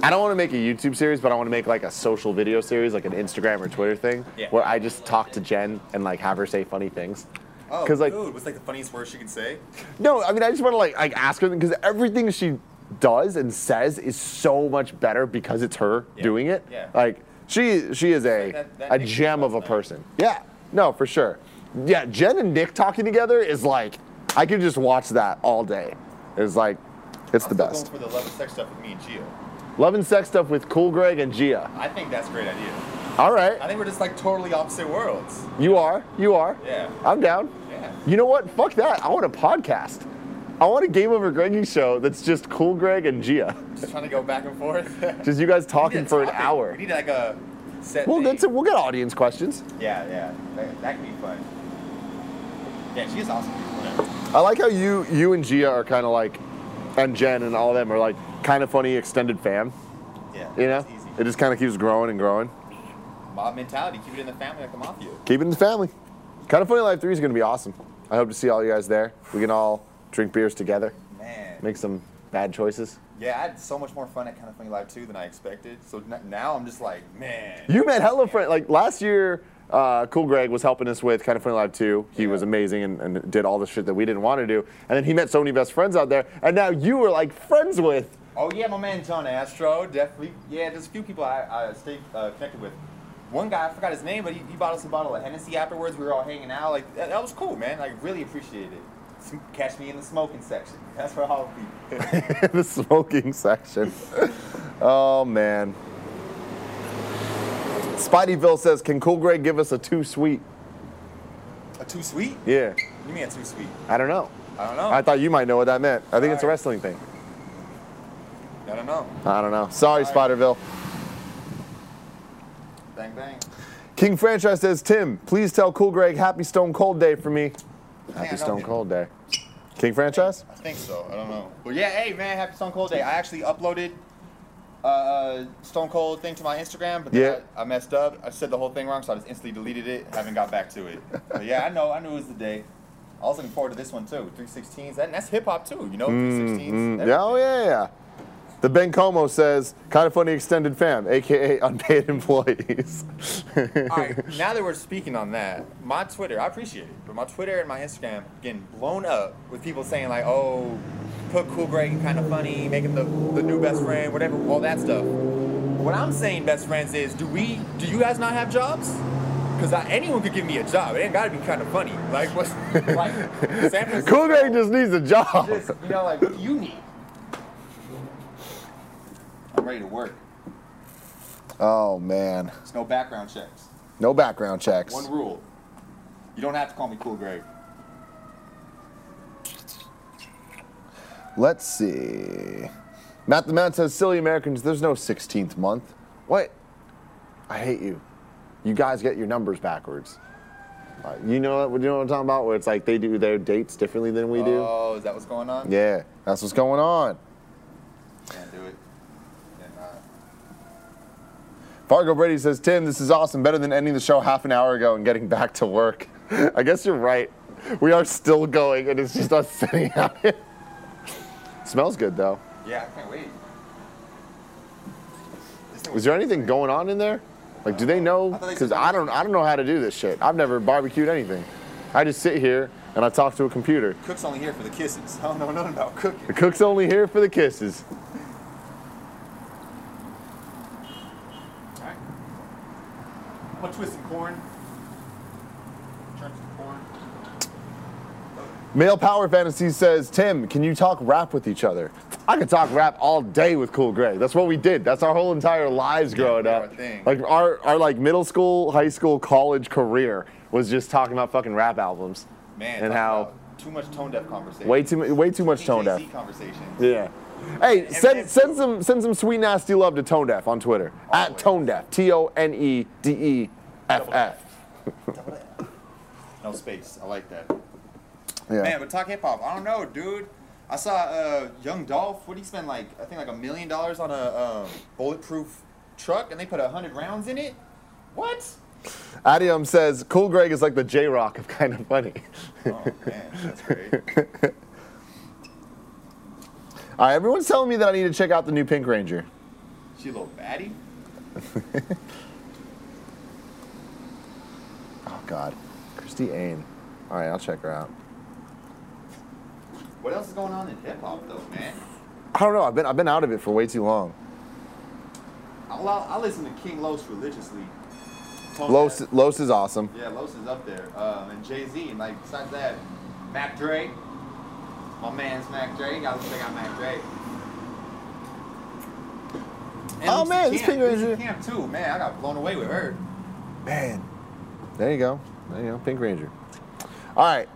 [SPEAKER 2] I don't want to make a YouTube series, but I want to make like a social video series, like an Instagram or Twitter thing,
[SPEAKER 7] Yeah.
[SPEAKER 2] where I just talk to Jen and like have her say funny things.
[SPEAKER 7] Oh,
[SPEAKER 2] 'Cause, like-
[SPEAKER 7] dude, what's like the funniest word she can say?
[SPEAKER 2] No, I mean I just want to like like ask her because everything she does and says is so much better because it's her
[SPEAKER 7] Yeah.
[SPEAKER 2] doing it.
[SPEAKER 7] Yeah.
[SPEAKER 2] Like she she is a
[SPEAKER 7] That- that
[SPEAKER 2] a
[SPEAKER 7] Nick
[SPEAKER 2] gem of a
[SPEAKER 7] stuff, though.
[SPEAKER 2] person. Yeah. No, for sure. Yeah, Jen and Nick talking together is like I could just watch that all day. It's like it's the
[SPEAKER 7] I'm still
[SPEAKER 2] best.
[SPEAKER 7] Going for the love and sex stuff with me and Gio.
[SPEAKER 2] Love and sex stuff with Cool Greg and Gia.
[SPEAKER 7] I think that's a great idea.
[SPEAKER 2] All right.
[SPEAKER 7] I think we're just like totally opposite worlds.
[SPEAKER 2] You are. You are.
[SPEAKER 7] Yeah.
[SPEAKER 2] I'm down.
[SPEAKER 7] Yeah.
[SPEAKER 2] You know what? Fuck that. I want a podcast. I want a Game Over Greggy show that's just Cool Greg and Gia.
[SPEAKER 7] Just trying to go back and forth.
[SPEAKER 2] Just you guys
[SPEAKER 7] We need
[SPEAKER 2] talking
[SPEAKER 7] a
[SPEAKER 2] for an
[SPEAKER 7] topic.
[SPEAKER 2] hour.
[SPEAKER 7] We need like a set.
[SPEAKER 2] Well,
[SPEAKER 7] thing.
[SPEAKER 2] that's we'll get audience questions.
[SPEAKER 7] Yeah, yeah. That, that can be fun. Yeah, she is awesome. Whatever.
[SPEAKER 2] I like how you you and Gia are kind of like, and Jen and all them are like kind of funny extended fam.
[SPEAKER 7] Yeah.
[SPEAKER 2] You know,
[SPEAKER 7] It's easy.
[SPEAKER 2] it just kind of keeps growing and growing.
[SPEAKER 7] Mob mentality. Keep it in the family like the mafia.
[SPEAKER 2] Keep it in the family. Kind of funny life three is gonna be awesome. I hope to see all you guys there. We can all drink beers together,
[SPEAKER 7] Man.
[SPEAKER 2] make some bad choices.
[SPEAKER 7] Yeah, I had so much more fun at Kind of Funny Live too than I expected. So n- now I'm just like, man.
[SPEAKER 2] You met hella friend. Like last year, uh, Cool Greg was helping us with Kind of Funny Live 2. He
[SPEAKER 7] Yeah.
[SPEAKER 2] was amazing and, and did all the shit that we didn't want to do. And then he met so many best friends out there. And now you were like friends with.
[SPEAKER 7] Oh yeah, my man John Astro, definitely. Yeah, there's a few people I, I stay uh, connected with. One guy, I forgot his name, but he, he bought us a bottle of Hennessy afterwards. We were all hanging out. Like that, that was cool, man. I really appreciated it. Sm- Catch me in the smoking section. That's where I'll be.
[SPEAKER 2] the smoking section. oh man. Spideyville says, "Can Cool Greg give us a two sweet?"
[SPEAKER 7] a too sweet?
[SPEAKER 2] Yeah,
[SPEAKER 7] You mean a too sweet?
[SPEAKER 2] I don't know.
[SPEAKER 7] I don't know.
[SPEAKER 2] I
[SPEAKER 7] I,
[SPEAKER 2] thought you might know what that meant. I think it's a
[SPEAKER 7] Alright.
[SPEAKER 2] wrestling thing.
[SPEAKER 7] don't know.
[SPEAKER 2] I don't know. Sorry,
[SPEAKER 7] Alright.
[SPEAKER 2] Spiderville.
[SPEAKER 7] Bang bang.
[SPEAKER 2] King Franchise says, "Tim, please tell Cool Greg Happy Stone Cold Day for me."
[SPEAKER 7] I know
[SPEAKER 2] Happy Stone
[SPEAKER 7] him.
[SPEAKER 2] Cold Day. King Franchise.
[SPEAKER 7] I think so. I don't know. But yeah, hey man, happy Stone Cold Day. I actually uploaded uh, Stone Cold thing to my Instagram, but then
[SPEAKER 2] Yeah.
[SPEAKER 7] I, I messed up. I said the whole thing wrong, so I just instantly deleted it. Haven't got back to it. But yeah, I know. I knew it was the day. I was looking forward to this one too. 316s. That, and that's hip hop too. You know, 316s.
[SPEAKER 2] Mm,
[SPEAKER 7] that-
[SPEAKER 2] yeah, oh yeah, yeah. The Ben Como says, "Kind of funny extended fam, aka unpaid employees."
[SPEAKER 7] All right. Now that we're speaking on that, my Twitter, I appreciate it, but my Twitter and my Instagram getting blown up with people saying like, "Oh, put Cool Greg and kind of funny, make him the, the new best friend, whatever, all that stuff." What I'm saying, best friends, is do we? Do you guys not have jobs? Because anyone could give me a job. It ain't gotta be kind of funny. Like what's like San Francisco?
[SPEAKER 2] cool Greg just needs a job.
[SPEAKER 7] just you know like what do you need? I'm ready to work.
[SPEAKER 2] Oh man,
[SPEAKER 7] There's no background checks.
[SPEAKER 2] no background checks.
[SPEAKER 7] One rule. You don't have to call me Cool Greg.
[SPEAKER 2] Let's see. Matt the Man says, "Silly Americans, there's no 16th month." What? I hate you. You guys get your numbers backwards. Uh, you know what? You know what I'm talking about? Where it's like they do their dates differently than we do.
[SPEAKER 7] Oh, is that what's going on?
[SPEAKER 2] yeah, that's what's going on.
[SPEAKER 7] Can't do it. Can't not.
[SPEAKER 2] Fargo Brady says, Tim, this is awesome. Better than ending the show half an hour ago and getting back to work. I guess you're right. We are still going, and it's just us sitting out here. Smells good, though.
[SPEAKER 7] Yeah, I can't wait. This thing
[SPEAKER 2] Is there anything going on in there? Like, do they know?
[SPEAKER 7] I thought they
[SPEAKER 2] Because
[SPEAKER 7] said-
[SPEAKER 2] I don't, I don't know how to do this shit. I've never barbecued anything. I just sit here and I talk to a computer.
[SPEAKER 7] Cook's only here for the kisses. I don't know nothing about
[SPEAKER 2] The
[SPEAKER 7] cooking.
[SPEAKER 2] cook's only here for the kisses.
[SPEAKER 7] Alright. I'm gonna twist some corn. Turn some corn.
[SPEAKER 2] Male Power Fantasy says, Tim, can you talk rap with each other? I could talk rap all day with Cool Grey. That's what we did. That's our whole entire lives growing
[SPEAKER 7] we are
[SPEAKER 2] up.
[SPEAKER 7] a thing.
[SPEAKER 2] Like our, our like middle school, high school, college career was just talking about fucking rap albums.
[SPEAKER 7] Man,
[SPEAKER 2] And
[SPEAKER 7] talk
[SPEAKER 2] how-
[SPEAKER 7] about too much tone deaf conversation.
[SPEAKER 2] Way too mu- way too much tone
[SPEAKER 7] TJC
[SPEAKER 2] deaf.
[SPEAKER 7] conversation.
[SPEAKER 2] Yeah. Hey, send, send some send some sweet nasty love to Tone Deaf on Twitter at Tone Deaf T O N E D E F F.
[SPEAKER 7] No space. I like that. Man,
[SPEAKER 2] Yeah.
[SPEAKER 7] but talk hip hop. I don't know, dude. I saw uh, Young Dolph. What did he spend? Like I think like a million dollars on a um, bulletproof truck, and they put a hundred rounds in it. What?
[SPEAKER 2] Adium says Cool Greg is like the J Rock of kind of funny.
[SPEAKER 7] Oh man, that's great.
[SPEAKER 2] All right, everyone's telling me that I need to check out the new Pink Ranger.
[SPEAKER 7] She a little baddie.
[SPEAKER 2] Oh God, Christy Ain. All right, I'll check her out.
[SPEAKER 7] What else is going on in hip hop though, man?
[SPEAKER 2] I don't know. I've been I've been out of it for way too long.
[SPEAKER 7] I, lo- I listen to King Los religiously. Tone
[SPEAKER 2] Los
[SPEAKER 7] Deaf.
[SPEAKER 2] Los is awesome.
[SPEAKER 7] Yeah, Los is up there. Um, and Jay Z, and like besides that, Mac Dre. My man's Mac Dre. Gotta check out Mac Dre. And
[SPEAKER 2] Oh,
[SPEAKER 7] Lucy
[SPEAKER 2] man, this
[SPEAKER 7] Camp.
[SPEAKER 2] Pink
[SPEAKER 7] Lucy
[SPEAKER 2] Ranger.
[SPEAKER 7] Camp too, man. I got blown away with her.
[SPEAKER 2] Man, there you go. There you go. Pink Ranger. All right.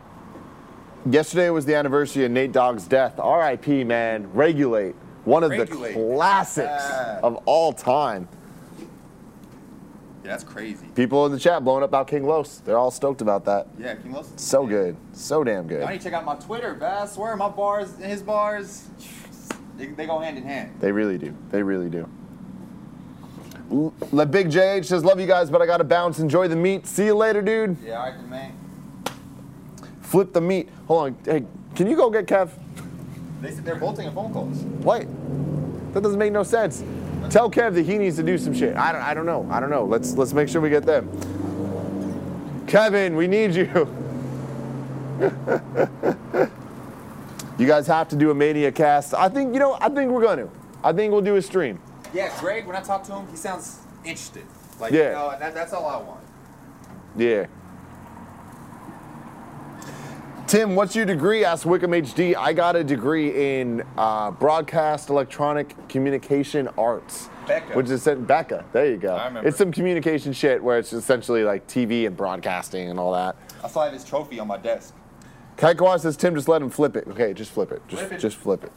[SPEAKER 2] Yesterday was the anniversary of Nate Dogg's death. R.I.P. Man. Regulate. One of the
[SPEAKER 7] Regulate.
[SPEAKER 2] classics
[SPEAKER 7] Yeah.
[SPEAKER 2] of all time.
[SPEAKER 7] Yeah, that's crazy.
[SPEAKER 2] People in the chat blowing up about King Los. They're all stoked about that.
[SPEAKER 7] Yeah, King Los. is-
[SPEAKER 2] So good. So damn good.
[SPEAKER 7] Y'all need to check out my Twitter, man. I swear, my bars and his bars, they, they go hand in hand.
[SPEAKER 2] They really do. They really do. L- Le Big JH says, Love you guys, but I gotta bounce. Enjoy the meat. See you later, dude.
[SPEAKER 7] Yeah, all right, then, man.
[SPEAKER 2] Flip the meat. Hold on. Hey, can you go get Kev?
[SPEAKER 7] They, they're both taking phone calls.
[SPEAKER 2] What? That doesn't make no sense. Tell Kev that he needs to do some shit. I don't, I don't know. I don't know. Let's let's make sure we get them. Kevin, we need you. you guys have to do a mania cast. I think you know. I think we're gonna. I think we'll do a stream.
[SPEAKER 7] Yeah, Greg, when I talk to him, he sounds interested. Like,
[SPEAKER 2] Yeah.
[SPEAKER 7] you know, that, that's all I want.
[SPEAKER 2] Yeah. Tim, what's your degree? Asked Wickham HD. I got a degree in uh, broadcast electronic communication arts.
[SPEAKER 7] Becca.
[SPEAKER 2] Which is sent Becca. There you go.
[SPEAKER 7] I remember.
[SPEAKER 2] It's some communication shit where it's essentially like TV and broadcasting and all that.
[SPEAKER 7] I still have his trophy on my desk.
[SPEAKER 2] Kaikawar says, Tim, just let him flip it. Okay, just flip it. Just
[SPEAKER 7] Flip it.
[SPEAKER 2] just flip it.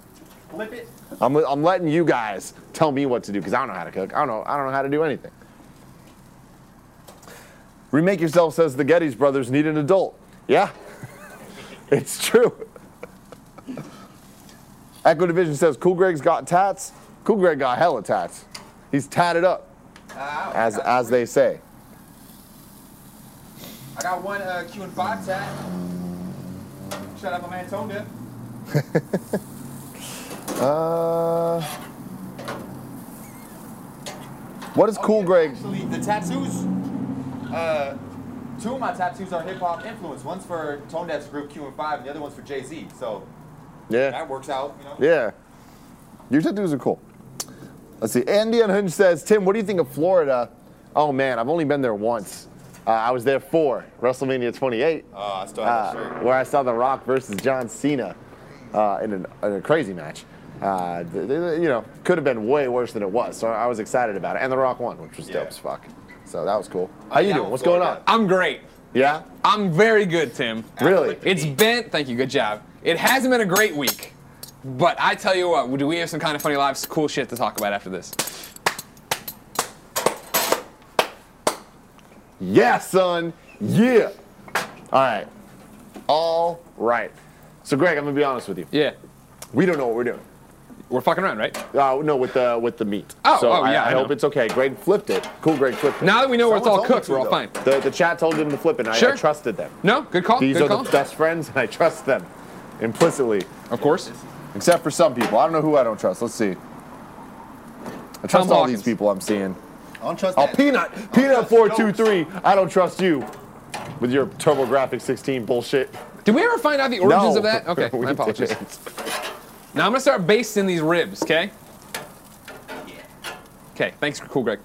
[SPEAKER 7] Flip it.
[SPEAKER 2] I'm, I'm letting you guys tell me what to do because I don't know how to cook. I don't know. I don't know how to do anything. Remake yourself says the Gettys brothers need an adult. Yeah, it's true. Echo Division says Cool Greg's got tats. Cool Greg got hella tats. He's tatted up,
[SPEAKER 7] Ah,
[SPEAKER 2] as
[SPEAKER 7] I got
[SPEAKER 2] as
[SPEAKER 7] three.
[SPEAKER 2] they say.
[SPEAKER 7] I got one uh, Q and Bob tat. Shout out my man Tonga.
[SPEAKER 2] Uh, what is Cool
[SPEAKER 7] Oh, yeah,
[SPEAKER 2] Greg?
[SPEAKER 7] Actually, the tattoos. Uh, two of my tattoos are hip hop influence. One's for Tone Deaf's group Q and Five, and the other one's for Jay Z. So
[SPEAKER 2] Yeah.
[SPEAKER 7] that works out, you know.
[SPEAKER 2] Yeah. Your tattoos are cool. Let's see. Andy Unhinged says, Tim, what do you think of Florida? Oh man, I've only been there once. Uh, I was there for WrestleMania 28,
[SPEAKER 7] Oh, I still
[SPEAKER 2] uh, where I saw The Rock versus John Cena uh, in, an, in a crazy match. Uh, th- th- you know, could have been way worse than it was. So I was excited about it, and The Rock won, which was
[SPEAKER 7] Yeah.
[SPEAKER 2] dope as fuck. So that was cool. How you
[SPEAKER 7] yeah,
[SPEAKER 2] doing?
[SPEAKER 7] I'm
[SPEAKER 2] What's going on?
[SPEAKER 7] Florida.
[SPEAKER 1] I'm great.
[SPEAKER 2] Yeah,
[SPEAKER 1] I'm very good, Tim.
[SPEAKER 2] really.
[SPEAKER 1] It's been, thank you, good job. It hasn't been a great week, but I tell you what, do we have some kind of funny lives, cool shit to talk about after this?
[SPEAKER 2] Yeah, son. Yeah. All right. All right. So Greg, I'm gonna be honest with you.
[SPEAKER 1] Yeah.
[SPEAKER 2] We don't know what we're doing.
[SPEAKER 1] We're fucking around, right?
[SPEAKER 2] Uh, no, with the with the meat.
[SPEAKER 1] Oh,
[SPEAKER 2] so
[SPEAKER 1] oh,
[SPEAKER 2] I,
[SPEAKER 1] yeah,
[SPEAKER 2] I,
[SPEAKER 1] I
[SPEAKER 2] hope
[SPEAKER 1] know.
[SPEAKER 2] it's okay. Greg flipped it. Cool, Greg flipped it.
[SPEAKER 1] Now that we know where it's all
[SPEAKER 2] Someone told
[SPEAKER 1] cooked,
[SPEAKER 2] me
[SPEAKER 1] we're all
[SPEAKER 2] to,
[SPEAKER 1] fine.
[SPEAKER 2] though. The, the chat told him to flip it, and I- I,
[SPEAKER 1] Sure.
[SPEAKER 2] trusted them.
[SPEAKER 1] No? Good call?
[SPEAKER 2] These
[SPEAKER 1] good
[SPEAKER 2] are
[SPEAKER 1] call?
[SPEAKER 2] the best friends, and I trust them implicitly.
[SPEAKER 1] Of course.
[SPEAKER 2] Except for some people. I don't know who I don't trust. Let's see. I trust all
[SPEAKER 1] Hawkins.
[SPEAKER 2] these people I'm seeing.
[SPEAKER 7] I don't trust
[SPEAKER 2] Oh,
[SPEAKER 7] that.
[SPEAKER 2] Peanut!
[SPEAKER 7] trust
[SPEAKER 2] Peanut423, I don't trust you with your TurboGrafx 16 bullshit.
[SPEAKER 1] Did we ever find out the origins
[SPEAKER 2] No.
[SPEAKER 1] of that? Okay,
[SPEAKER 2] We
[SPEAKER 1] my apologies.
[SPEAKER 2] didn't.
[SPEAKER 1] Now I'm gonna start basting these ribs, okay? Okay, thanks, cool Greg.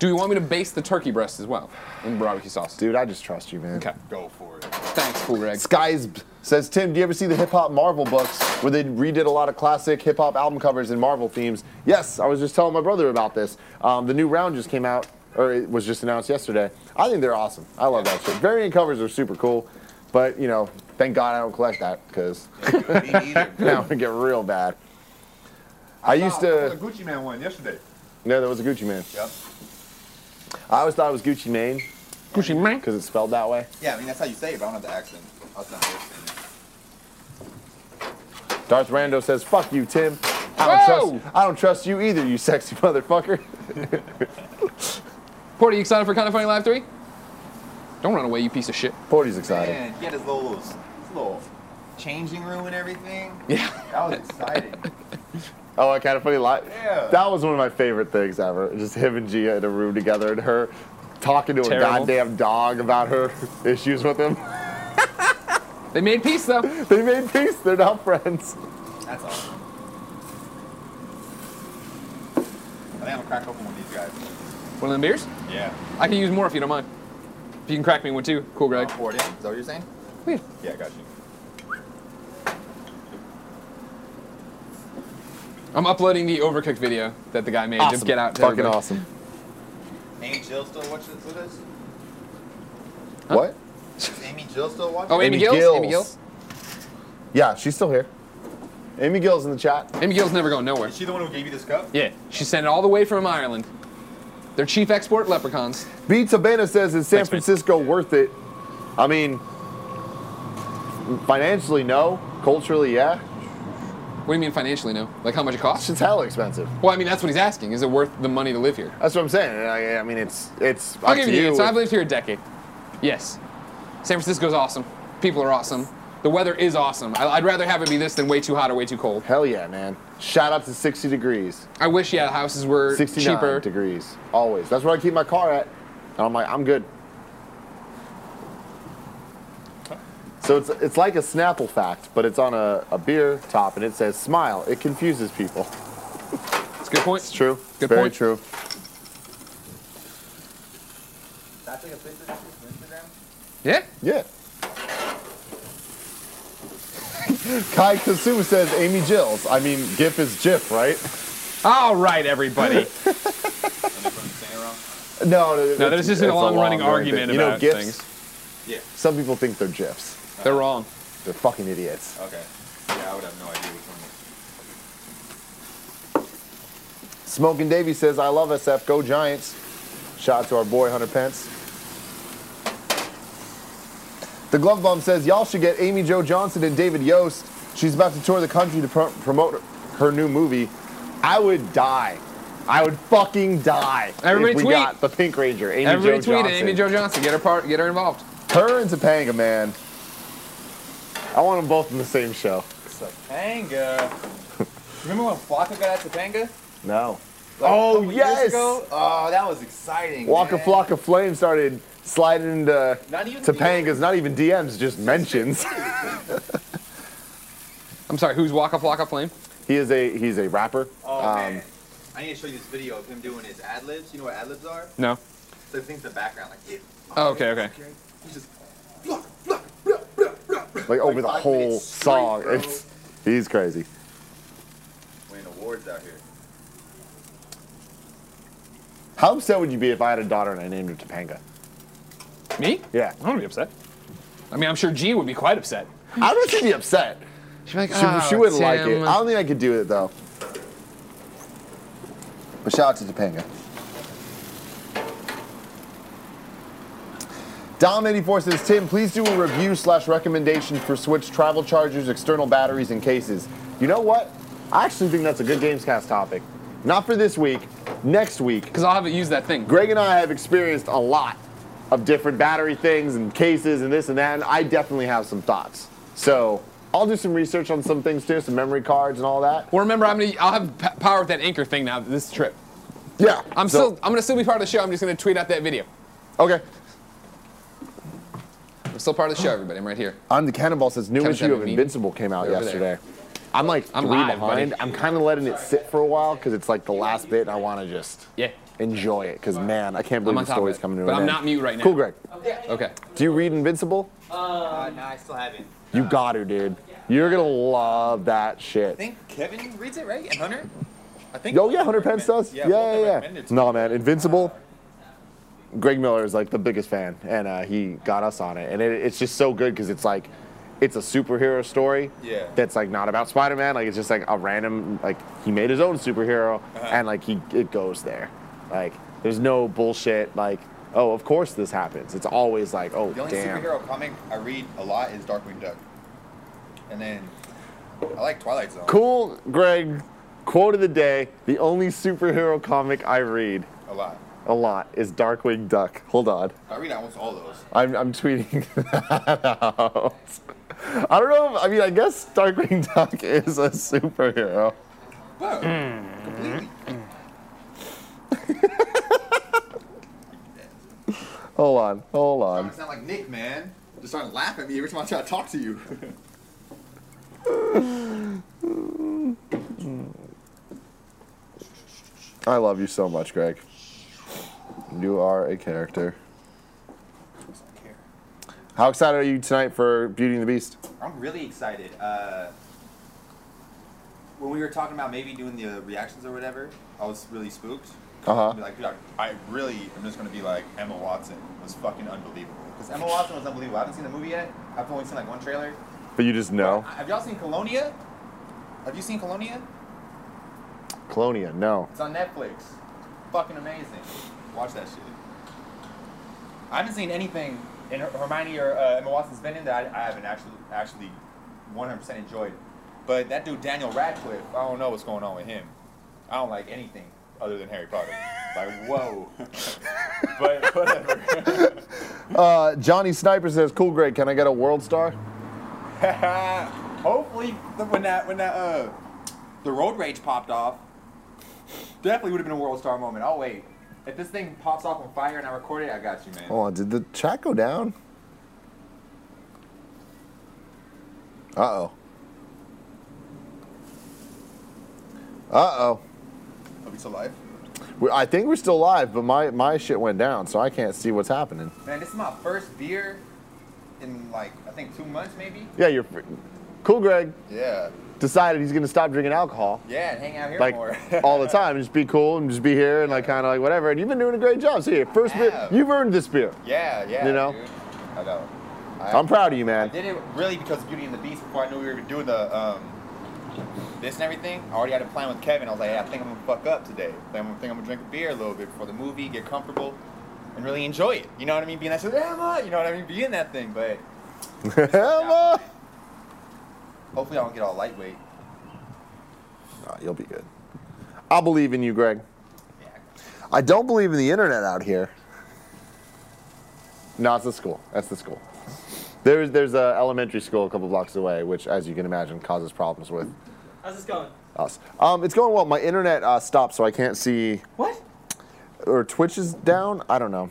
[SPEAKER 1] Do you want me to baste the turkey breast as well in barbecue sauce?
[SPEAKER 2] Dude, I just trust you, man.
[SPEAKER 1] Okay.
[SPEAKER 7] Go for it.
[SPEAKER 1] Thanks, cool Greg.
[SPEAKER 2] Skies b- says, Tim, do you ever see the hip hop Marvel books where they redid a lot of classic hip hop album covers and Marvel themes? Yes, I was just telling my brother about this. Um, the new round just came out, or it was just announced yesterday. I think they're awesome. I love that shit. Variant covers are super cool, but you know, thank God I don't collect that because
[SPEAKER 7] Me neither.
[SPEAKER 2] now it would get real bad. I used
[SPEAKER 7] There's
[SPEAKER 2] to.
[SPEAKER 7] a Gucci Man one yesterday.
[SPEAKER 2] No, that was a Gucci man.
[SPEAKER 7] Yep.
[SPEAKER 2] I always thought it was Gucci Mane
[SPEAKER 1] Gucci man.
[SPEAKER 2] because it's spelled that way.
[SPEAKER 7] Yeah, I mean that's how you say it. But I don't have the accent. I'll sound weird.
[SPEAKER 2] Darth Rando says, "Fuck you, Tim. I
[SPEAKER 1] Whoa!
[SPEAKER 2] don't trust. I don't trust you either, you sexy motherfucker."
[SPEAKER 1] Porter, you excited for Kind of Funny Live 3? Don't run away, you piece of shit.
[SPEAKER 2] Forty's excited.
[SPEAKER 7] Man, he had his little, his little changing room and everything.
[SPEAKER 1] Yeah.
[SPEAKER 7] I was excited.
[SPEAKER 2] Oh, I kind of funny lot.
[SPEAKER 7] Yeah.
[SPEAKER 2] That was one of my favorite things ever. Just him and Gia in a room together, and her talking to
[SPEAKER 1] Terrible.
[SPEAKER 2] a goddamn dog about her issues with him.
[SPEAKER 1] They made peace, though.
[SPEAKER 2] They made peace. They're now friends.
[SPEAKER 7] That's awesome. I think I'm gonna crack open one of these guys.
[SPEAKER 1] One of them beers?
[SPEAKER 7] Yeah.
[SPEAKER 1] I can use more if you don't mind. If you can crack me one, too. Cool, Greg.
[SPEAKER 7] Pour it in. Is that what you're saying?
[SPEAKER 1] Yeah.
[SPEAKER 7] Yeah, I got you.
[SPEAKER 1] I'm uploading the overcooked video that the guy made. Just get out. to
[SPEAKER 2] Fucking
[SPEAKER 1] everybody.
[SPEAKER 2] awesome.
[SPEAKER 7] Amy Jill still watching with us?
[SPEAKER 2] What?
[SPEAKER 7] Is Amy Jill still watching?
[SPEAKER 1] Oh, Amy, Gills? Amy Gills?
[SPEAKER 2] Yeah, she's still here. Amy Gill's in the chat.
[SPEAKER 1] Amy Gills never going nowhere.
[SPEAKER 7] Is she the one who gave you this cup?
[SPEAKER 1] Yeah. She sent it all the way from Ireland. Their chief export, leprechauns.
[SPEAKER 2] B. Tabana says, "Is San
[SPEAKER 1] Thanks, man.
[SPEAKER 2] Francisco worth it?" I mean, financially, no. Culturally, yeah.
[SPEAKER 1] What do you mean financially, no? Like how much it costs?
[SPEAKER 2] Shit's hella expensive.
[SPEAKER 1] Well, I mean, that's what he's asking. Is it worth the money to live here?
[SPEAKER 2] That's what I'm saying. I, I mean, it's it's
[SPEAKER 1] I'll
[SPEAKER 2] up
[SPEAKER 1] give
[SPEAKER 2] to
[SPEAKER 1] you the answer.
[SPEAKER 2] if-
[SPEAKER 1] I've lived here a decade. Yes. San Francisco's awesome. People are awesome. The weather is awesome. I, I'd rather have it be this than way too hot or way too cold.
[SPEAKER 2] Hell yeah, man. Shout out to 60 degrees.
[SPEAKER 1] I wish, yeah, houses were
[SPEAKER 2] 69
[SPEAKER 1] Er, cheaper.
[SPEAKER 2] degrees. Always. That's where I keep my car at. And I'm like, I'm good. So it's, it's like a Snapple fact, but it's on a, a beer top and it says smile. It confuses people.
[SPEAKER 1] That's a good point.
[SPEAKER 2] It's true.
[SPEAKER 1] Good
[SPEAKER 2] Very
[SPEAKER 1] point.
[SPEAKER 2] true.
[SPEAKER 7] Can I take a picture of this for Instagram?
[SPEAKER 1] Yeah.
[SPEAKER 2] Yeah. Kai Kasum says Amy Jills. I mean, GIF is GIF, right?
[SPEAKER 1] All right, everybody.
[SPEAKER 7] Am I putting the thing wrong?
[SPEAKER 2] No, no.
[SPEAKER 1] no, there's just a long-running argument
[SPEAKER 2] You know,
[SPEAKER 1] about
[SPEAKER 2] GIFs,
[SPEAKER 1] things.
[SPEAKER 7] Yeah.
[SPEAKER 2] Some people think they're GIFs.
[SPEAKER 1] They're wrong.
[SPEAKER 2] They're fucking idiots.
[SPEAKER 7] Okay. Yeah, I would have no idea which one. it
[SPEAKER 2] Smoking Davey says, I love SF. Go Giants. Shout out to our boy, Hunter Pence. The Glove Bum says, Y'all should get Amy Jo Johnson and David Yost. She's about to tour the country to pro- promote her new movie. I would die. I would fucking die.
[SPEAKER 1] Everybody
[SPEAKER 2] if we
[SPEAKER 1] tweet.
[SPEAKER 2] got the Pink Ranger, Amy
[SPEAKER 1] Everybody
[SPEAKER 2] Jo
[SPEAKER 1] tweet at
[SPEAKER 2] Johnson.
[SPEAKER 1] Amy Jo Johnson. Get her part. Get her involved.
[SPEAKER 2] Her and Topanga, man. I want them both in the same show.
[SPEAKER 7] was. Topanga. Remember when Flocka got at Topanga?
[SPEAKER 2] No.
[SPEAKER 7] Like a
[SPEAKER 2] Oh,
[SPEAKER 7] couple years
[SPEAKER 2] yes!
[SPEAKER 7] ago? Oh, that was exciting.
[SPEAKER 2] Walk a
[SPEAKER 7] man.
[SPEAKER 2] flock of flame started sliding into
[SPEAKER 7] Not even
[SPEAKER 2] Topanga's, not even DMs, just mentions.
[SPEAKER 1] I'm sorry. Who's Waka Flocka Flame?
[SPEAKER 2] he is a he's a rapper.
[SPEAKER 7] Oh
[SPEAKER 2] Um,
[SPEAKER 7] man. I need to show you this video of him doing his ad libs. You know what ad libs are?
[SPEAKER 1] No.
[SPEAKER 7] So he thinks the background, like, yeah.
[SPEAKER 1] Oh, okay. Okay.
[SPEAKER 7] He's just
[SPEAKER 2] Like over the
[SPEAKER 7] five
[SPEAKER 2] whole
[SPEAKER 7] minutes straight,
[SPEAKER 2] song.
[SPEAKER 7] bro.
[SPEAKER 2] It's he's crazy.
[SPEAKER 7] winning awards out here.
[SPEAKER 2] How upset would you be if I had a daughter and I named her Topanga?
[SPEAKER 1] Me?
[SPEAKER 2] Yeah.
[SPEAKER 1] I don't be upset. I mean, I'm sure G would be quite upset.
[SPEAKER 2] I don't think she'd be upset.
[SPEAKER 1] She'd be like,
[SPEAKER 2] She,
[SPEAKER 1] oh,
[SPEAKER 2] she wouldn't like it.
[SPEAKER 1] Tim."
[SPEAKER 2] I don't think I could do it though. But shout out to Topanga. Dom84 says, Tim, please do a review slash recommendation for Switch travel chargers, external batteries, and cases. You know what? I actually think that's a good Gamescast topic. Not for this week, next week.
[SPEAKER 1] Because I'll have it use that thing.
[SPEAKER 2] Greg and I have experienced a lot of different battery things and cases and this and that, and I definitely have some thoughts. So I'll do some research on some things too, some memory cards and all that.
[SPEAKER 1] Well, remember, I'm gonna. I'll have p- power with that anchor thing now. This trip.
[SPEAKER 2] Yeah.
[SPEAKER 1] I'm
[SPEAKER 2] so-
[SPEAKER 1] still. I'm gonna still be part of the show. I'm just gonna tweet out that video.
[SPEAKER 2] okay.
[SPEAKER 1] I'm still part of the show, everybody. I'm right here.
[SPEAKER 2] I'm Um, the Cannonball says new
[SPEAKER 1] Kevin
[SPEAKER 2] issue of
[SPEAKER 1] Seventeen.
[SPEAKER 2] Invincible came out
[SPEAKER 1] They're over
[SPEAKER 2] yesterday.
[SPEAKER 1] there.
[SPEAKER 2] I'm like
[SPEAKER 1] I'm
[SPEAKER 2] three
[SPEAKER 1] live, buddy.
[SPEAKER 2] behind. I'm kind of letting it sit for a while because it's like the last bit, and I want to just
[SPEAKER 1] Yeah.
[SPEAKER 2] enjoy it because man, I can't
[SPEAKER 1] I'm
[SPEAKER 2] believe
[SPEAKER 1] on
[SPEAKER 2] the
[SPEAKER 1] top of
[SPEAKER 2] story's
[SPEAKER 1] it.
[SPEAKER 2] coming to
[SPEAKER 1] But
[SPEAKER 2] an
[SPEAKER 1] I'm
[SPEAKER 2] end.
[SPEAKER 1] not mute right now.
[SPEAKER 2] Cool, Greg.
[SPEAKER 1] Okay.
[SPEAKER 2] Do you read Invincible?
[SPEAKER 7] Uh,
[SPEAKER 2] Mm.
[SPEAKER 7] no, I still haven't.
[SPEAKER 2] You got to, dude. You're gonna love that shit.
[SPEAKER 7] I think Kevin reads it, right? And Hunter? I think.
[SPEAKER 2] Oh yeah, Hunter Pence does. Yeah,
[SPEAKER 7] both
[SPEAKER 2] yeah,
[SPEAKER 7] have
[SPEAKER 2] yeah.
[SPEAKER 7] recommended it to
[SPEAKER 2] No,
[SPEAKER 7] me.
[SPEAKER 2] man, Invincible. Greg Miller is like the biggest fan, and uh, he got us on it, and it, it's just so good because it's like it's a superhero story
[SPEAKER 7] Yeah.
[SPEAKER 2] that's like not about Spider-Man. Like it's just like a random like he made his own superhero
[SPEAKER 7] Uh-huh.
[SPEAKER 2] and like he it goes there. Like there's no bullshit. Like oh of course this happens. It's always like oh
[SPEAKER 7] The only
[SPEAKER 2] damn.
[SPEAKER 7] superhero comic I read a lot is Darkwing Duck. And then I like Twilight Zone.
[SPEAKER 2] Cool, Greg. Quote of the day: The only superhero comic I read
[SPEAKER 7] A lot.
[SPEAKER 2] a lot is Darkwing Duck. Hold on.
[SPEAKER 7] I read almost all those.
[SPEAKER 2] I'm, I'm tweeting that out. I don't know. If, I mean, I guess Darkwing Duck is a superhero.
[SPEAKER 7] Whoa. Completely.
[SPEAKER 2] Hold on, hold on.
[SPEAKER 7] Sound like Nick, man. Just starting laughing at me every time I try to talk to you.
[SPEAKER 2] I love you so much, Greg. You are a character. How excited are you tonight for Beauty and the Beast?
[SPEAKER 7] I'm really excited. Uh, when we were talking about maybe doing the reactions or whatever, I was really spooked.
[SPEAKER 2] Uh
[SPEAKER 7] I'd be like, dude, I, I really am just gonna be like Emma Watson was fucking unbelievable. Because Emma Watson was unbelievable. I haven't seen the movie yet. I've only seen like one trailer.
[SPEAKER 2] huh. But you just know.
[SPEAKER 7] Have y'all seen Colonia? Have you seen Colonia?
[SPEAKER 2] Colonia, no.
[SPEAKER 7] It's on Netflix. Fucking amazing. Watch that shit. I haven't seen anything in Her- Hermione or uh, Emma Watson's been in that I, I haven't actually actually 100% enjoyed. But that dude Daniel Radcliffe, I don't know what's going on with him. I don't like anything other than Harry Potter. Like whoa. but whatever.
[SPEAKER 2] Uh, Johnny Sniper says, "Cool, Greg. Can I get a world star?"
[SPEAKER 7] Hopefully, the- when that when that uh, the road rage popped off, definitely would have been a world star moment. I'll wait. If this thing pops off on fire and I record it, I got you, man.
[SPEAKER 2] Hold on. Oh, Did the chat go down? Uh oh. Uh oh.
[SPEAKER 7] Are we still live?
[SPEAKER 2] We- I think we're still live, but my, my shit went down, so I can't see what's happening.
[SPEAKER 7] Man, this is my first beer in like I think two months, maybe.
[SPEAKER 2] Yeah, you're fr- cool. Greg
[SPEAKER 7] Yeah.
[SPEAKER 2] decided he's gonna stop drinking alcohol
[SPEAKER 7] Yeah, and hang out here
[SPEAKER 2] like
[SPEAKER 7] more.
[SPEAKER 2] all the time, just be cool and just be here and like kind of like whatever. And you've been doing a great job. So here, first beer,
[SPEAKER 7] have.
[SPEAKER 2] you've earned this beer.
[SPEAKER 7] yeah, yeah.
[SPEAKER 2] You know?
[SPEAKER 7] dude. I know. I,
[SPEAKER 2] I'm proud of you,
[SPEAKER 7] I
[SPEAKER 2] man.
[SPEAKER 7] did it really because of Beauty and the Beast. Before I knew we were doing the um, this and everything, I already had a plan with Kevin. I was like, hey, I think I'm gonna fuck up today. I think I'm, think I'm gonna drink a beer a little bit before the movie, get comfortable, and really enjoy it. You know what I mean? Being that shit, Emma. You know what I mean? Being that thing, but
[SPEAKER 2] Emma!
[SPEAKER 7] hopefully I don't get all lightweight.
[SPEAKER 2] Nah, you'll be good. I believe in you, Greg. I don't believe in the internet out here. No, it's the school. That's the school. There's there's a elementary school a couple blocks away, which, as you can imagine, causes problems with
[SPEAKER 6] How's this going?
[SPEAKER 2] us. Um, it's going well. My internet uh, stopped, so I can't see,
[SPEAKER 6] What?
[SPEAKER 2] or Twitch is down. I don't know,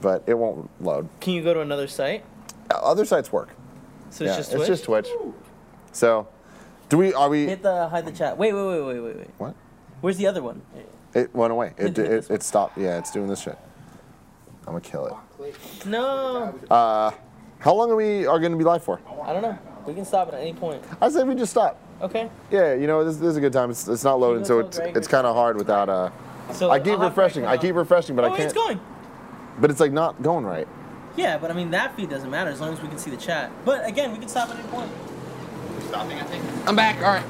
[SPEAKER 2] but it won't load.
[SPEAKER 3] Can you go to another site?
[SPEAKER 2] Uh, Other sites work.
[SPEAKER 3] So it's
[SPEAKER 2] yeah,
[SPEAKER 3] just
[SPEAKER 2] it's
[SPEAKER 3] Twitch?
[SPEAKER 2] just Twitch. So, do we? Are we?
[SPEAKER 3] Hit the hide the chat. Wait, wait, wait, wait, wait, wait.
[SPEAKER 2] what?
[SPEAKER 3] Where's the other one?
[SPEAKER 2] It went away. It,
[SPEAKER 3] Hit
[SPEAKER 2] it,
[SPEAKER 3] this
[SPEAKER 2] it stopped. Yeah, it's doing this shit. I'm gonna kill it.
[SPEAKER 3] No,
[SPEAKER 2] Uh, how long are we are gonna be live for?
[SPEAKER 3] I don't know. We can stop it at any point.
[SPEAKER 2] I said we just stop.
[SPEAKER 3] Okay.
[SPEAKER 2] Yeah, you know this, this is a good time. It's, it's not loading,
[SPEAKER 3] go
[SPEAKER 2] so
[SPEAKER 3] till
[SPEAKER 2] it's
[SPEAKER 3] Greg
[SPEAKER 2] it's
[SPEAKER 3] or-
[SPEAKER 2] kind of hard without. Uh,
[SPEAKER 3] So
[SPEAKER 2] I keep
[SPEAKER 3] I'll have Greg
[SPEAKER 2] refreshing.
[SPEAKER 3] come
[SPEAKER 2] I
[SPEAKER 3] out.
[SPEAKER 2] keep refreshing, but
[SPEAKER 3] oh,
[SPEAKER 2] I
[SPEAKER 3] it's
[SPEAKER 2] can't.
[SPEAKER 3] going.
[SPEAKER 2] But it's like not going right.
[SPEAKER 3] Yeah, but I mean that feed doesn't matter as long as we can see the chat. But again, we can stop at any point.
[SPEAKER 7] Stopping, I think.
[SPEAKER 1] I'm back. All right.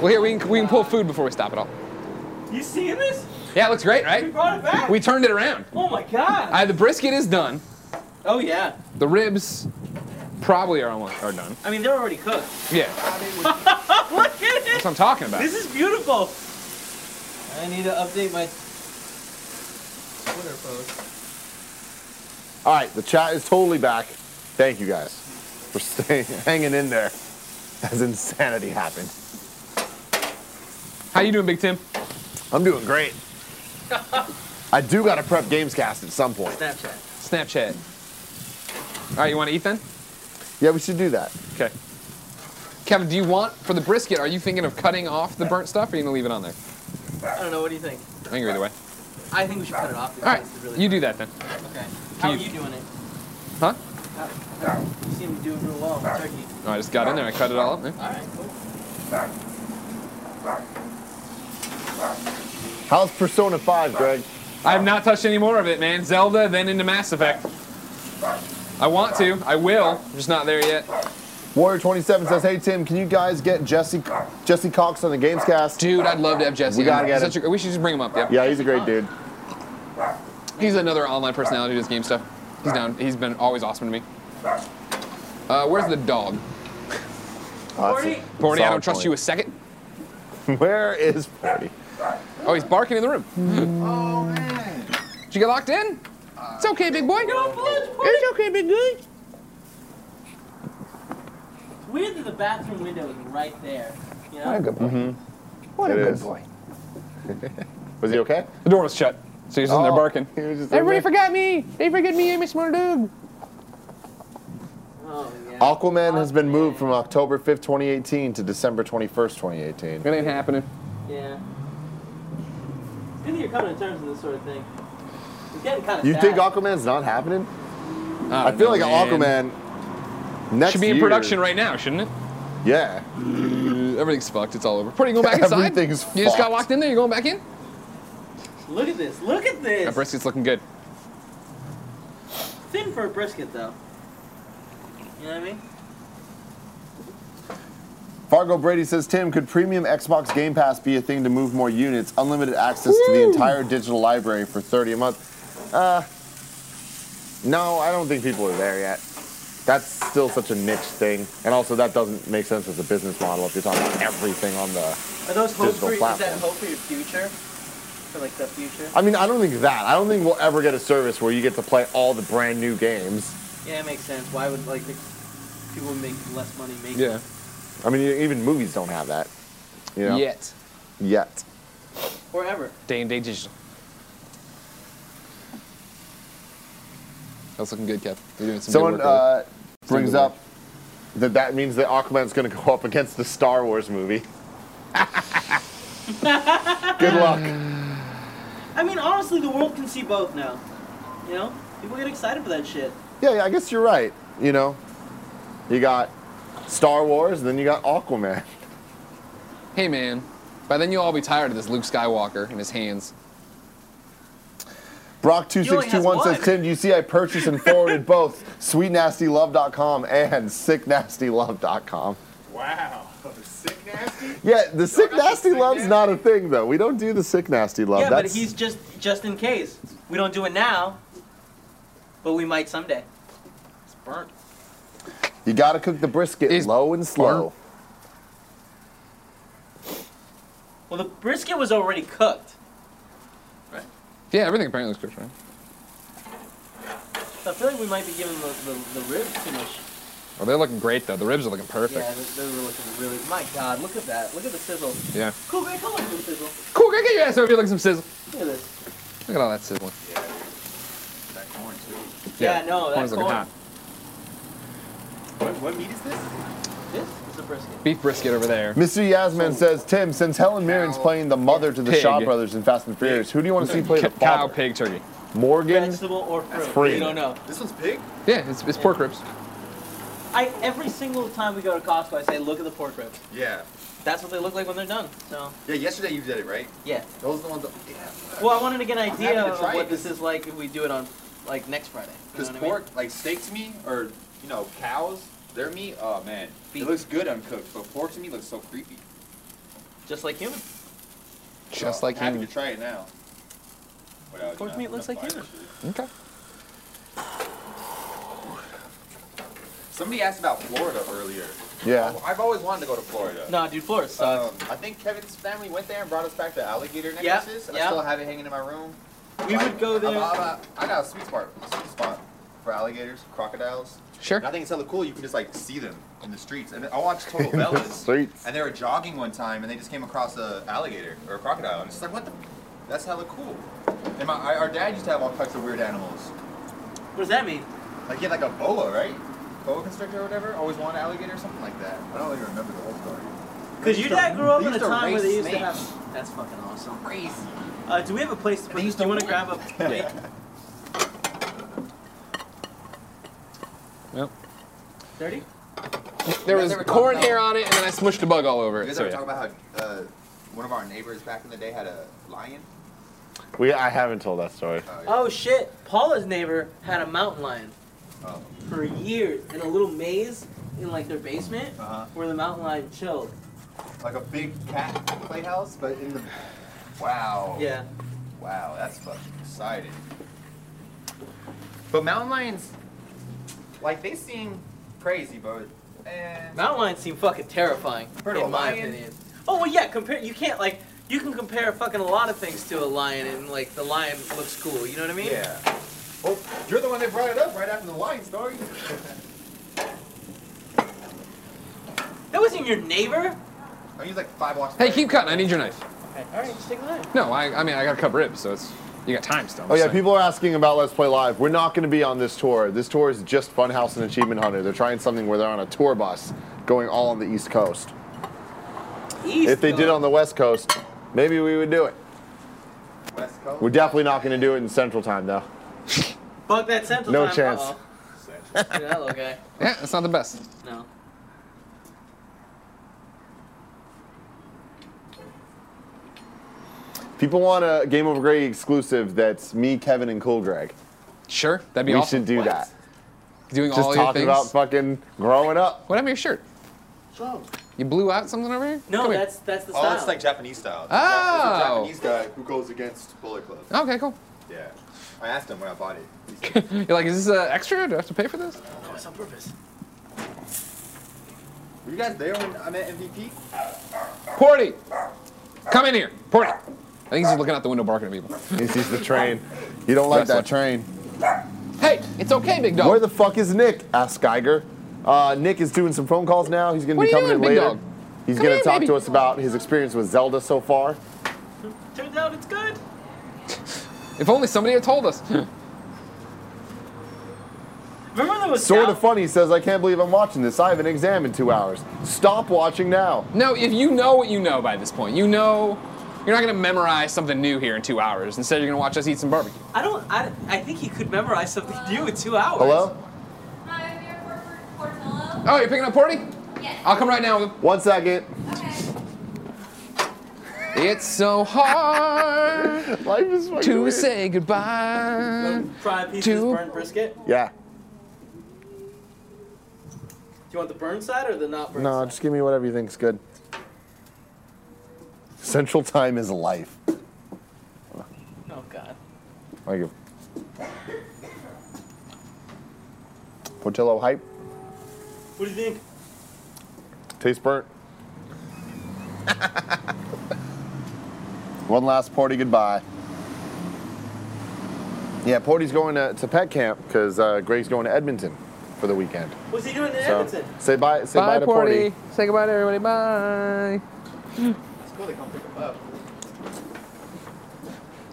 [SPEAKER 1] Well, here we can we can pull food before we stop it all.
[SPEAKER 6] You seeing this?
[SPEAKER 1] Yeah, it looks great,
[SPEAKER 6] We
[SPEAKER 1] right?
[SPEAKER 6] brought it back.
[SPEAKER 1] We turned it around.
[SPEAKER 6] oh my god.
[SPEAKER 1] Uh, the brisket is done.
[SPEAKER 6] oh yeah.
[SPEAKER 1] The ribs probably are almost are done.
[SPEAKER 6] I mean, they're already cooked.
[SPEAKER 1] Yeah,
[SPEAKER 6] Look at it.
[SPEAKER 1] that's what I'm talking about.
[SPEAKER 6] This is beautiful. I need to update my Twitter post.
[SPEAKER 2] All right, the chat is totally back. Thank you guys for staying hanging in there as insanity happened.
[SPEAKER 1] How you doing, Big Tim?
[SPEAKER 2] I'm doing great. I do gotta prep Gamescast at some point.
[SPEAKER 6] Snapchat.
[SPEAKER 1] Snapchat. All right, you want to eat then?
[SPEAKER 2] Yeah, we should do that.
[SPEAKER 1] Okay. Kevin, do you want for the brisket? Are you thinking of cutting off the burnt stuff, or are you gonna leave it on there?
[SPEAKER 6] I don't know. What do you think?
[SPEAKER 1] I think either way.
[SPEAKER 6] I think we should cut it off.
[SPEAKER 1] All right, you do that then.
[SPEAKER 6] Okay. How are
[SPEAKER 1] you-
[SPEAKER 6] you doing it?
[SPEAKER 1] Huh?
[SPEAKER 6] How, how- you seem to do real well with turkey.
[SPEAKER 1] No, I just got in there. I cut it all up. Man.
[SPEAKER 6] All right. Cool.
[SPEAKER 2] How's Persona 5, Greg?
[SPEAKER 1] I have not touched any more of it, man. Zelda, then into Mass Effect. I want to. I will. I'm just not there yet.
[SPEAKER 2] Warrior27 says, Hey, Tim, can you guys get Jesse Jesse Cox on the Gamescast?
[SPEAKER 1] Dude, I'd love to have Jesse.
[SPEAKER 2] We gotta get
[SPEAKER 1] Such
[SPEAKER 2] him.
[SPEAKER 1] a- we should just bring him up.
[SPEAKER 2] Yeah, he's a great dude.
[SPEAKER 1] He's another online personality who does game stuff. He's down. He's been always awesome to me. Uh, where's the dog?
[SPEAKER 2] Awesome.
[SPEAKER 1] Porty, I don't
[SPEAKER 2] Solid
[SPEAKER 1] trust
[SPEAKER 2] point.
[SPEAKER 1] you a second.
[SPEAKER 2] Where is Porty?
[SPEAKER 1] Oh, he's barking in the room. Oh man. Did you get locked in? It's okay, big boy. It's okay, big boy.
[SPEAKER 6] It's weird that the bathroom window is right there. You know?
[SPEAKER 1] good boy.
[SPEAKER 2] What a good boy. Mm-hmm. Was he okay?
[SPEAKER 1] The door was shut, so he's just in there
[SPEAKER 2] Oh,
[SPEAKER 1] barking.
[SPEAKER 2] he was just in
[SPEAKER 1] Everybody
[SPEAKER 2] there.
[SPEAKER 1] forgot me. They forget me. I'm a smart dog.
[SPEAKER 6] Oh yeah.
[SPEAKER 2] Aquaman has been moved from October 5th, 2018 to December 21st, 2018.
[SPEAKER 1] It ain't happening.
[SPEAKER 6] Yeah. It's good that you're coming to terms with this sort of thing. It's getting kind of
[SPEAKER 2] You
[SPEAKER 6] sad.
[SPEAKER 2] think Aquaman's not happening? I feel like Aquaman
[SPEAKER 1] Oh,
[SPEAKER 2] next
[SPEAKER 1] should be in
[SPEAKER 2] year-
[SPEAKER 1] production right now, shouldn't it?
[SPEAKER 2] Yeah.
[SPEAKER 1] Everything's fucked. It's all over. Pretty, going back inside.
[SPEAKER 2] Everything's
[SPEAKER 1] You just got
[SPEAKER 2] fucked.
[SPEAKER 1] locked in there. You're going back in.
[SPEAKER 6] Look at this. Look at
[SPEAKER 1] That
[SPEAKER 6] this.
[SPEAKER 1] brisket's looking good.
[SPEAKER 6] Thin for a brisket though. You know what I mean?
[SPEAKER 2] Fargo Brady says, Tim, could premium Xbox Game Pass be a thing to move more units, unlimited access to the entire digital library for 30 a month? Uh, no, I don't think people are there yet. That's still such a niche thing. And also, that doesn't make sense as a business model if you're talking about everything on the.
[SPEAKER 6] Are those hope
[SPEAKER 2] Digital
[SPEAKER 6] for is that
[SPEAKER 2] platform.
[SPEAKER 6] hope for your future? For like the future?
[SPEAKER 2] I mean, I don't think that. I don't think we'll ever get a service where you get to play all the brand new games.
[SPEAKER 6] Yeah, it makes sense. Why would like the people make less money making?
[SPEAKER 1] Yeah.
[SPEAKER 2] I mean, even movies don't have that. You know?
[SPEAKER 1] Yet.
[SPEAKER 2] Yet.
[SPEAKER 6] Or ever.
[SPEAKER 1] Day and day digital. That's looking good, Kev. You're doing some
[SPEAKER 2] Someone
[SPEAKER 1] good work.
[SPEAKER 2] uh, brings
[SPEAKER 1] good work.
[SPEAKER 2] up that that means that Aquaman's going to go up against the Star Wars movie. Good luck.
[SPEAKER 6] I mean, honestly, the world can see both now. You know, people get excited for that shit.
[SPEAKER 2] Yeah, yeah, I guess you're right. You know, you got Star Wars, and then you got Aquaman.
[SPEAKER 1] with it. hey, man. By then you'll all be tired of this Luke Skywalker and his hands.
[SPEAKER 2] Brock
[SPEAKER 6] He only has
[SPEAKER 2] 2621 says,
[SPEAKER 6] one.
[SPEAKER 2] Tim, do you see I purchased and forwarded both sweetnastylove.com and sicknastylove.com?
[SPEAKER 7] Wow. Sick nasty?
[SPEAKER 2] Yeah, the sick
[SPEAKER 7] got the
[SPEAKER 2] nasty
[SPEAKER 7] Sick
[SPEAKER 2] love's
[SPEAKER 7] Nasty?
[SPEAKER 2] not a thing though. We don't do the sick nasty love.
[SPEAKER 6] yeah,
[SPEAKER 2] Oh, That's
[SPEAKER 6] but he's just just in case. We don't do it now, but we might someday. It's burnt.
[SPEAKER 2] you got to cook the brisket
[SPEAKER 1] Is-
[SPEAKER 2] low and slow.
[SPEAKER 6] Well, the brisket was already cooked.
[SPEAKER 1] Yeah, everything apparently looks good, right?
[SPEAKER 6] So I feel like we might be giving the, the, the ribs too much.
[SPEAKER 1] Oh, they're looking great though. The ribs are looking perfect.
[SPEAKER 6] Yeah, they they were looking really. My God, look at that! Look at the sizzle.
[SPEAKER 1] Yeah.
[SPEAKER 6] Cool, great color for the sizzle.
[SPEAKER 1] Cool, get your ass over here. Look at some sizzle.
[SPEAKER 6] Look at this.
[SPEAKER 1] Look at all that sizzling.
[SPEAKER 7] That corn, too.
[SPEAKER 6] Yeah,
[SPEAKER 1] Corn's
[SPEAKER 6] no, that's
[SPEAKER 1] looking hot.
[SPEAKER 6] corn.
[SPEAKER 7] What, what meat is this?
[SPEAKER 6] This is a brisket.
[SPEAKER 1] Beef brisket over there.
[SPEAKER 2] Mr. Yasman says, Tim, since Helen Mirren's playing the mother to the
[SPEAKER 1] Pig.
[SPEAKER 2] Shaw brothers in Fast and Furious, who do you want to see play
[SPEAKER 1] Cow,
[SPEAKER 2] the father?
[SPEAKER 1] pig, turkey.
[SPEAKER 2] Morgan.
[SPEAKER 6] Vegetable or fruit?
[SPEAKER 2] free.
[SPEAKER 6] We don't know.
[SPEAKER 7] This one's pig?
[SPEAKER 1] Yeah, it's, it's pork ribs.
[SPEAKER 6] I every single time we go to Costco, I say, look at the pork ribs.
[SPEAKER 7] Yeah.
[SPEAKER 6] That's what they look like when they're done. So
[SPEAKER 7] Yeah, yesterday you did it, right?
[SPEAKER 6] yeah.
[SPEAKER 7] Those are the ones that. Yeah.
[SPEAKER 6] Well, I wanted to get an
[SPEAKER 7] I'm happy
[SPEAKER 6] idea
[SPEAKER 7] to
[SPEAKER 6] of
[SPEAKER 7] try
[SPEAKER 6] what
[SPEAKER 7] it.
[SPEAKER 6] this is like if we do it on like next Friday. You know
[SPEAKER 7] Because
[SPEAKER 6] what I mean?
[SPEAKER 7] pork, like steak to me, or you know, cows, their meat. Oh man,
[SPEAKER 6] Beef.
[SPEAKER 7] it looks good uncooked, but pork to me looks so creepy.
[SPEAKER 6] just like human.
[SPEAKER 1] Just
[SPEAKER 7] So,
[SPEAKER 1] like
[SPEAKER 7] happy
[SPEAKER 1] human.
[SPEAKER 7] to try it now. Without,
[SPEAKER 6] Pork
[SPEAKER 7] you know,
[SPEAKER 6] meat looks
[SPEAKER 7] enough
[SPEAKER 6] like
[SPEAKER 7] fiber.
[SPEAKER 1] Okay.
[SPEAKER 7] Somebody asked about Florida earlier.
[SPEAKER 2] Yeah.
[SPEAKER 7] I've always wanted to go to Florida.
[SPEAKER 6] Nah, dude, Florida sucks.
[SPEAKER 7] Um, I think Kevin's family went there and brought us back the alligator
[SPEAKER 6] Yeah,
[SPEAKER 7] necklaces. and
[SPEAKER 6] yeah.
[SPEAKER 7] I still have it hanging in my room.
[SPEAKER 6] we
[SPEAKER 7] Like,
[SPEAKER 6] would go
[SPEAKER 7] I'm-
[SPEAKER 6] there.
[SPEAKER 7] I'm a- I got a sweet spot, sweet spot for alligators, crocodiles.
[SPEAKER 1] Sure.
[SPEAKER 7] And I think it's hella cool. You can just like see them in the streets. And I watched Total
[SPEAKER 2] the
[SPEAKER 7] Bellas.
[SPEAKER 2] streets.
[SPEAKER 7] And they were jogging one time, and they just came across a alligator or a crocodile, and it's like, what the? That's hella cool. And my our our dad used to have all types of weird animals.
[SPEAKER 6] what does that mean?
[SPEAKER 7] Like he had like a boa, right? Boa constrictor or whatever. Always wanted an alligator or something like that. I don't even remember the whole story.
[SPEAKER 6] Because your dad grew up
[SPEAKER 7] They
[SPEAKER 6] in a
[SPEAKER 7] used to
[SPEAKER 6] time where
[SPEAKER 7] race
[SPEAKER 6] they used to
[SPEAKER 7] snakes.
[SPEAKER 6] have. That's fucking awesome.
[SPEAKER 7] Crazy.
[SPEAKER 6] Uh, do we have a place to
[SPEAKER 7] They
[SPEAKER 6] put this?
[SPEAKER 7] used
[SPEAKER 6] Do you want to
[SPEAKER 7] to win.
[SPEAKER 6] grab a plate?
[SPEAKER 1] Well,
[SPEAKER 6] Dirty?
[SPEAKER 1] there
[SPEAKER 7] Yeah,
[SPEAKER 1] was
[SPEAKER 7] they were
[SPEAKER 1] corn
[SPEAKER 7] talking
[SPEAKER 1] hair
[SPEAKER 7] about-
[SPEAKER 1] on it, and then I smushed a bug all over
[SPEAKER 7] You
[SPEAKER 1] it.
[SPEAKER 7] guys
[SPEAKER 1] So,
[SPEAKER 7] ever
[SPEAKER 1] yeah.
[SPEAKER 7] talk about how uh, one of our neighbors back in the day had a lion?
[SPEAKER 2] We, I haven't told that story.
[SPEAKER 6] Oh shit! Paula's neighbor had a mountain lion
[SPEAKER 7] Oh.
[SPEAKER 6] for years in a little maze
[SPEAKER 3] in like their basement
[SPEAKER 7] Uh-huh.
[SPEAKER 3] where the mountain lion chilled.
[SPEAKER 7] Like a big cat playhouse, but in the. Wow.
[SPEAKER 3] Yeah.
[SPEAKER 7] Wow, that's fucking exciting. But mountain lions, like they seem crazy, but eh,
[SPEAKER 3] Mountain lions seem fucking terrifying,
[SPEAKER 7] Heard of a
[SPEAKER 3] in my
[SPEAKER 7] lion?
[SPEAKER 3] opinion. Oh well, yeah. Compare. You can't like. You can compare fucking a lot of things to a lion, and like the lion looks cool. You know what I mean?
[SPEAKER 7] yeah. Well, you're the one that brought it up right after the lion story.
[SPEAKER 3] That wasn't your neighbor.
[SPEAKER 7] I mean, he's like five blocks.
[SPEAKER 1] Hey,
[SPEAKER 7] away.
[SPEAKER 1] keep cutting. I need your knife.
[SPEAKER 3] All right, just take a knife.
[SPEAKER 1] No, I, I mean I gotta cut ribs, so it's you got time still. I'm
[SPEAKER 2] Oh yeah,
[SPEAKER 1] saying.
[SPEAKER 2] people are asking about Let's Play Live. We're not going to be on this tour. This tour is just Funhouse and Achievement Hunter. They're trying something where they're on a tour bus going all on the East Coast.
[SPEAKER 3] East
[SPEAKER 2] If they did
[SPEAKER 3] though.
[SPEAKER 2] on the West Coast, maybe we would do it.
[SPEAKER 7] West Coast.
[SPEAKER 2] We're definitely not going to do it in Central Time though.
[SPEAKER 3] Fuck that central
[SPEAKER 2] No
[SPEAKER 3] time.
[SPEAKER 2] chance.
[SPEAKER 3] Uh-oh. Look at that little guy.
[SPEAKER 1] Yeah, it's not the best.
[SPEAKER 3] No.
[SPEAKER 2] People want a Game Over Grey exclusive that's me, Kevin, and Cool Greg.
[SPEAKER 1] Sure, that'd be
[SPEAKER 2] we
[SPEAKER 1] awesome.
[SPEAKER 2] should do that.
[SPEAKER 1] Doing all
[SPEAKER 2] Just
[SPEAKER 1] your
[SPEAKER 2] talking
[SPEAKER 1] things.
[SPEAKER 2] about fucking growing up.
[SPEAKER 1] What happened to your shirt? You blew out something over here?
[SPEAKER 3] No,
[SPEAKER 1] Come here.
[SPEAKER 3] that's that's the
[SPEAKER 7] Oh,
[SPEAKER 3] style.
[SPEAKER 7] that's like Japanese style. It's a
[SPEAKER 1] Oh.
[SPEAKER 7] Jap- it's a Japanese guy who goes against Bullet Club.
[SPEAKER 1] Okay, cool.
[SPEAKER 7] Yeah. I asked him when I bought it. He said,
[SPEAKER 1] You're like, is this uh, extra? Do I have to pay for this?
[SPEAKER 3] No, it's on purpose.
[SPEAKER 7] Were you guys there when I met MVP?
[SPEAKER 1] Porty! Come in here. Porty! I think he's just looking out the window barking at people.
[SPEAKER 2] He sees the train. You don't like that
[SPEAKER 1] Wrestler.
[SPEAKER 2] train.
[SPEAKER 1] Hey, it's okay, big dog.
[SPEAKER 2] Where the fuck is Nick? Asked Geiger. Uh, Nick is doing some phone calls now. He's going to
[SPEAKER 1] What
[SPEAKER 2] be
[SPEAKER 1] are you
[SPEAKER 2] coming in
[SPEAKER 1] doing, big
[SPEAKER 2] later.
[SPEAKER 1] dog?
[SPEAKER 2] He's
[SPEAKER 1] Come
[SPEAKER 2] going
[SPEAKER 1] here,
[SPEAKER 2] to talk
[SPEAKER 1] baby.
[SPEAKER 2] to us about his experience with Zelda so far.
[SPEAKER 3] Turns out it's good.
[SPEAKER 1] if only somebody had told us.
[SPEAKER 3] Remember that was
[SPEAKER 2] Sort
[SPEAKER 3] Sal-
[SPEAKER 2] of funny. He says, I can't believe I'm watching this. I have an exam in two hours. Stop watching now.
[SPEAKER 1] no, if you know what you know by this point, you know you're not going to memorize something new here in two hours. Instead, you're going to watch us eat some barbecue.
[SPEAKER 3] I don't. I, I think he could memorize something new in two hours.
[SPEAKER 2] Hello?
[SPEAKER 11] Hi, I'm here for Portillo.
[SPEAKER 1] Oh, you're picking up Porty?
[SPEAKER 11] Yes.
[SPEAKER 1] I'll come right now with him.
[SPEAKER 2] One second.
[SPEAKER 11] Okay.
[SPEAKER 1] It's so hard
[SPEAKER 2] Life is fucking
[SPEAKER 1] to
[SPEAKER 2] weird.
[SPEAKER 1] say goodbye.
[SPEAKER 3] Fry pieces,
[SPEAKER 1] Two.
[SPEAKER 3] burn brisket. Do
[SPEAKER 2] Yeah.
[SPEAKER 3] you want the burn side or the not burn
[SPEAKER 2] No,
[SPEAKER 3] side?
[SPEAKER 2] just give me whatever you think's good. Central time is life.
[SPEAKER 3] Oh God.
[SPEAKER 2] I give. Portillo hype.
[SPEAKER 3] What do you think?
[SPEAKER 2] Taste burnt. One last party goodbye. Yeah, Porty's going to, to pet camp because uh, Greg's going to Edmonton for the weekend.
[SPEAKER 3] What's he doing in
[SPEAKER 2] So
[SPEAKER 3] Edmonton?
[SPEAKER 2] say bye, say bye, to Porty.
[SPEAKER 1] Say goodbye to everybody. Bye.
[SPEAKER 7] It's cool they come pick him up.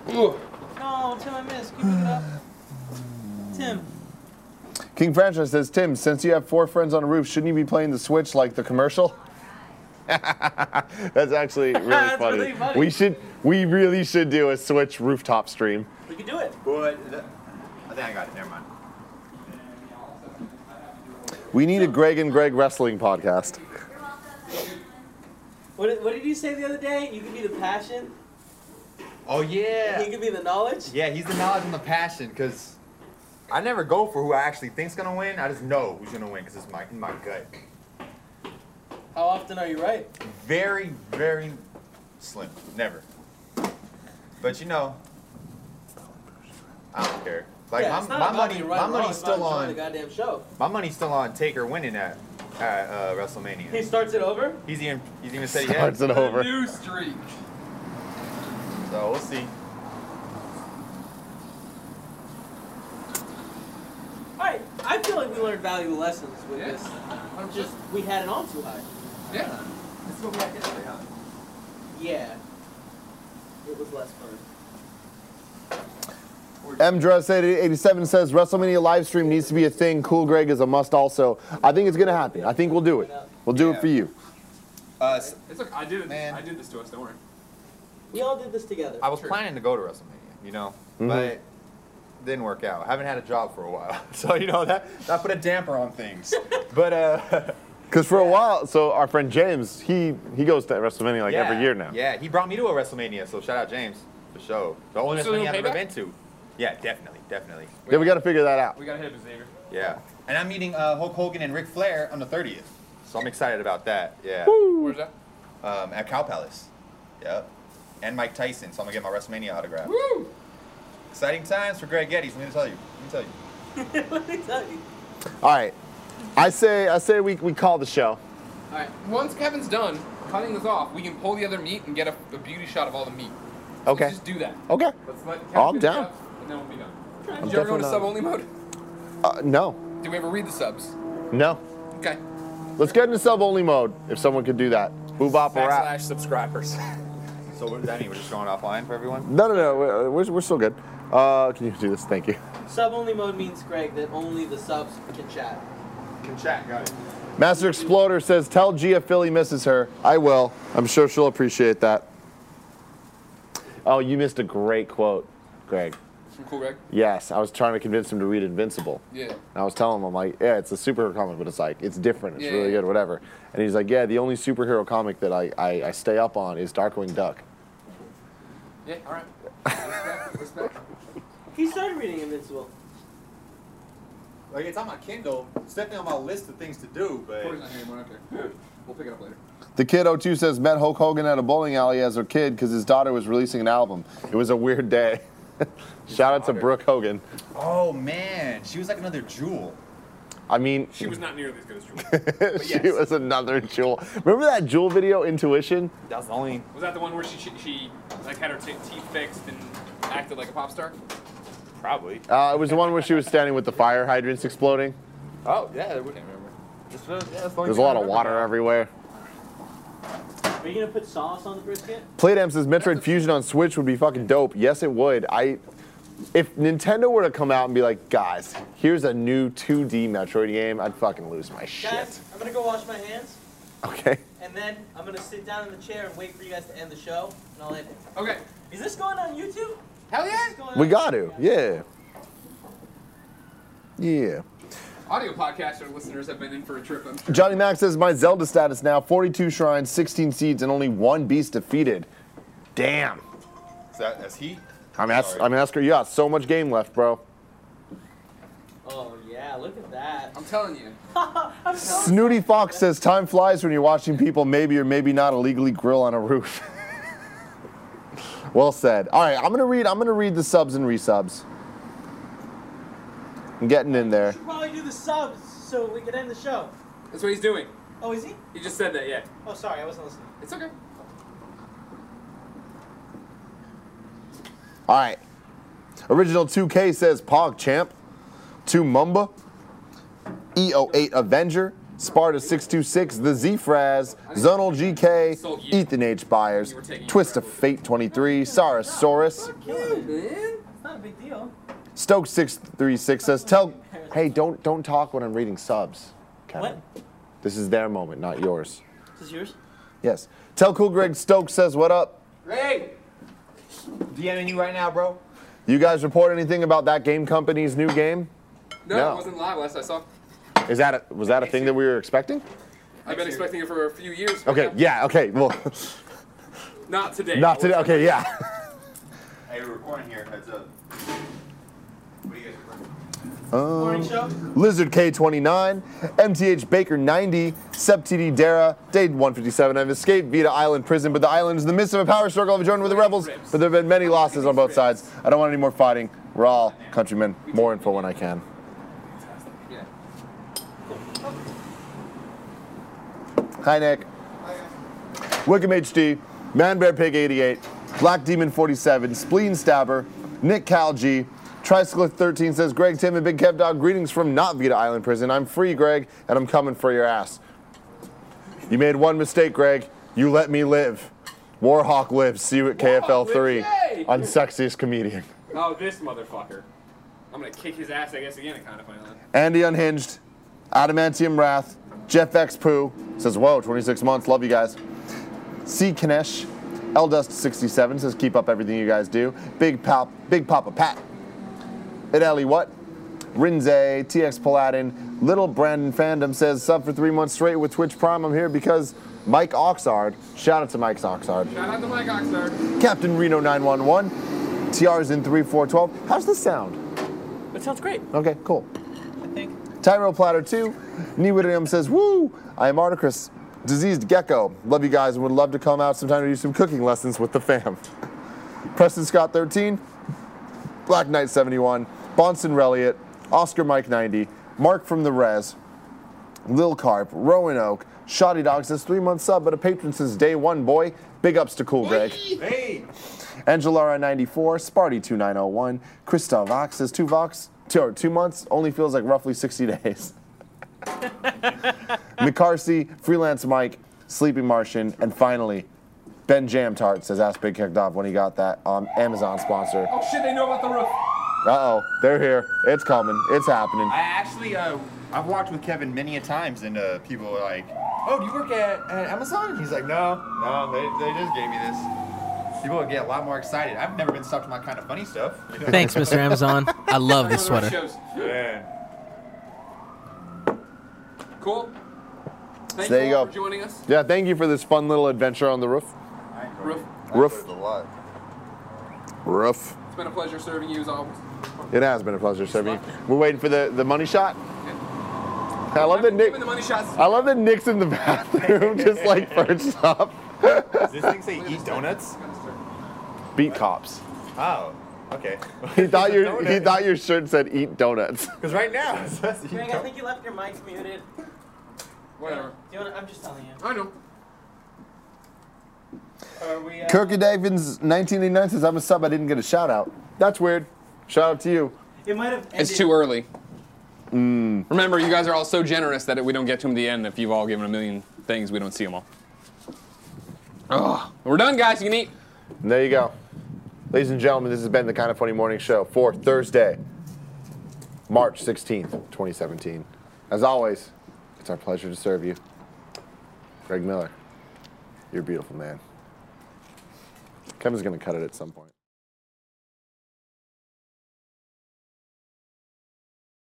[SPEAKER 3] No, Tim, I missed. Can you pick it up? Tim.
[SPEAKER 2] King Franchise says, Tim, since you have four friends on a roof, shouldn't you be playing the Switch like the commercial? That's actually really,
[SPEAKER 3] That's
[SPEAKER 2] funny.
[SPEAKER 3] really funny.
[SPEAKER 2] We should, we really should do a Switch rooftop stream.
[SPEAKER 3] We can do it.
[SPEAKER 7] But the, I think I got it. Never mind.
[SPEAKER 2] We need a Greg and Greg wrestling podcast.
[SPEAKER 11] You're welcome.
[SPEAKER 3] What did, what did you say the other day? You could be the passion.
[SPEAKER 7] Oh
[SPEAKER 3] He
[SPEAKER 7] yeah.
[SPEAKER 3] could be the knowledge.
[SPEAKER 7] Yeah, he's the knowledge and the passion. Cause I never go for who I actually think's gonna win. I just know who's gonna win because it's my in my gut.
[SPEAKER 3] How often are you right?
[SPEAKER 7] Very, very slim. Never. But you know, I don't care. Like
[SPEAKER 3] yeah, it's not
[SPEAKER 7] my, my
[SPEAKER 3] about
[SPEAKER 7] money,
[SPEAKER 3] being right
[SPEAKER 7] my
[SPEAKER 3] or
[SPEAKER 7] money's
[SPEAKER 3] wrong, it's about
[SPEAKER 7] still
[SPEAKER 3] enjoying
[SPEAKER 7] on.
[SPEAKER 3] the goddamn show.
[SPEAKER 7] My money's still on Taker winning at, at uh, WrestleMania.
[SPEAKER 3] He starts it over.
[SPEAKER 7] He's even he's even said
[SPEAKER 2] Starts
[SPEAKER 7] yes.
[SPEAKER 2] it over.
[SPEAKER 3] New streak.
[SPEAKER 7] So we'll see.
[SPEAKER 3] All right, I feel like we learned valuable lessons with
[SPEAKER 1] Yeah.
[SPEAKER 3] this. I'm just we had it on too high.
[SPEAKER 1] Yeah.
[SPEAKER 7] Let's go back yesterday, huh?
[SPEAKER 3] Yeah. It was less fun.
[SPEAKER 2] Mdress87 says WrestleMania live stream needs to be a thing. Cool Greg is a must also. I think it's gonna happen. I think we'll do it. We'll do it for you.
[SPEAKER 7] Uh, s-
[SPEAKER 1] It's okay. I did.
[SPEAKER 7] Man. I
[SPEAKER 1] did this to us. Don't worry.
[SPEAKER 3] We all did this together.
[SPEAKER 7] I was
[SPEAKER 1] Sure.
[SPEAKER 7] planning to go to WrestleMania, you know, but didn't work out. I haven't had a job for a while, so you know that that put a damper on things. but uh,
[SPEAKER 2] Cause for a while, so our friend James, he he goes to WrestleMania like
[SPEAKER 7] yeah,
[SPEAKER 2] every year now.
[SPEAKER 7] Yeah, he brought me to a WrestleMania, so shout out James for sure. The only
[SPEAKER 1] So
[SPEAKER 7] WrestleMania I've
[SPEAKER 1] payback?
[SPEAKER 7] ever been to. Yeah, definitely, definitely.
[SPEAKER 2] Yeah, we gotta figure that out.
[SPEAKER 1] We gotta hit up Xavier.
[SPEAKER 7] Yeah, And I'm meeting uh, Hulk Hogan and Ric Flair on the 30th. So I'm excited about that. Yeah.
[SPEAKER 12] Where's that?
[SPEAKER 7] Um, at Cow Palace. Yep. And Mike Tyson. So I'm gonna get my WrestleMania autograph.
[SPEAKER 6] Woo!
[SPEAKER 7] Exciting times for Greg Geddes. Let me tell you. Let me tell you.
[SPEAKER 6] Let me tell you.
[SPEAKER 2] All right. I say I say we, we call the show.
[SPEAKER 12] All right. Once Kevin's done cutting this off, we can pull the other meat and get a, a beauty shot of all the meat.
[SPEAKER 2] Okay.
[SPEAKER 12] Just do that.
[SPEAKER 2] Okay.
[SPEAKER 12] Let's let Kevin
[SPEAKER 2] I'm
[SPEAKER 12] finish
[SPEAKER 2] down.
[SPEAKER 12] up, And then we'll be done.
[SPEAKER 2] I'm
[SPEAKER 12] Did you ever go to
[SPEAKER 2] definitely
[SPEAKER 12] sub
[SPEAKER 2] not-
[SPEAKER 12] only mode?
[SPEAKER 2] Uh, no.
[SPEAKER 12] Do we ever read the subs?
[SPEAKER 2] No.
[SPEAKER 12] Okay.
[SPEAKER 2] Let's get into sub only mode if someone could do that. Boo bop a rap.
[SPEAKER 7] Backslash subscribers. so what does that mean? We're just going offline for everyone?
[SPEAKER 2] No, no, no. We're, we're, we're still good. Uh, can you do this? Thank you.
[SPEAKER 6] Sub only mode means Greg that only the subs can chat.
[SPEAKER 7] Can chat, got it.
[SPEAKER 2] Master Exploder says, "Tell Gia Philly misses her. I will. I'm sure she'll appreciate that." Oh, you missed a great quote, Greg.
[SPEAKER 12] From Cool Greg?
[SPEAKER 2] Yes, I was trying to convince him to read Invincible.
[SPEAKER 12] Yeah.
[SPEAKER 2] And I was telling him, I'm like, yeah, it's a superhero comic, but it's like, it's different. It's
[SPEAKER 12] Yeah,
[SPEAKER 2] really
[SPEAKER 12] yeah.
[SPEAKER 2] good, whatever. And he's like, yeah, the only superhero comic that I, I, I stay up on is Darkwing Duck.
[SPEAKER 12] Yeah, all right. Respect, respect.
[SPEAKER 6] He started reading Invincible.
[SPEAKER 7] Like it's on my Kindle. It's definitely on my list of things to do, but
[SPEAKER 12] Corey's not here anymore, okay. We'll pick it up later.
[SPEAKER 2] The kid 02 says, met Hulk Hogan at a bowling alley as a kid because his daughter was releasing an album. It was a weird day. Shout out to Brooke Hogan.
[SPEAKER 7] Oh man, she was like another jewel.
[SPEAKER 2] I mean,
[SPEAKER 12] She was not nearly as good as Drew.
[SPEAKER 2] she was another Jewel. Remember that Jewel video, Intuition?
[SPEAKER 7] That was the only.
[SPEAKER 12] Was that the one where she, she, she like had her t- teeth fixed and acted like a pop star?
[SPEAKER 7] Probably.
[SPEAKER 2] Uh, it was the one where she was standing with the fire hydrants exploding.
[SPEAKER 7] Oh yeah, I wouldn't remember. Just, uh, yeah, that's the only
[SPEAKER 2] There's a
[SPEAKER 7] thing I
[SPEAKER 2] lot of
[SPEAKER 7] remember.
[SPEAKER 2] water everywhere.
[SPEAKER 6] Are you gonna put sauce on the brisket?
[SPEAKER 2] Playdam says Metroid Fusion on Switch would be fucking dope. Yes, it would. I, if Nintendo were to come out and be like, guys, here's a new 2D Metroid game, I'd fucking lose my shit.
[SPEAKER 6] Guys, I'm gonna go wash my hands,
[SPEAKER 2] Okay.
[SPEAKER 6] and then I'm gonna sit down in the chair and wait for you guys to end the show, and I'll end it.
[SPEAKER 12] Okay.
[SPEAKER 6] Is this going on YouTube?
[SPEAKER 12] Hell yeah!
[SPEAKER 6] Is this going on
[SPEAKER 2] We got to. Yeah. Yeah.
[SPEAKER 12] Audio podcaster listeners have been in for a trip, I'm sure.
[SPEAKER 2] Johnny Max says my Zelda status now 42 shrines, 16 seeds, and only one beast defeated. Damn.
[SPEAKER 7] Is that, that's heat.
[SPEAKER 2] I mean, that's, I mean, that's great. You got so much game left, bro.
[SPEAKER 6] Oh yeah, look at that.
[SPEAKER 12] I'm telling you.
[SPEAKER 6] I'm so
[SPEAKER 2] Snooty Fox says time flies when you're watching people maybe or maybe not illegally grill on a roof. well said. All right, I'm gonna read. I'm gonna read the subs and resubs. I'm getting in there.
[SPEAKER 6] should probably do the subs so we can end the show.
[SPEAKER 12] That's what he's doing.
[SPEAKER 6] Oh, is he?
[SPEAKER 12] He just said that, yeah.
[SPEAKER 6] Oh, sorry, I wasn't listening.
[SPEAKER 12] It's okay.
[SPEAKER 2] All right. Original 2K says Pog Champ, 2 Mumba, E08 Avenger, Sparta 626, The Z Fraz, Zonal GK, Ethan H. Byers, Twist of Fate 23, Sarasaurus.
[SPEAKER 6] It's not a big deal.
[SPEAKER 2] Stoke six three six says, "Tell, hey, don't don't talk when I'm reading subs, Kevin.
[SPEAKER 6] What?
[SPEAKER 2] This is their moment, not yours.
[SPEAKER 6] Is this yours?
[SPEAKER 2] Yes. Tell cool Greg Stokes says, what up?
[SPEAKER 12] Great!
[SPEAKER 7] DMing you right now, bro.
[SPEAKER 2] You guys report anything about that game company's new game?
[SPEAKER 12] No,
[SPEAKER 2] No.
[SPEAKER 12] it wasn't live last I saw.
[SPEAKER 2] Is that a, was that a thing that we were expecting?
[SPEAKER 12] I've been expecting it for a few years. but
[SPEAKER 2] Okay.
[SPEAKER 12] no,
[SPEAKER 2] Yeah. Okay. Well,
[SPEAKER 12] Not today.
[SPEAKER 2] not today. Okay. Yeah.
[SPEAKER 7] Hey, we're recording here. Heads up. What are you guys recording?
[SPEAKER 6] Morning show.
[SPEAKER 2] Lizard K29, MTH Baker 90, SepTD Dara, Dade 157. I've escaped Vita Island prison, but the island is in the midst of a power struggle. I've joined with the rebels, but there have been many losses on both sides. I don't want any more fighting. We're all countrymen. More info when I can.
[SPEAKER 12] Yeah.
[SPEAKER 2] Hi, Nick. Wickham HD, Man Bear Pig 88, Black Demon 47, Spleen Stabber, Nick Cal G, Tricyclist 13 says, Greg, Tim, and Big Kev Dog, greetings from not Vita Island Prison. I'm free, Greg, and I'm coming for your ass. You made one mistake, Greg. You let me live. Warhawk lives. See you at KFL 3
[SPEAKER 12] lives, yay!
[SPEAKER 2] on Sexiest Comedian.
[SPEAKER 12] Oh, this motherfucker. I'm gonna kick his ass, I guess, again at Con of Finland.
[SPEAKER 2] Andy Unhinged, Adamantium Wrath, Jeff X Poo says, Whoa, 26 months, love you guys. C Kinesh, Eldust67 says, Keep up everything you guys do. Big Pop, Big Papa Pat, It Ellie What, Rinze, TX Paladin, Little Brandon Fandom says, Sub for three months straight with Twitch Prime. I'm here because Mike Oxard, shout out to Mike Oxard,
[SPEAKER 12] Shout out to Mike Oxnard.
[SPEAKER 2] Captain Reno 911, TR's in 3412. How's this sound?
[SPEAKER 6] It sounds great.
[SPEAKER 2] Okay, cool.
[SPEAKER 6] I think.
[SPEAKER 2] Tyrell Platter 2, Niwidam says, Woo! I am Articus, diseased gecko. Love you guys and would love to come out sometime to do some cooking lessons with the fam. Preston Scott 13, Black Knight 71, Bonson Reliot, Oscar Mike 90, Mark from the Res, Lil Carp, Roanoke, Shoddy Dog says three months sub, but a patron since day one, boy. Big ups to Cool Greg.
[SPEAKER 7] Hey!
[SPEAKER 2] Angelara94, Sparty2901, Crystal Vox says two Vox, two, or two months, only feels like roughly 60 days. McCarthy, Freelance Mike, Sleepy Martian, and finally, Ben Jamtart says Ask Big Kick Dov when he got that um, Amazon sponsor.
[SPEAKER 12] Oh shit, they know about the roof.
[SPEAKER 2] Uh oh, they're here. It's coming. It's happening.
[SPEAKER 7] I actually, uh, I've walked with Kevin many a times, and uh, people are like, "Oh, do you work at, at Amazon?" He's like, "No, no, they, they just gave me this." People would get a lot more excited. I've never been stuck to my kind of funny stuff. you know?
[SPEAKER 3] Thanks, Mr. Amazon. I love this sweater.
[SPEAKER 7] Yeah.
[SPEAKER 12] Cool. Thank
[SPEAKER 2] So there
[SPEAKER 12] you
[SPEAKER 2] you
[SPEAKER 12] all
[SPEAKER 2] go.
[SPEAKER 12] for joining us.
[SPEAKER 2] Yeah, thank you for this fun little adventure on the roof.
[SPEAKER 12] Roof,
[SPEAKER 2] Roof.
[SPEAKER 7] A lot.
[SPEAKER 2] Roof.
[SPEAKER 12] it's been a pleasure serving you as always.
[SPEAKER 2] It has been a pleasure serving you. We're waiting for the, the money shot. I love that Nick.
[SPEAKER 12] Even the money shots.
[SPEAKER 2] I love that Nick's in the bathroom, just like first up.
[SPEAKER 7] Does this thing say eat donuts?
[SPEAKER 2] Beat cops.
[SPEAKER 7] Oh, okay.
[SPEAKER 2] He thought your he thought your shirt said eat donuts.
[SPEAKER 7] Because right now it says eat
[SPEAKER 6] Greg, I
[SPEAKER 7] donuts.
[SPEAKER 6] think you left your mic muted.
[SPEAKER 12] Whatever.
[SPEAKER 6] Do you want? I'm just telling you.
[SPEAKER 12] I know.
[SPEAKER 6] Are we? Uh,
[SPEAKER 2] Kirky Davins 1989 says I'm a sub. I didn't get a shout out. That's weird. Shout out to you.
[SPEAKER 6] it might have. Ended.
[SPEAKER 1] It's too early. Remember, you guys are all so generous that we don't get to them at the end. If you've all given a million things, we don't see them all. Ugh. We're done, guys. You can eat.
[SPEAKER 2] And there you go. Ladies and gentlemen, this has been the Kind of Funny Morning Show for Thursday, March 16th, 2017. As always, it's our pleasure to serve you. Greg Miller, you're a beautiful man. Kevin's going to cut it at some point.